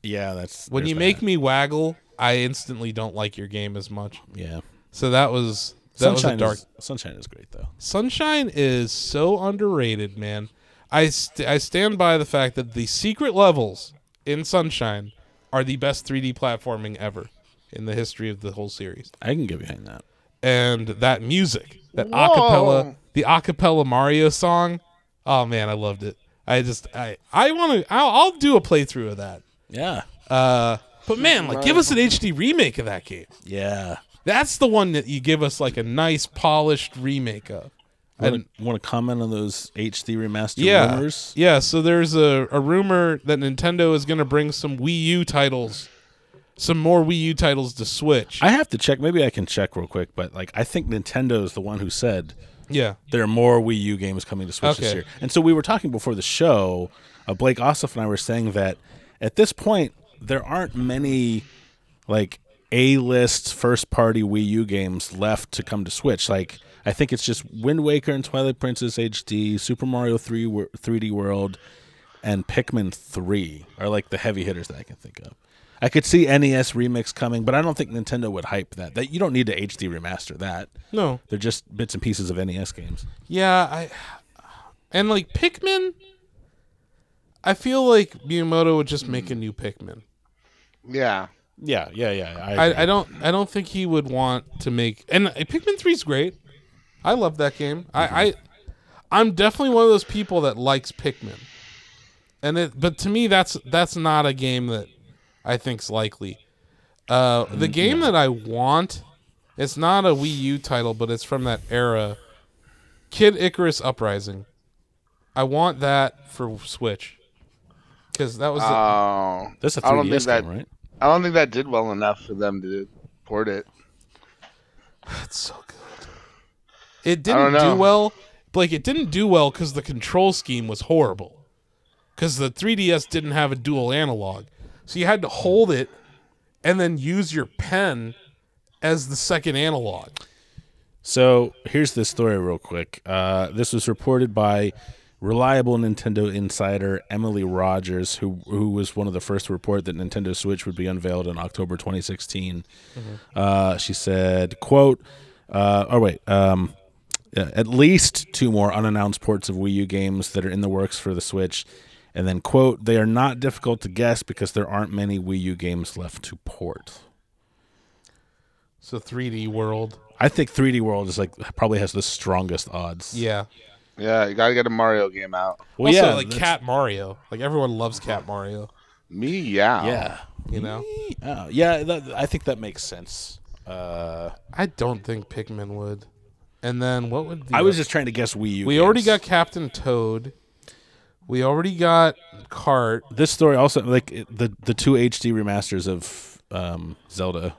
Speaker 4: Yeah, that's
Speaker 3: When
Speaker 4: there's
Speaker 3: you
Speaker 4: that.
Speaker 3: make me waggle, I instantly don't like your game as much.
Speaker 4: Yeah.
Speaker 3: So that was That was a
Speaker 4: Sunshine
Speaker 3: dark
Speaker 4: Is, Sunshine is great though.
Speaker 3: Sunshine is so underrated, man. I st- I stand by the fact that the secret levels in Sunshine are the best 3D platforming ever in the history of the whole series.
Speaker 4: I can get behind that.
Speaker 3: And that music, that
Speaker 2: Whoa.
Speaker 3: acapella, the acapella Mario song. Oh man, I loved it. I just I I want to I'll, I'll do a playthrough of that.
Speaker 4: Yeah.
Speaker 3: Uh but man, like give us an HD remake of that game.
Speaker 4: Yeah.
Speaker 3: That's the one that you give us like a nice polished remake of.
Speaker 4: I want to comment on those HD remaster
Speaker 3: yeah.
Speaker 4: rumors.
Speaker 3: Yeah, so there's a, a rumor that Nintendo is going to bring some Wii U titles, some more Wii U titles to Switch.
Speaker 4: I have to check. Maybe I can check real quick, but like I think Nintendo's the one who said
Speaker 3: yeah.
Speaker 4: there are more Wii U games coming to Switch this
Speaker 3: Okay.
Speaker 4: year. And so we were talking before the show. Uh, Blake Ossoff and I were saying that at this point there aren't many like A-list first-party Wii U games left to come to Switch. Like I think it's just Wind Waker and Twilight Princess HD, Super Mario 3 Wor- 3D World, and Pikmin 3 are like the heavy hitters that I can think of. I could see NES remix coming, but I don't think Nintendo would hype that. That you don't need to HD remaster that.
Speaker 3: No.
Speaker 4: They're just bits and pieces of NES games.
Speaker 3: Yeah, I and like Pikmin I feel like Miyamoto would just make a new Pikmin.
Speaker 2: Yeah.
Speaker 4: Yeah, yeah, yeah.
Speaker 3: I, I don't I don't think he would want to make and uh, Pikmin 3 is great. I love that game. I, I I'm definitely one of those people that likes Pikmin. And it but to me that's that's not a game that I think's likely. Uh, the game that I want it's not a Wii U title, but it's from that era. Kid Icarus Uprising. I want that for Switch. Cuz that was the-
Speaker 2: Oh.
Speaker 4: Uh, That's a 3DS
Speaker 2: I don't think that.
Speaker 4: game, right?
Speaker 2: I don't think that did well enough for them to port it.
Speaker 3: It's so good. It
Speaker 2: I
Speaker 3: didn't
Speaker 2: don't
Speaker 3: do
Speaker 2: know.
Speaker 3: well. Like it didn't do well because the control scheme was horrible. Because the 3DS didn't have a dual analog, so you had to hold it and then use your pen as the second analog.
Speaker 4: So here's the story, real quick. Uh, this was reported by reliable Nintendo insider Emily Rogers, who who was one of the first to report that Nintendo Switch would be unveiled in October 2016.
Speaker 2: Mm-hmm.
Speaker 4: Uh, she said, "Quote." Uh, oh wait. Um, uh, at least two more unannounced ports of Wii U games that are in the works for the Switch. And then, quote, they are not difficult to guess because there aren't many Wii U games left to port.
Speaker 3: So 3D World,
Speaker 4: I think 3D World is like probably has the strongest odds.
Speaker 3: yeah.
Speaker 2: Yeah, you gotta get a Mario game out.
Speaker 4: Well,
Speaker 3: also,
Speaker 4: yeah,
Speaker 3: like
Speaker 4: that's-
Speaker 3: Cat Mario. Like everyone loves Cat Mario.
Speaker 2: Me, yeah.
Speaker 4: Yeah.
Speaker 3: You know,
Speaker 4: Oh, yeah, that, I think that makes sense. Uh,
Speaker 3: I don't think Pikmin would. And then what would the
Speaker 4: I was just trying to guess Wii U.
Speaker 3: We already got
Speaker 4: games.
Speaker 3: Captain Toad. We already got Cart.
Speaker 4: this story also like it- the the two HD remasters of um, Zelda,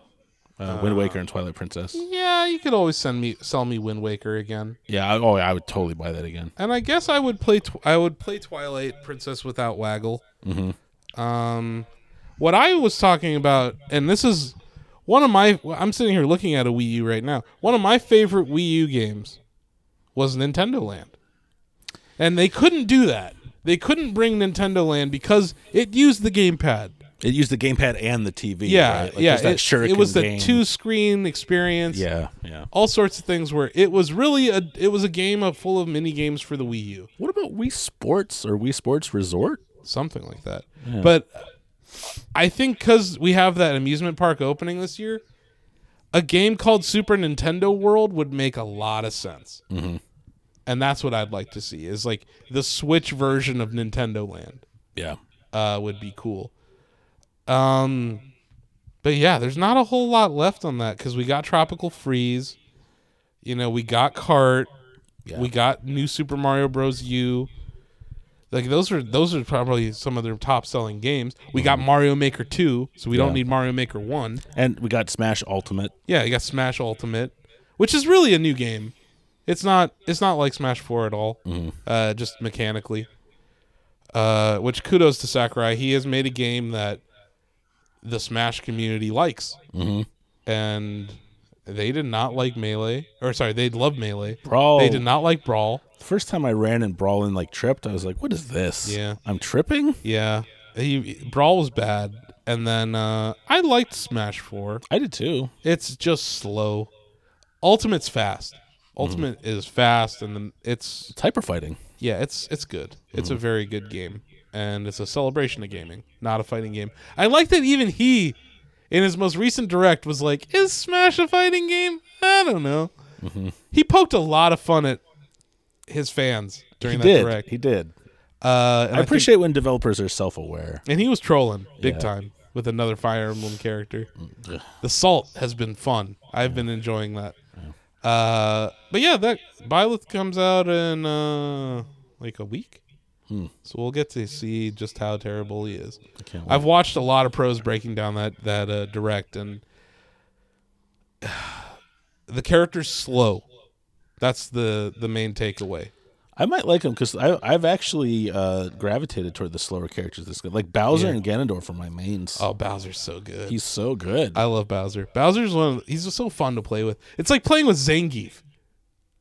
Speaker 4: uh, Wind Waker and Twilight Princess.
Speaker 3: Yeah, you could always send me sell me Wind Waker again.
Speaker 4: Yeah, I, oh, yeah, I would totally buy that again.
Speaker 3: And I guess I would play tw- I would play Twilight Princess without Waggle. Mm-hmm. Um, what I was talking about, and this is one of my I'm sitting here looking at a Wii U right now. One of my favorite Wii U games was Nintendo Land, and they couldn't do that. They couldn't bring Nintendo Land because it used the gamepad.
Speaker 4: It used the gamepad and the TV.
Speaker 3: Yeah,
Speaker 4: right? Like,
Speaker 3: yeah.
Speaker 4: there's That
Speaker 3: it,
Speaker 4: shuriken
Speaker 3: it was the
Speaker 4: game.
Speaker 3: two screen experience.
Speaker 4: Yeah, yeah.
Speaker 3: all sorts of things where it was really a it was a game of full of mini games for the Wii U,
Speaker 4: What about Wii Sports or Wii Sports Resort?
Speaker 3: something like that. But I think because we have that amusement park opening this year, a game called Super Nintendo World would make a lot of sense. Mm-hmm. And that's what I'd like to see is like the Switch version of Nintendo Land
Speaker 4: Yeah.
Speaker 3: uh, would be cool. Um, but yeah, there's not a whole lot left on that because we got Tropical Freeze, you know, we got Cart,
Speaker 4: Yeah.
Speaker 3: we got New Super Mario Bros. U. Like those are those are probably some of their top selling games. We got Mario Maker two, so we
Speaker 4: Mm-hmm. Yeah.
Speaker 3: don't need Mario Maker one.
Speaker 4: And we got Smash Ultimate.
Speaker 3: Yeah, you got Smash Ultimate, which is really a new game. It's not it's not like Smash Four at all. Uh, just mechanically. Uh, which kudos to Sakurai. He has made a game that the Smash community likes,
Speaker 4: Mhm.
Speaker 3: and they did not like Melee. Or sorry, they love Melee.
Speaker 4: Brawl.
Speaker 3: They did not like Brawl.
Speaker 4: The first time I ran and Brawl and like tripped, I was like, "What is this?
Speaker 3: Yeah.
Speaker 4: I'm tripping."
Speaker 3: Yeah, he, Brawl was bad, and then uh, I liked Smash Four.
Speaker 4: I did too.
Speaker 3: It's just slow. Ultimate's fast. Ultimate
Speaker 4: Mm-hmm.
Speaker 3: is fast, and then it's
Speaker 4: It's hyper fighting.
Speaker 3: yeah, it's it's good. It's a
Speaker 4: Mm-hmm.
Speaker 3: very good game, and it's a celebration of gaming, not a fighting game. I like that even he, in his most recent direct, was like, "Is Smash a fighting game? I don't know."
Speaker 4: Mm-hmm.
Speaker 3: He poked a lot of fun at his fans during
Speaker 4: He
Speaker 3: that
Speaker 4: did.
Speaker 3: direct.
Speaker 4: He did.
Speaker 3: Uh, and
Speaker 4: I
Speaker 3: think-
Speaker 4: appreciate when developers are self aware.
Speaker 3: and he was trolling big
Speaker 4: Yeah.
Speaker 3: time with another Fire Emblem character. The salt has been fun. I've been enjoying that. Uh, but yeah, that Byleth comes out in uh, like a week, so we'll get to see just how terrible he is.
Speaker 4: can't wait.
Speaker 3: I've watched a lot of pros breaking down that that uh, direct, and the character's slow. That's the the main takeaway.
Speaker 4: I might like him because I've actually uh, gravitated toward the slower characters this good. Like Bowser
Speaker 3: Yeah.
Speaker 4: and Ganondorf are my mains.
Speaker 3: Oh, Bowser's so good.
Speaker 4: He's so good.
Speaker 3: I love Bowser. Bowser's one. Of, he's just so fun to play with. It's like playing with Zangief.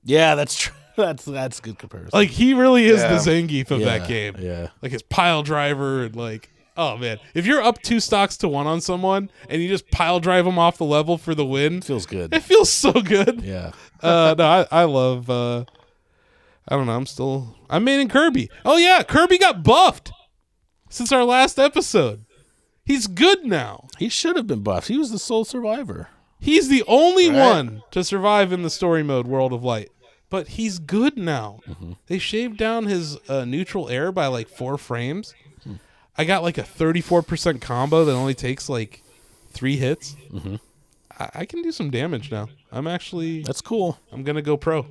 Speaker 4: yeah, that's true. That's that's a good comparison.
Speaker 3: Like he really is
Speaker 2: Yeah.
Speaker 3: the Zangief of
Speaker 4: Yeah,
Speaker 3: that game.
Speaker 4: Yeah.
Speaker 3: Like his pile driver and like, oh man, if you're up two stocks to one on someone and you just pile drive them off the level for the win,
Speaker 4: Feels good.
Speaker 3: it feels so good.
Speaker 4: yeah.
Speaker 3: Uh, no, I, I love. Uh, I don't know. I'm still. I'm in Kirby. Oh yeah, Kirby got buffed since our last episode. He's good now.
Speaker 4: He should have been buffed. He was the sole survivor.
Speaker 3: He's the only
Speaker 2: Right.
Speaker 3: one to survive in the story mode World of Light. But he's good now. They shaved down his uh, neutral air by like four frames. I got like a 34% combo that only takes like three hits. I-, I can do some damage now. I'm actually,
Speaker 4: That's cool.
Speaker 3: I'm going to go pro.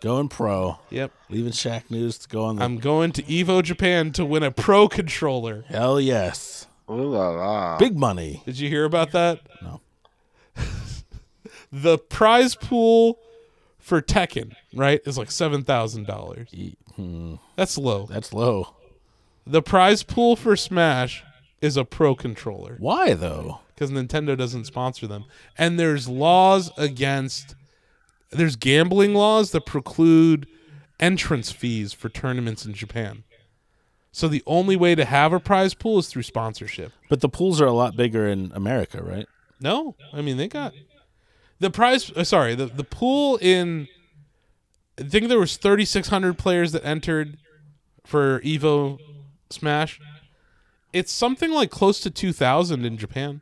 Speaker 4: Going pro.
Speaker 3: Yep.
Speaker 4: Leaving Shaq News to go on the
Speaker 3: I'm going to Evo Japan to win a pro controller.
Speaker 4: Hell yes.
Speaker 2: Ooh la la.
Speaker 4: Big money.
Speaker 3: Did you hear about that?
Speaker 4: No.
Speaker 3: the prize pool for Tekken, right, is like $7,000.
Speaker 4: E- hmm,
Speaker 3: That's low.
Speaker 4: That's low.
Speaker 3: The prize pool for Smash is a pro controller
Speaker 4: Why though?
Speaker 3: because Nintendo doesn't sponsor them. And there's laws against, there's gambling laws that preclude entrance fees for tournaments in Japan. So the only way to have a prize pool is through sponsorship.
Speaker 4: But the pools are a lot bigger in America, right?
Speaker 3: No, I mean they got the prize. uh, sorry, the the pool in. I think there was thirty six hundred players that entered for Evo Smash. It's something like close to two thousand in Japan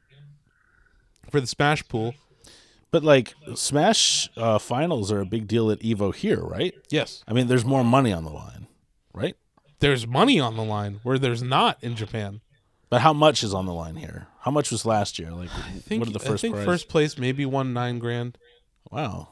Speaker 3: for the Smash pool.
Speaker 4: But like Smash uh, finals are a big deal at Evo here, right?
Speaker 3: Yes,
Speaker 4: I mean, there's more money on the line, right?
Speaker 3: there's money on the line where there's not in Japan.
Speaker 4: But how much is on the line here? How much was last year? Like,
Speaker 3: I think,
Speaker 4: what are the first
Speaker 3: I think
Speaker 4: prize?
Speaker 3: first place maybe won nine grand.
Speaker 4: Wow.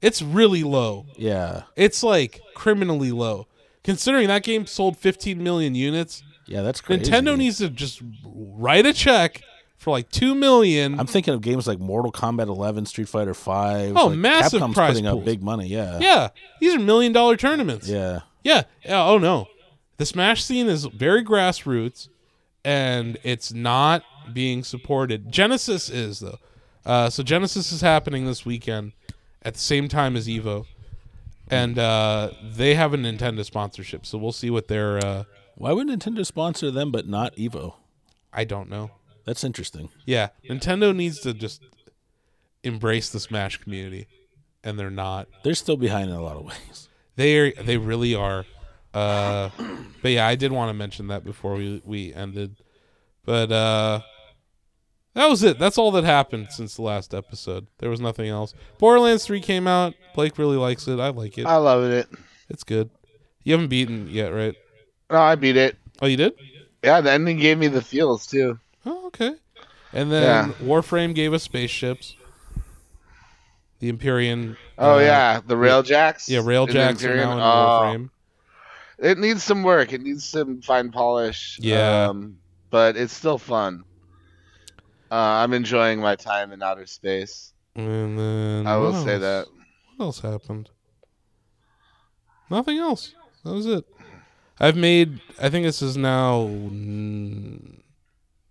Speaker 3: It's really low.
Speaker 4: Yeah.
Speaker 3: It's like criminally low, considering that game sold fifteen million units.
Speaker 4: Yeah, that's crazy.
Speaker 3: Nintendo needs to just write a check for like two million.
Speaker 4: I'm thinking of games like Mortal Kombat 11, Street Fighter 5.
Speaker 3: Oh,
Speaker 4: like
Speaker 3: massive
Speaker 4: Capcom's
Speaker 3: prize
Speaker 4: putting
Speaker 3: pools.
Speaker 4: up big money. Yeah.
Speaker 3: yeah, these are million dollar tournaments.
Speaker 4: Yeah.
Speaker 3: yeah, yeah. Oh no, the Smash scene is very grassroots, and it's not being supported. Genesis is though. Uh, so Genesis is happening this weekend at the same time as Evo, and uh, they have a Nintendo sponsorship. So we'll see what their. Uh,
Speaker 4: Why would Nintendo sponsor them but not Evo?
Speaker 3: I don't know.
Speaker 4: That's interesting.
Speaker 3: Yeah, Nintendo needs to just embrace the Smash community, and they're not.
Speaker 4: They're still behind in a lot of ways.
Speaker 3: They are, they really are. Uh, but yeah, I did want to mention that before we we ended. But uh, that was it. That's all that happened since the last episode. There was nothing else. Borderlands Three came out. Blake really likes it. I like it.
Speaker 2: I love it.
Speaker 3: It's good. You haven't beaten it yet, right?
Speaker 2: No, I beat it.
Speaker 3: Oh, you did.
Speaker 2: Yeah, the ending gave me the feels too.
Speaker 3: Oh, okay. And then
Speaker 2: Yeah.
Speaker 3: Warframe gave us spaceships. The Empyrean.
Speaker 2: Oh
Speaker 3: uh,
Speaker 2: yeah, the rail jacks.
Speaker 3: Yeah, rail
Speaker 2: in
Speaker 3: jacks are now
Speaker 2: Imperium.
Speaker 3: in
Speaker 2: Oh,
Speaker 3: Warframe.
Speaker 2: It needs some work. It needs some fine polish.
Speaker 3: Yeah.
Speaker 2: um, but it's still fun. Uh, I'm enjoying my time in outer space.
Speaker 3: And then
Speaker 2: I will
Speaker 3: what
Speaker 2: say
Speaker 3: else?
Speaker 2: that.
Speaker 3: What else happened? Nothing else. That was it. I've made. I think this is now mm,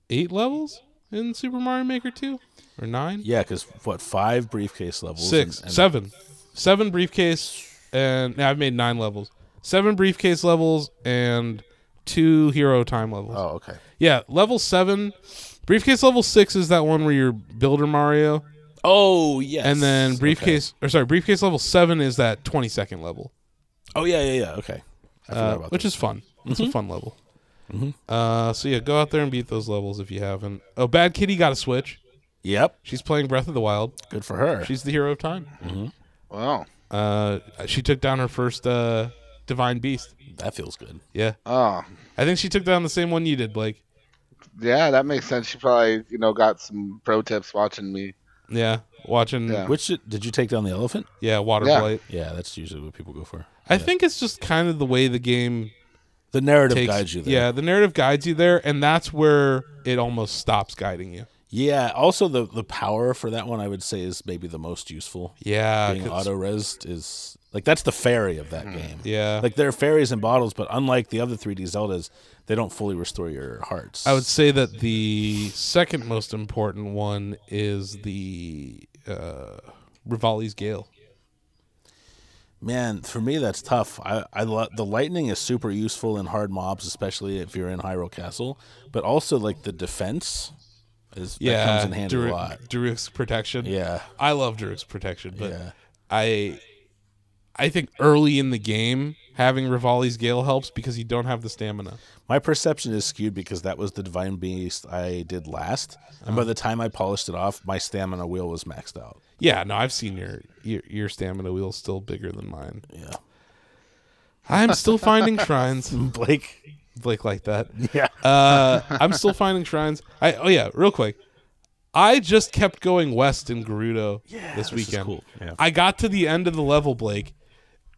Speaker 3: eight levels in Super Mario Maker Two, or nine,
Speaker 4: Yeah, because what, five briefcase levels?
Speaker 3: six,
Speaker 4: and- and-
Speaker 3: seven, seven briefcase, and now I've made nine levels, seven briefcase levels, and two hero time levels.
Speaker 4: Oh, okay.
Speaker 3: Yeah, level seven, briefcase level six is that one where you're Builder Mario.
Speaker 4: Oh yes.
Speaker 3: and then
Speaker 4: Okay.
Speaker 3: briefcase or sorry, briefcase level seven is that twenty second level,
Speaker 4: Oh yeah, yeah, yeah. Okay. I forgot
Speaker 3: uh,
Speaker 4: about
Speaker 3: which
Speaker 4: that. Mm-hmm.
Speaker 3: is fun. It's a fun level. Uh, so yeah, go out there and beat those levels if you haven't. Oh, Bad Kitty got a Switch.
Speaker 4: Yep.
Speaker 3: She's playing Breath of the Wild.
Speaker 4: Good for her.
Speaker 3: She's the hero of time.
Speaker 2: Wow.
Speaker 3: Uh, she took down her first uh, divine beast.
Speaker 4: that feels good.
Speaker 3: Yeah,
Speaker 2: Oh,
Speaker 3: I think she took down the same one you did, Blake.
Speaker 2: yeah, that makes sense. She probably, you know, got some pro tips watching me.
Speaker 3: Yeah, watching. Yeah,
Speaker 2: Yeah.
Speaker 4: Which did you take down the elephant?
Speaker 3: water
Speaker 2: Yeah.
Speaker 3: blight.
Speaker 4: Yeah, that's usually what people go for.
Speaker 3: I think it's just kind of the way the game
Speaker 4: The narrative
Speaker 3: takes.
Speaker 4: guides you there.
Speaker 3: Yeah, the narrative guides you there, and that's where it almost stops guiding you.
Speaker 4: Yeah. Also, the the power for that one I would say is maybe the most useful.
Speaker 3: Yeah,
Speaker 4: Being
Speaker 3: 'cause-
Speaker 4: auto res is like that's the fairy of that game.
Speaker 3: yeah.
Speaker 4: Like there are fairies and bottles, but unlike the other 3D Zeldas, they don't fully restore your hearts.
Speaker 3: I would say that the second most important one is the uh, Rivali's Gale.
Speaker 4: Man, for me that's tough. I, I lo- the lightning is super useful in hard mobs, especially if you're in Hyrule Castle. But also like the defense is
Speaker 3: Yeah,
Speaker 4: that comes in handy
Speaker 3: Dru-
Speaker 4: a lot.
Speaker 3: Druid's protection.
Speaker 4: Yeah,
Speaker 3: I love Druid's protection, but
Speaker 4: Yeah.
Speaker 3: I, I think early in the game having Rivali's Gale helps because you don't have the stamina.
Speaker 4: my perception is skewed because that was the divine beast I did last, and by the time I polished it off, my stamina wheel was maxed out.
Speaker 3: Yeah, no, I've seen your your, your stamina wheel still bigger than mine.
Speaker 4: Yeah,
Speaker 3: I'm still finding shrines,
Speaker 4: Blake.
Speaker 3: Blake, like that.
Speaker 4: Yeah,
Speaker 3: Uh, I'm still finding shrines. I oh yeah, real quick. I just kept going west in Gerudo this
Speaker 4: this is
Speaker 3: weekend.
Speaker 4: cool. Yeah.
Speaker 3: I got to the end of the level, Blake.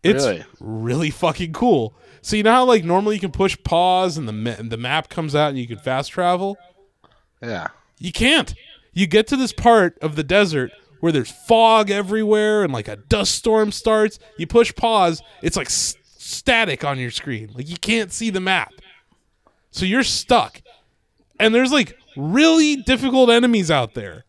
Speaker 3: It's really,
Speaker 2: Really?
Speaker 3: fucking cool. So you know how like normally you can push pause and the ma- and the map comes out and you can fast travel.
Speaker 2: Yeah.
Speaker 3: You can't. You get to this part of the desert where there's fog everywhere and like a dust storm starts. You push pause, it's like s- static on your screen. Like you can't see the map. So you're stuck. And there's like really difficult enemies out there.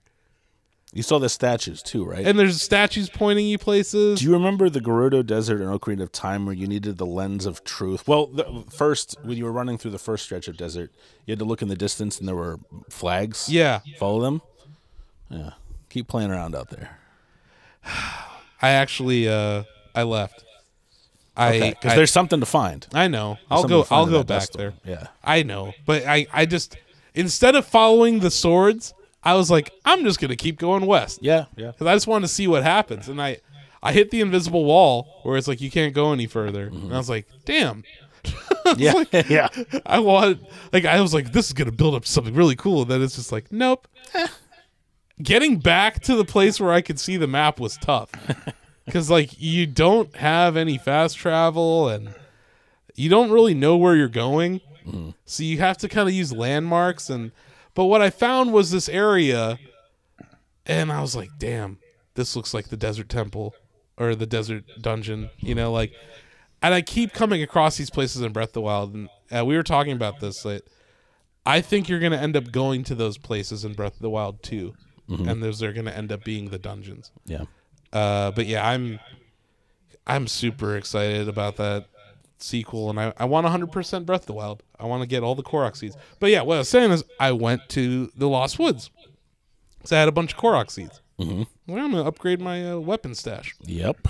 Speaker 4: you saw the statues too, right?
Speaker 3: And there's statues pointing you places.
Speaker 4: Do you remember the Gerudo Desert in Ocarina of Time where you needed the lens of truth? Well, the, first, when you were running through the first stretch of desert, you had to look in the distance and there were flags.
Speaker 3: yeah.
Speaker 4: Follow them. Yeah. Keep playing around out there.
Speaker 3: I actually uh I left. I
Speaker 4: Okay. Because
Speaker 3: I-
Speaker 4: there's something to find.
Speaker 3: I know. I'll
Speaker 4: Something
Speaker 3: go
Speaker 4: to find
Speaker 3: I'll
Speaker 4: in
Speaker 3: go
Speaker 4: that
Speaker 3: back
Speaker 4: dust
Speaker 3: there.
Speaker 4: storm. Yeah.
Speaker 3: I know, but I, I just instead of following the swords, I was like, I'm just gonna keep going west.
Speaker 4: Yeah. Yeah.
Speaker 3: because I just wanted to see what happens. And I, I hit the invisible wall where it's like you can't go any further. And I was like, damn,
Speaker 4: Yeah. yeah.
Speaker 3: I want like I was like, this is gonna build up to something really cool. And then it's just like, nope. Getting back to the place where I could see the map was tough because like you don't have any fast travel and you don't really know where you're going, so you have to kind of use landmarks and. But what I found was this area, and I was like, damn, this looks like the desert temple or the desert dungeon, you know, like. And I keep coming across these places in Breath of the Wild, and uh, we were talking about this. That I think you're going to end up going to those places in Breath of the Wild too, and those are going to end up being the dungeons.
Speaker 4: Yeah.
Speaker 3: Uh, but yeah, I'm I'm super excited about that sequel, and I, I want 100% Breath of the Wild. I want to get all the Korok seeds. But yeah, what I was saying is I went to the Lost Woods because I had a bunch of Korok seeds. Mm-hmm. Well, I'm gonna upgrade my uh, weapon stash.
Speaker 4: Yep.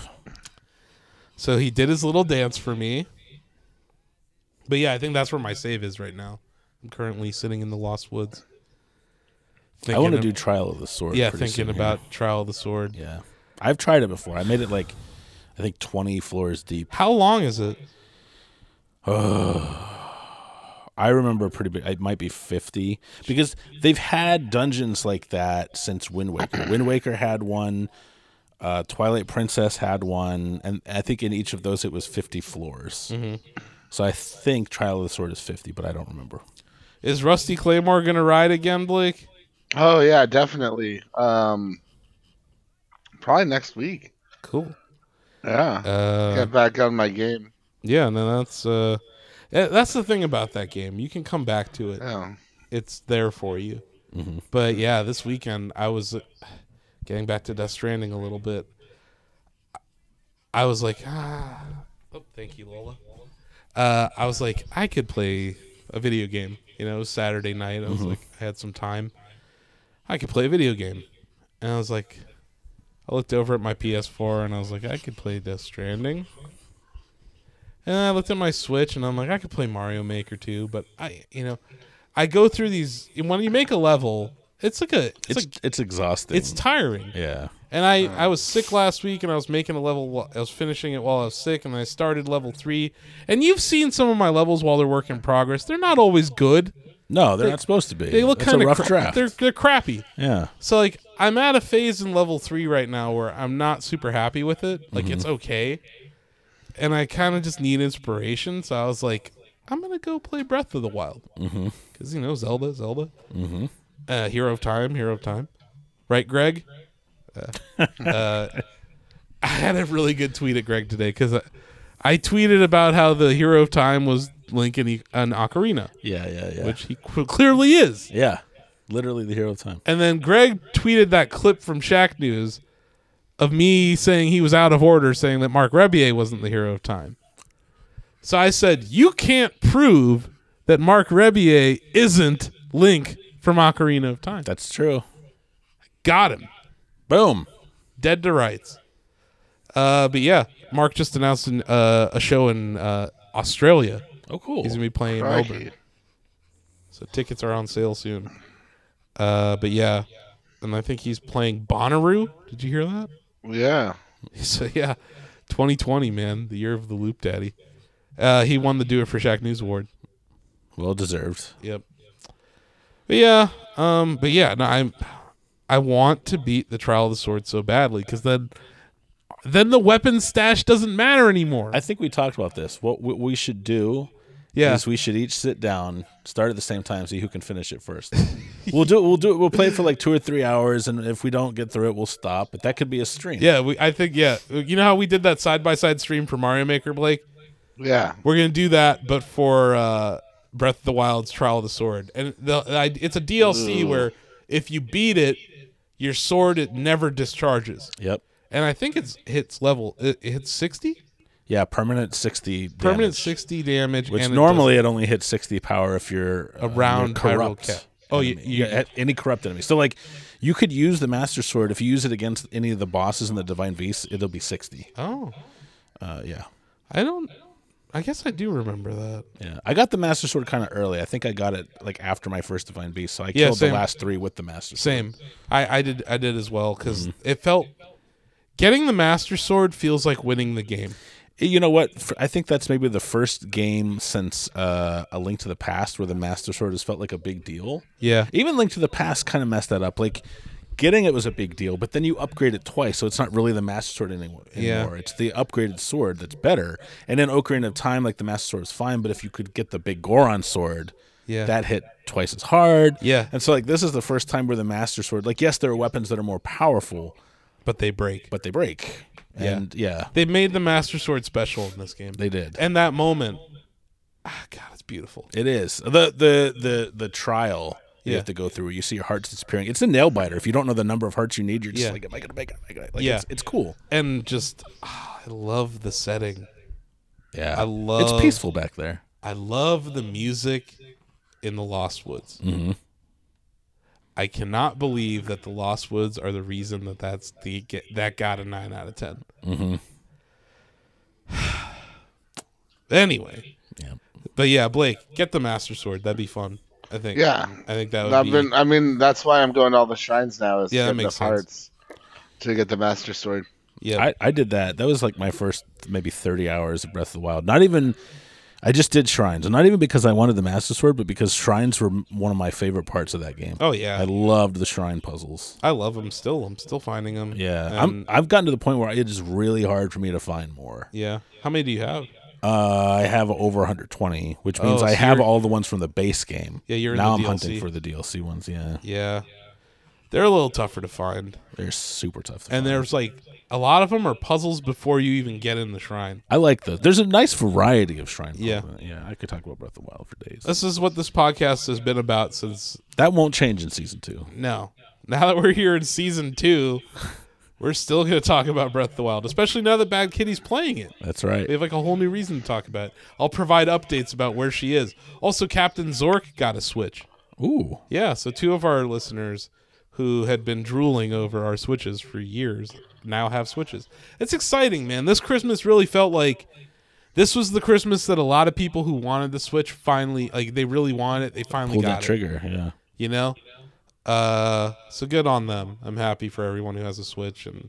Speaker 3: So he did his little dance for me. But yeah, I think that's where my save is right now. I'm currently sitting in the Lost Woods.
Speaker 4: I want to
Speaker 3: ab-
Speaker 4: do Trial of the Sword.
Speaker 3: yeah,
Speaker 4: pretty soon
Speaker 3: thinking
Speaker 4: here.
Speaker 3: about Trial of the Sword.
Speaker 4: Yeah. I've tried it before. I made it like, I think 20 floors deep.
Speaker 3: How long is it?
Speaker 4: I remember pretty big. It might be fifty because they've had dungeons like that since Wind Waker. Wind Waker had one. Uh, Twilight Princess had one, and I think in each of those it was fifty floors. So I think Trial of the Sword is fifty, but I don't remember.
Speaker 3: Is Rusty Claymore gonna ride again, Blake?
Speaker 2: Oh yeah, definitely. Um, probably next week.
Speaker 3: Cool.
Speaker 2: Yeah.
Speaker 3: Uh,
Speaker 2: Get back on my game.
Speaker 3: yeah, no, that's uh, eh, that's the thing about that game. You can come back to it.
Speaker 2: Yeah.
Speaker 3: It's there for you.
Speaker 4: Mm-hmm.
Speaker 3: But yeah, this weekend I was uh, getting back to Death Stranding a little bit. I was like, ah, oh, thank you, Lola. Uh, I was like, I could play a video game. You know, it was Saturday night. I was like, I had some time. I could play a video game, and I was like, I looked over at my PS4 and I was like, I could play Death Stranding. And I looked at my Switch and I'm like, I could play Mario Maker too, but I, you know, I go through these. and When you make a level, it's like a, it's,
Speaker 4: It's
Speaker 3: like,
Speaker 4: it's exhausting.
Speaker 3: it's tiring.
Speaker 4: yeah.
Speaker 3: And I, I was sick last week, and I was making a level. wh- I was finishing it while I was sick, and I started level three. And you've seen some of my levels while they're work in progress. They're not always good.
Speaker 4: No, they're not supposed to be.
Speaker 3: They look
Speaker 4: It's
Speaker 3: kind
Speaker 4: a
Speaker 3: of
Speaker 4: rough draft.
Speaker 3: They're they're crappy.
Speaker 4: yeah.
Speaker 3: So like I'm at a phase in level three right now where I'm not super happy with it. Like it's okay, and I kind of just need inspiration. So I was like, I'm gonna go play Breath of the Wild because you know Zelda, Zelda, mm-hmm. uh, Hero of Time, Hero of Time, right, Greg? Uh, uh, I had a really good tweet at Greg today because I, I tweeted about how the Hero of Time was Link and he- an ocarina,
Speaker 4: Yeah, yeah, yeah.
Speaker 3: which he qu- clearly is.
Speaker 4: yeah. Literally the hero of time.
Speaker 3: And then Greg tweeted that clip from Shaq News of me saying he was out of order, saying that Mark Rebier wasn't the hero of time. So I said, You can't prove that Mark Rebier isn't Link from Ocarina of Time.
Speaker 4: That's true.
Speaker 3: Got him.
Speaker 4: Boom.
Speaker 3: Dead to rights. Uh, but yeah, Mark just announced an, uh, a show in uh, Australia.
Speaker 4: Oh, cool.
Speaker 3: He's going to be playing in Melbourne.
Speaker 2: Crikey.
Speaker 3: So tickets are on sale soon. Uh, but yeah, and I think he's playing Bonnaroo. Did you hear that?
Speaker 2: Yeah.
Speaker 3: So yeah, 2020, man, the year of the Loop Daddy. Uh, he won the Do It for Shaq News Award.
Speaker 4: well deserved.
Speaker 3: Yep. But yeah, um, but yeah, no, I'm, I want to beat the Trial of the Sword so badly because then, then the weapon stash doesn't matter anymore.
Speaker 4: I think we talked about this. What we- we should do
Speaker 3: yeah,
Speaker 4: is we should each sit down, start at the same time, see who can finish it first. we'll do it. We'll do it. We'll play it for like two or three hours, and if we don't get through it, we'll stop. But that could be a stream.
Speaker 3: yeah. We, I think yeah. You know how we did that side by side stream for Mario Maker, Blake?
Speaker 2: Yeah.
Speaker 3: We're gonna do that, but for uh, Breath of the Wild's Trial of the Sword, and the, I, it's a DLC where if you beat it, your sword it never discharges,
Speaker 4: Yep.
Speaker 3: and I think it's hits level it, it hits sixty
Speaker 4: Yeah. Permanent sixty.
Speaker 3: permanent
Speaker 4: damage,
Speaker 3: sixty damage,
Speaker 4: Which
Speaker 3: and it
Speaker 4: normally it, only hits sixty power if you're uh,
Speaker 3: Around
Speaker 4: you're
Speaker 3: Hyrule Cap.
Speaker 4: corrupt.
Speaker 3: Oh, you-
Speaker 4: enemy.
Speaker 3: you-
Speaker 4: Yeah, at any corrupt enemy. So like, you could use the Master Sword if you use it against any of the bosses in the Divine Beasts. It'll be sixty.
Speaker 3: does- oh,
Speaker 4: Uh, yeah.
Speaker 3: I don't. I guess I do remember that.
Speaker 4: Yeah, I got the Master Sword kind of early. I think I got it like after my first Divine Beast, so I
Speaker 3: Yeah,
Speaker 4: killed
Speaker 3: same.
Speaker 4: the last three with the Master Sword.
Speaker 3: Same. I, I did I did as well because
Speaker 4: Mm-hmm.
Speaker 3: it felt getting the Master Sword feels like winning the game.
Speaker 4: You know what? F- I think that's maybe the first game since uh, A Link to the Past where the Master Sword has felt like a big deal.
Speaker 3: Yeah.
Speaker 4: Even Link to the Past kind of messed that up. Like getting it was a big deal, but then you upgrade it twice, so it's not really the Master Sword any- anymore.
Speaker 3: Yeah.
Speaker 4: It's the upgraded sword that's better. And in Ocarina of Time, like the Master Sword is fine, but if you could get the big Goron sword,
Speaker 3: Yeah.
Speaker 4: that hit twice as hard.
Speaker 3: Yeah.
Speaker 4: And so like this is the first time where the Master Sword, like yes, there are weapons that are more powerful,
Speaker 3: But they break.
Speaker 4: but they break.
Speaker 3: Yeah.
Speaker 4: And yeah,
Speaker 3: They made the Master Sword special in this game.
Speaker 4: they did.
Speaker 3: and that moment ah god it's beautiful
Speaker 4: It is the the the the trial you
Speaker 3: Yeah.
Speaker 4: have to go through. You see your hearts disappearing. It's a nail biter. If you don't know the number of hearts you need, you're just
Speaker 3: Yeah.
Speaker 4: like, am I gonna make it? Am I gonna? Like,
Speaker 3: Yeah.
Speaker 4: it's, it's cool.
Speaker 3: and just ah, i love the setting
Speaker 4: Yeah,
Speaker 3: I love-
Speaker 4: It's peaceful back there.
Speaker 3: i love the music in the lost woods
Speaker 4: Mhm.
Speaker 3: i cannot believe that the lost woods are the reason that that's the get, that got a 9 out of 10
Speaker 4: Mhm.
Speaker 3: anyway
Speaker 4: Yeah.
Speaker 3: but yeah blake get the master sword that'd be fun i think
Speaker 2: Yeah.
Speaker 3: i think that would
Speaker 2: I've
Speaker 3: be
Speaker 2: been. I mean, that's why I'm going to all the shrines now. Is
Speaker 3: Yeah,
Speaker 2: to
Speaker 3: that
Speaker 2: get
Speaker 3: makes
Speaker 2: enough hearts to get the master sword.
Speaker 3: yeah
Speaker 4: I I did that. That was like my first maybe 30 hours of Breath of the Wild. Not even. I just did shrines, and not even because I wanted the Master Sword, but because shrines were m- one of my favorite parts of that game.
Speaker 3: oh yeah
Speaker 4: I loved the shrine puzzles.
Speaker 3: I, love them still i'm still finding them
Speaker 4: Yeah,
Speaker 3: And-
Speaker 4: I'm I've gotten to the point where it is really hard for me to find more.
Speaker 3: yeah how many do you have
Speaker 4: Uh, I have over 120, which means
Speaker 3: Oh,
Speaker 4: I
Speaker 3: so
Speaker 4: have
Speaker 3: you're-
Speaker 4: all the ones from the base game.
Speaker 3: Yeah, you're in
Speaker 4: now
Speaker 3: the
Speaker 4: I'm hunting
Speaker 3: DLC.
Speaker 4: for the DLC ones. Yeah,
Speaker 3: yeah they're a little tougher to find
Speaker 4: they're super tough. To
Speaker 3: and
Speaker 4: find.
Speaker 3: there's like a lot of them are puzzles before you even get in the shrine.
Speaker 4: I like those. There's a nice variety of shrine.
Speaker 3: Yeah.
Speaker 4: puzzles. yeah. I could talk about Breath of the Wild for days.
Speaker 3: This is what this podcast has been about since
Speaker 4: that won't change in season two.
Speaker 3: no. Now that we're here in season two, we're still going to talk about Breath of the Wild, especially now that Bad Kitty's playing it.
Speaker 4: That's right.
Speaker 3: We have like a whole new reason to talk about it. I'll provide updates about where she is. Also, Captain Zork got a Switch.
Speaker 4: Ooh,
Speaker 3: Yeah, so two of our listeners who had been drooling over our Switches for years now have Switches. It's exciting, man. This Christmas really felt like this was the Christmas that a lot of people who wanted the Switch finally like they really wanted it. They finally
Speaker 4: Pull
Speaker 3: got
Speaker 4: that
Speaker 3: it
Speaker 4: trigger. Yeah.
Speaker 3: you know uh so good on them i'm happy for everyone who has a switch and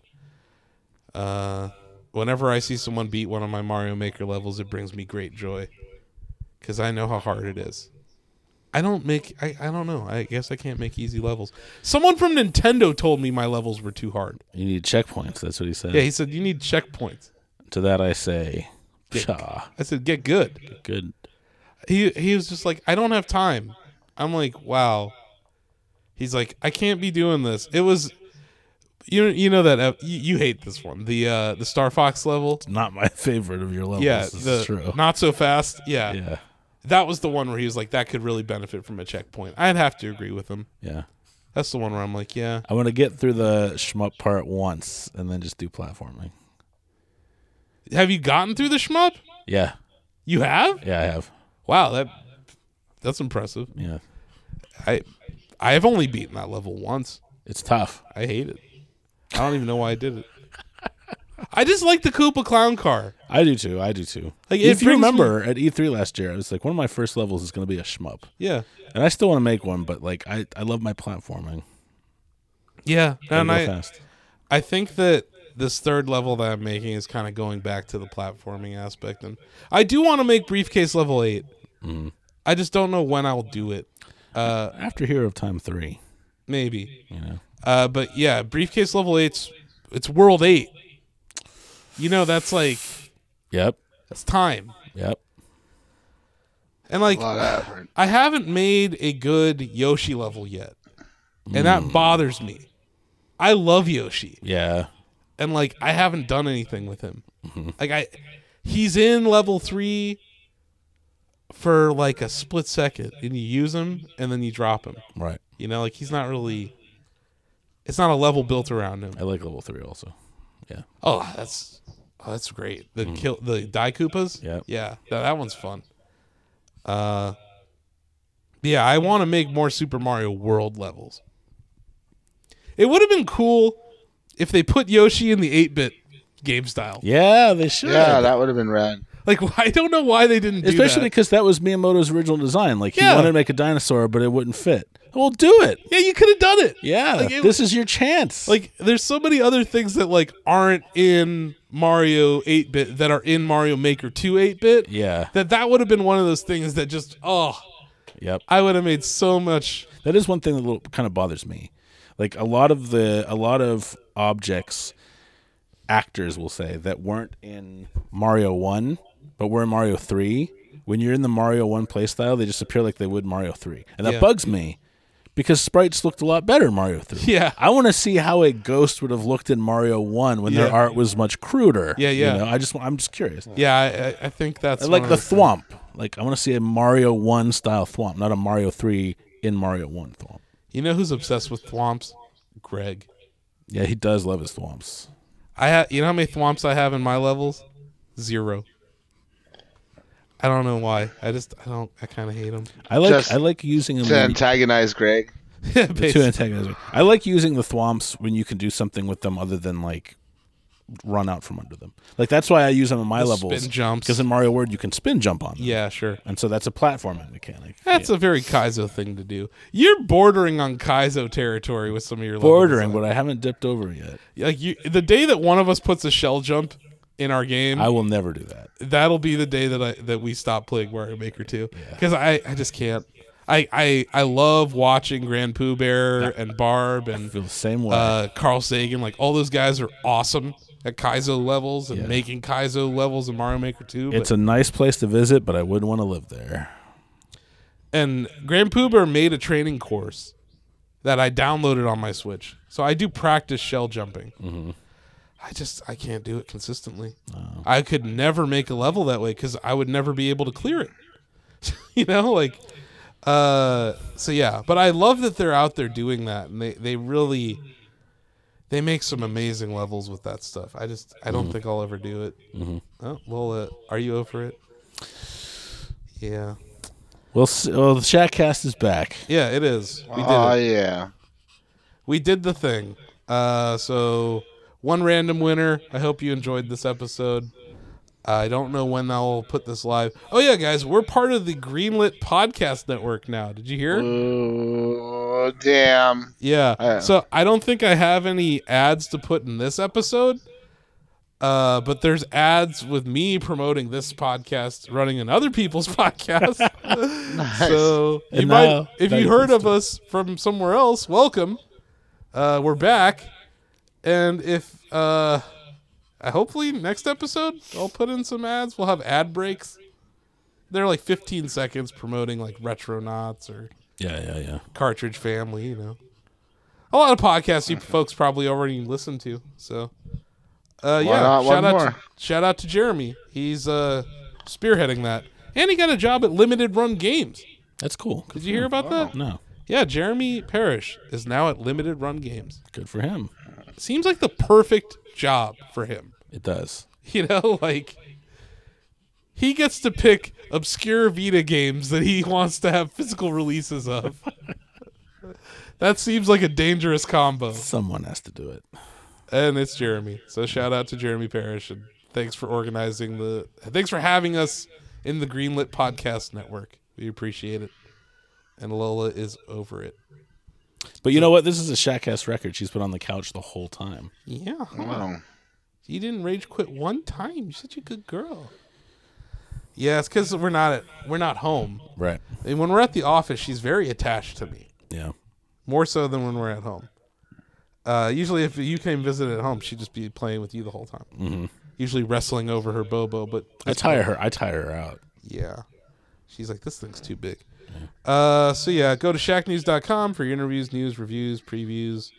Speaker 3: uh whenever i see someone beat one of my mario maker levels it brings me great joy because i know how hard it is i don't make I, I don't know i guess i can't make easy levels someone from nintendo told me my levels were too hard
Speaker 4: You need checkpoints. That's what he said.
Speaker 3: yeah he said you need checkpoints
Speaker 4: To that I say,
Speaker 3: Dick.
Speaker 4: pshaw.
Speaker 3: i said get good
Speaker 4: Good.
Speaker 3: he he was just like, I don't have time. I'm like, wow. He's like, I can't be doing this. It was, you you know that uh, you, you hate this one, the uh the Star Fox level.
Speaker 4: Not my favorite of your levels.
Speaker 3: Yeah,
Speaker 4: this
Speaker 3: the
Speaker 4: is true.
Speaker 3: not so fast. Yeah.
Speaker 4: yeah.
Speaker 3: that was the one where he was like, that could really benefit from a checkpoint. I'd have to agree with him.
Speaker 4: Yeah.
Speaker 3: That's the one where I'm like, yeah,
Speaker 4: I want to get through the shmup part once and then just do platforming.
Speaker 3: have you gotten through the shmup?
Speaker 4: Yeah.
Speaker 3: You have?
Speaker 4: Yeah, I have.
Speaker 3: Wow, that that's impressive.
Speaker 4: Yeah.
Speaker 3: I I've only beaten that level once.
Speaker 4: It's tough.
Speaker 3: I hate it. I don't even know why I did it. I just like the Koopa clown car.
Speaker 4: I do too. I do too.
Speaker 3: Like, it
Speaker 4: if you
Speaker 3: brings
Speaker 4: remember at E3 last year, I was like, one of my first levels is going to be a shmup.
Speaker 3: Yeah,
Speaker 4: And I still want to make one, but like, I, I love my platforming.
Speaker 3: yeah.
Speaker 4: Gotta
Speaker 3: And
Speaker 4: go
Speaker 3: I,
Speaker 4: fast.
Speaker 3: I think that this third level that I'm making is kind of going back to the platforming aspect, and I do want to make Briefcase level eight.
Speaker 4: Mm-hmm.
Speaker 3: I just don't know when I'll do it. Uh,
Speaker 4: After Hero of Time 3,
Speaker 3: maybe.
Speaker 4: you know.
Speaker 3: Uh, but yeah, Briefcase level eight's it's World Eight. You know, that's like
Speaker 4: Yep.
Speaker 3: that's time,
Speaker 4: Yep.
Speaker 3: and like
Speaker 2: A lot of effort.
Speaker 3: I haven't made a good Yoshi level yet. And that bothers me. I love Yoshi.
Speaker 4: Yeah.
Speaker 3: And like I haven't done anything with him. Like I he's in level 3 for like a split second and you use him and then you drop him.
Speaker 4: Right.
Speaker 3: You know, like he's not really it's not a level built around him.
Speaker 4: I like level 3 also.
Speaker 3: Oh, that's oh, that's great. The kill the die Koopas.
Speaker 4: Mm. Yep.
Speaker 3: Yeah, that, that one's fun. Uh, yeah, I want to make more Super Mario World levels. It would have been cool if they put Yoshi in the eight bit game style.
Speaker 4: Yeah, they should.
Speaker 2: Yeah, that would have been rad.
Speaker 3: Like I don't know why they didn't do
Speaker 4: Especially
Speaker 3: that.
Speaker 4: because that was Miyamoto's original design. Like, he
Speaker 3: Yeah.
Speaker 4: wanted to make a dinosaur, but it wouldn't fit. Well, do it.
Speaker 3: Yeah, you could have done it.
Speaker 4: Yeah.
Speaker 3: Like, it-
Speaker 4: this is your chance.
Speaker 3: Like there's so many other things that like aren't in Mario 8 bit that are in Mario Maker 2 8 bit.
Speaker 4: yeah.
Speaker 3: That that would have been one of those things that just oh
Speaker 4: Yep.
Speaker 3: I would have made so much.
Speaker 4: That is one thing that little, kind of bothers me. Like a lot of the a lot of objects actors will say that weren't in Mario 1 but were in Mario 3 when you're in the Mario 1 playstyle they just appear like they would in Mario 3. And that
Speaker 3: Yeah.
Speaker 4: bugs me because sprites looked a lot better in Mario 3.
Speaker 3: Yeah.
Speaker 4: I want to see how a ghost would have looked in Mario 1 when their
Speaker 3: Yeah.
Speaker 4: art was much cruder.
Speaker 3: Yeah, yeah.
Speaker 4: You know, I just wa- I'm just curious.
Speaker 3: Yeah, I- I, I think that's
Speaker 4: I like
Speaker 3: one
Speaker 4: the
Speaker 3: of things.
Speaker 4: thwomp. Like I want to see a Mario 1 style thwomp, not a Mario 3 in Mario 1 thwomp.
Speaker 3: You know who's obsessed with thwomps? Greg.
Speaker 4: Yeah, he does love his thwomps.
Speaker 3: I ha- you know how many thwomps I have in my levels? Zero. I don't know why. I just I don't I kind of hate him.
Speaker 4: I like
Speaker 2: Just
Speaker 4: I like using them
Speaker 2: To
Speaker 4: when-
Speaker 2: antagonize Greg.
Speaker 4: to antagonism. I like using the thwomps when you can do something with them other than like run out from under them. Like that's why I use them in my
Speaker 3: The
Speaker 4: levels.
Speaker 3: spin jumps.
Speaker 4: because in Mario World you can spin jump on them.
Speaker 3: yeah, sure.
Speaker 4: and so that's a platforming mechanic.
Speaker 3: That's a very Kaizo thing to do. You're bordering on Kaizo territory with some of your levels.
Speaker 4: Bordering, but I haven't dipped over yet.
Speaker 3: like you, the day that one of us puts a shell jump in our game,
Speaker 4: I will never do that.
Speaker 3: that'll be the day that I that we stop playing Mario Maker 2 because I I just can't. I, I I love watching Grand Pooh Bear and Barb and
Speaker 4: Feel the same way.
Speaker 3: uh, Carl Sagan. Like all those guys are awesome at Kaizo levels and
Speaker 4: Yeah.
Speaker 3: making Kaizo levels in Mario Maker 2. but-
Speaker 4: it's a nice place to visit, but I wouldn't want to live there.
Speaker 3: and Grand Pooh Bear made a training course that I downloaded on my Switch. So I do practice shell jumping. I just I can't do it consistently. I could never make a level that way because I would never be able to clear it. you know, like uh so yeah, but I love that they're out there doing that and they they really they make some amazing levels with that stuff. I just I don't think I'll ever do it. Oh, Lola, are you over it? Yeah.
Speaker 4: Well, s- well, the oh, Shackcast is back.
Speaker 3: Yeah, it is. We did
Speaker 2: Oh
Speaker 3: it.
Speaker 2: yeah.
Speaker 3: we did the thing. Uh, so one random winner. I hope you enjoyed this episode. I don't know when I'll put this live. Oh yeah, guys, we're part of the Greenlit Podcast Network now. Did you hear?
Speaker 2: Oh, damn.
Speaker 3: Yeah.
Speaker 2: Yeah.
Speaker 3: So I don't think I have any ads to put in this episode. Uh, but there's ads with me promoting this podcast, running in other people's podcasts. So you
Speaker 4: And
Speaker 3: might,
Speaker 4: now
Speaker 3: if
Speaker 4: that
Speaker 3: you
Speaker 4: you
Speaker 3: heard
Speaker 4: can
Speaker 3: of us from somewhere else, welcome. Uh, we're back, and if uh, I- hopefully next episode I'll put in some ads. We'll have ad breaks. They're like 15 seconds promoting like Retronauts or
Speaker 4: Yeah, yeah, yeah.
Speaker 3: Cartridge Family, you know. A lot of podcasts you folks probably already listen to. So, uh, yeah, shout
Speaker 2: not one
Speaker 3: out, to,
Speaker 2: more?
Speaker 3: shout out to Jeremy. He's uh, spearheading that, and he got a job at Limited Run Games.
Speaker 4: That's cool.
Speaker 3: Did you hear about that?
Speaker 4: No,
Speaker 3: Yeah, Jeremy Parrish is now at Limited Run Games.
Speaker 4: good for him.
Speaker 3: Seems like the perfect job for him.
Speaker 4: It does.
Speaker 3: You know, like he gets to pick obscure Vita games that he wants to have physical releases of. that seems like a dangerous combo.
Speaker 4: Someone has to do it.
Speaker 3: And it's Jeremy. So shout out to Jeremy Parrish and thanks for organizing the thanks for having us in the Greenlit Podcast Network. We appreciate it. And Lola is over it.
Speaker 4: But you know what? This is a Shackcast record. She's been on the couch the whole time.
Speaker 3: Yeah.
Speaker 2: Wow.
Speaker 3: You didn't rage quit one time. You're such a good girl. Yeah, it's because we're not at we're not home.
Speaker 4: Right.
Speaker 3: And when we're at the office, she's very attached to me,
Speaker 4: Yeah.
Speaker 3: more so than when we're at home. Uh, usually, if you came visit at home, she'd just be playing with you the whole time. Mm-hmm. Usually wrestling over her Bobo, but
Speaker 4: I tire her. I tire her out.
Speaker 3: yeah. She's like, this thing's too big. Uh, so, yeah, go to shacknews.com for your interviews, news, reviews, previews,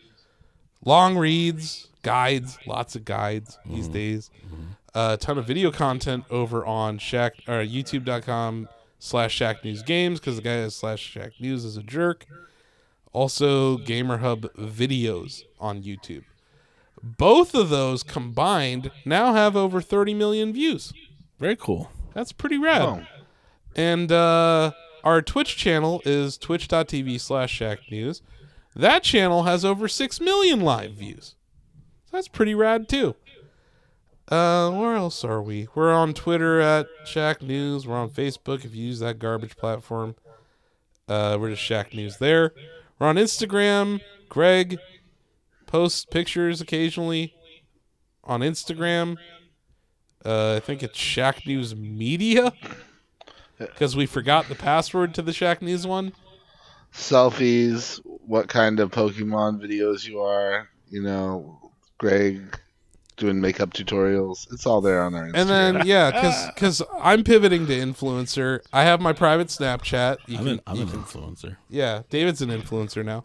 Speaker 3: long reads, guides, lots of guides these days. Uh, a ton of video content over on shack uh, or youtube.com slash shack news games because the guy is slash shack news is a jerk. Also, Gamer Hub videos on YouTube. Both of those combined now have over 30 million views.
Speaker 4: Very cool.
Speaker 3: That's pretty rad.
Speaker 2: Oh.
Speaker 3: And uh, our Twitch channel is twitch.tv slash shack news. That channel has over 6 million live views. So that's pretty rad, too. Uh, where else are we? We're on Twitter at Shack News. We're on Facebook if you use that garbage platform. Uh, we're just Shack News there. We're on Instagram. Greg posts pictures occasionally on Instagram. Uh, I think it's Shack News Media because we forgot the password to the Shack News one.
Speaker 2: Selfies, what kind of Pokemon videos you are, you know, Greg doing makeup tutorials. It's all there on our Instagram.
Speaker 3: And then yeah, because I'm pivoting to influencer. I have my private Snapchat. You
Speaker 4: I'm
Speaker 3: can-
Speaker 4: an, I'm
Speaker 3: you
Speaker 4: an
Speaker 3: can-
Speaker 4: influencer.
Speaker 3: yeah, David's an influencer now.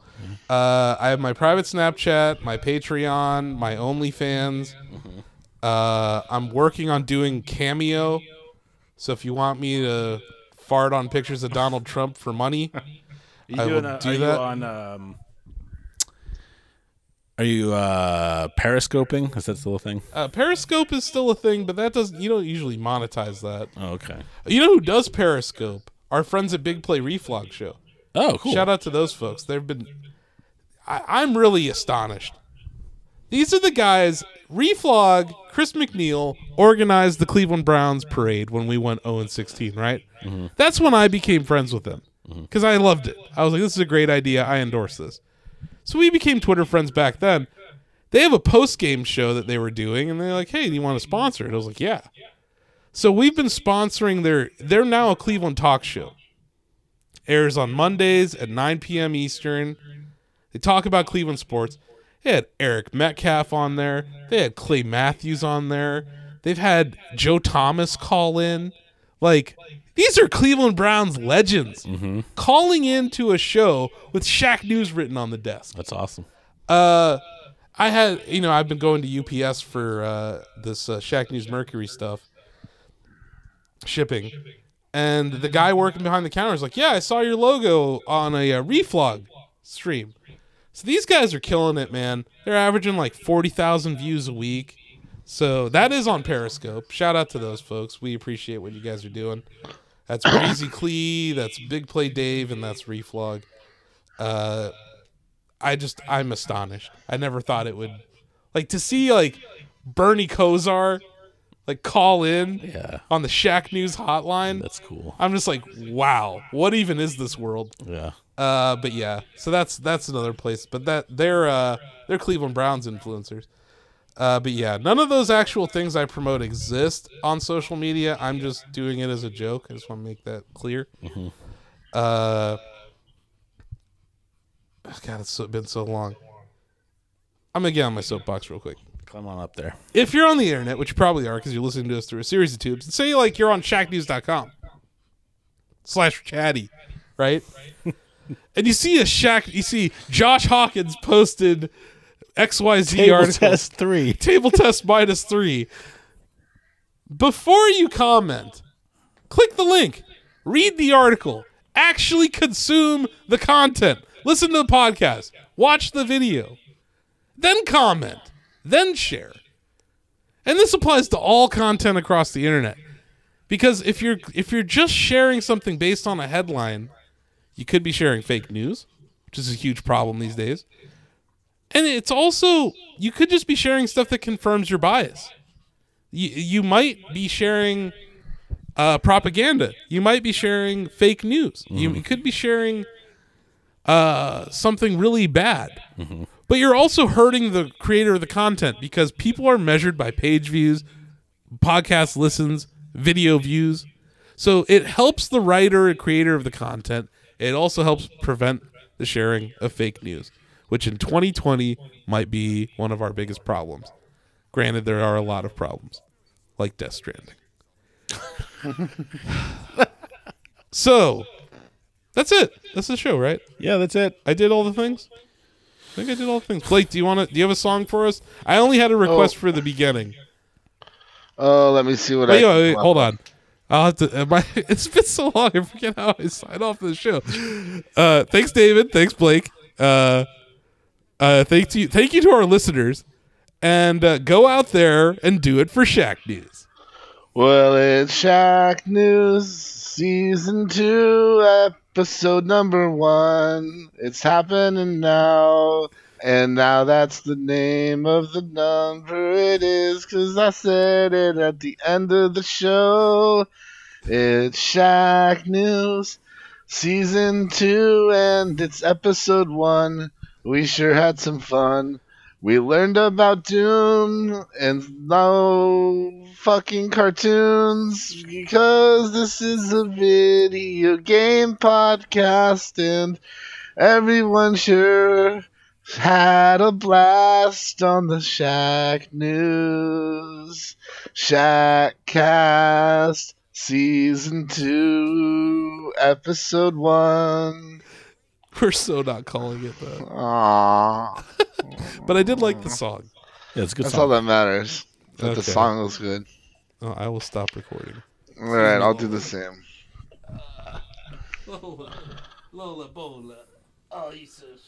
Speaker 3: Uh, I have my private Snapchat, my Patreon, my OnlyFans. Uh, I'm working on doing Cameo. So if you want me to fart on pictures of Donald Trump for money,
Speaker 4: Are
Speaker 3: I doing will a- do are you that.
Speaker 4: on? Um, are you uh, periscoping? Is that still a thing?
Speaker 3: uh, Periscope is still a thing, but that doesn't you don't usually monetize that.
Speaker 4: Oh, okay.
Speaker 3: You know who does Periscope? Our friends at Big Play Reflog Show.
Speaker 4: Oh, cool.
Speaker 3: Shout out to those folks. They've been. I, I'm really astonished. These are the guys. Reflog, Chris McNeil organized the Cleveland Browns parade when we went 0 and 16. Right. That's when I became friends with them because I loved it. I was like, "This is a great idea. I endorse this." So we became Twitter friends back then. They have a post game show that they were doing, and they're like, "Hey, do you want to sponsor it?" I was like, "Yeah." So we've been sponsoring their. They're now a Cleveland talk show airs on Mondays at 9 p.m. Eastern. They talk about Cleveland sports. They had Eric Metcalf on there. They had Clay Matthews on there. They've had Joe Thomas call in. Like, these are Cleveland Browns legends calling into a show with Shaq News written on the desk
Speaker 4: That's awesome.
Speaker 3: uh, I had you know I've been going to UPS for uh, this uh, Shack News Mercury stuff, shipping, and the guy working behind the counter is like, "Yeah, I saw your logo on a uh, reflog stream." So these guys are killing it, man. They're averaging like forty thousand views a week. So that is on Periscope. Shout out to those folks. We appreciate what you guys are doing. That's Breezy Clee, that's Big Play Dave, and that's Reflog. Uh, I just I'm astonished. I never thought it would like to see like Bernie Kosar like call in
Speaker 4: Yeah.
Speaker 3: on the Shack News hotline.
Speaker 4: That's cool.
Speaker 3: I'm just like, wow, what even is this world?
Speaker 4: Yeah.
Speaker 3: Uh, but yeah, so that's that's another place. But that they're uh, they're Cleveland Browns influencers. Uh, but yeah, none of those actual things I promote exist on social media. I'm just doing it as a joke. I just want to make that clear. Uh, God, it's so, been so long. I'm gonna get on my soapbox real quick
Speaker 4: Climb on up there.
Speaker 3: if you're on the internet, which you probably are because you're listening to us through a series of tubes, and say like you're on shacknews.com slash chatty, right? and you see a Shack, you see Josh Hawkins posted XYZ
Speaker 4: Table
Speaker 3: article,
Speaker 4: test three.
Speaker 3: table test minus three. Before you comment, click the link, read the article, actually consume the content, listen to the podcast, watch the video, then comment, then share. And this applies to all content across the internet. Because if you're if you're just sharing something based on a headline, you could be sharing fake news, which is a huge problem these days. And it's also you could just be sharing stuff that confirms your bias. You you might be sharing uh, propaganda. You might be sharing fake news. You, you could be sharing uh, something really bad. But you're also hurting the creator of the content because people are measured by page views, podcast listens, video views. So it helps the writer and creator of the content. It also helps prevent the sharing of fake news, which in 2020 might be one of our biggest problems. Granted, there are a lot of problems, like Death Stranding. so that's it. That's the show, right?
Speaker 4: Yeah, that's it.
Speaker 3: I did all the things. I think I did all the things. Blake, do you want to? Do you have a song for us? I only had a request
Speaker 2: Oh.
Speaker 3: for the beginning.
Speaker 2: Oh, let me see what
Speaker 3: Wait,
Speaker 2: I.
Speaker 3: wait, wait, hold on. I'll have to. uh, My, it's been so long. I forget how I sign off the show. Uh, thanks, David. Thanks, Blake. Uh, uh, thank you. Thank you to our listeners, and uh, go out there and do it for Shack News.
Speaker 2: Well, it's Shack News, Season 2, Episode Number 1. It's happening now. And now that's the name of the number it is, 'cause I said it at the end of the show. It's Shack News, Season 2, and it's Episode 1. We sure had some fun. We learned about Doom and no fucking cartoons because this is a video game podcast and everyone sure had a blast on the Shack News. Shackcast Season 2, Episode 1.
Speaker 3: We're so not calling it that,
Speaker 2: Aww.
Speaker 3: but I did like the song.
Speaker 4: Yeah, it's a good
Speaker 2: That's
Speaker 4: song.
Speaker 2: all that matters. That the
Speaker 3: Okay.
Speaker 2: song was good.
Speaker 3: Oh, I will stop recording.
Speaker 2: All right, I'll do the same.
Speaker 1: Lola, Lola Bola. Oh, you so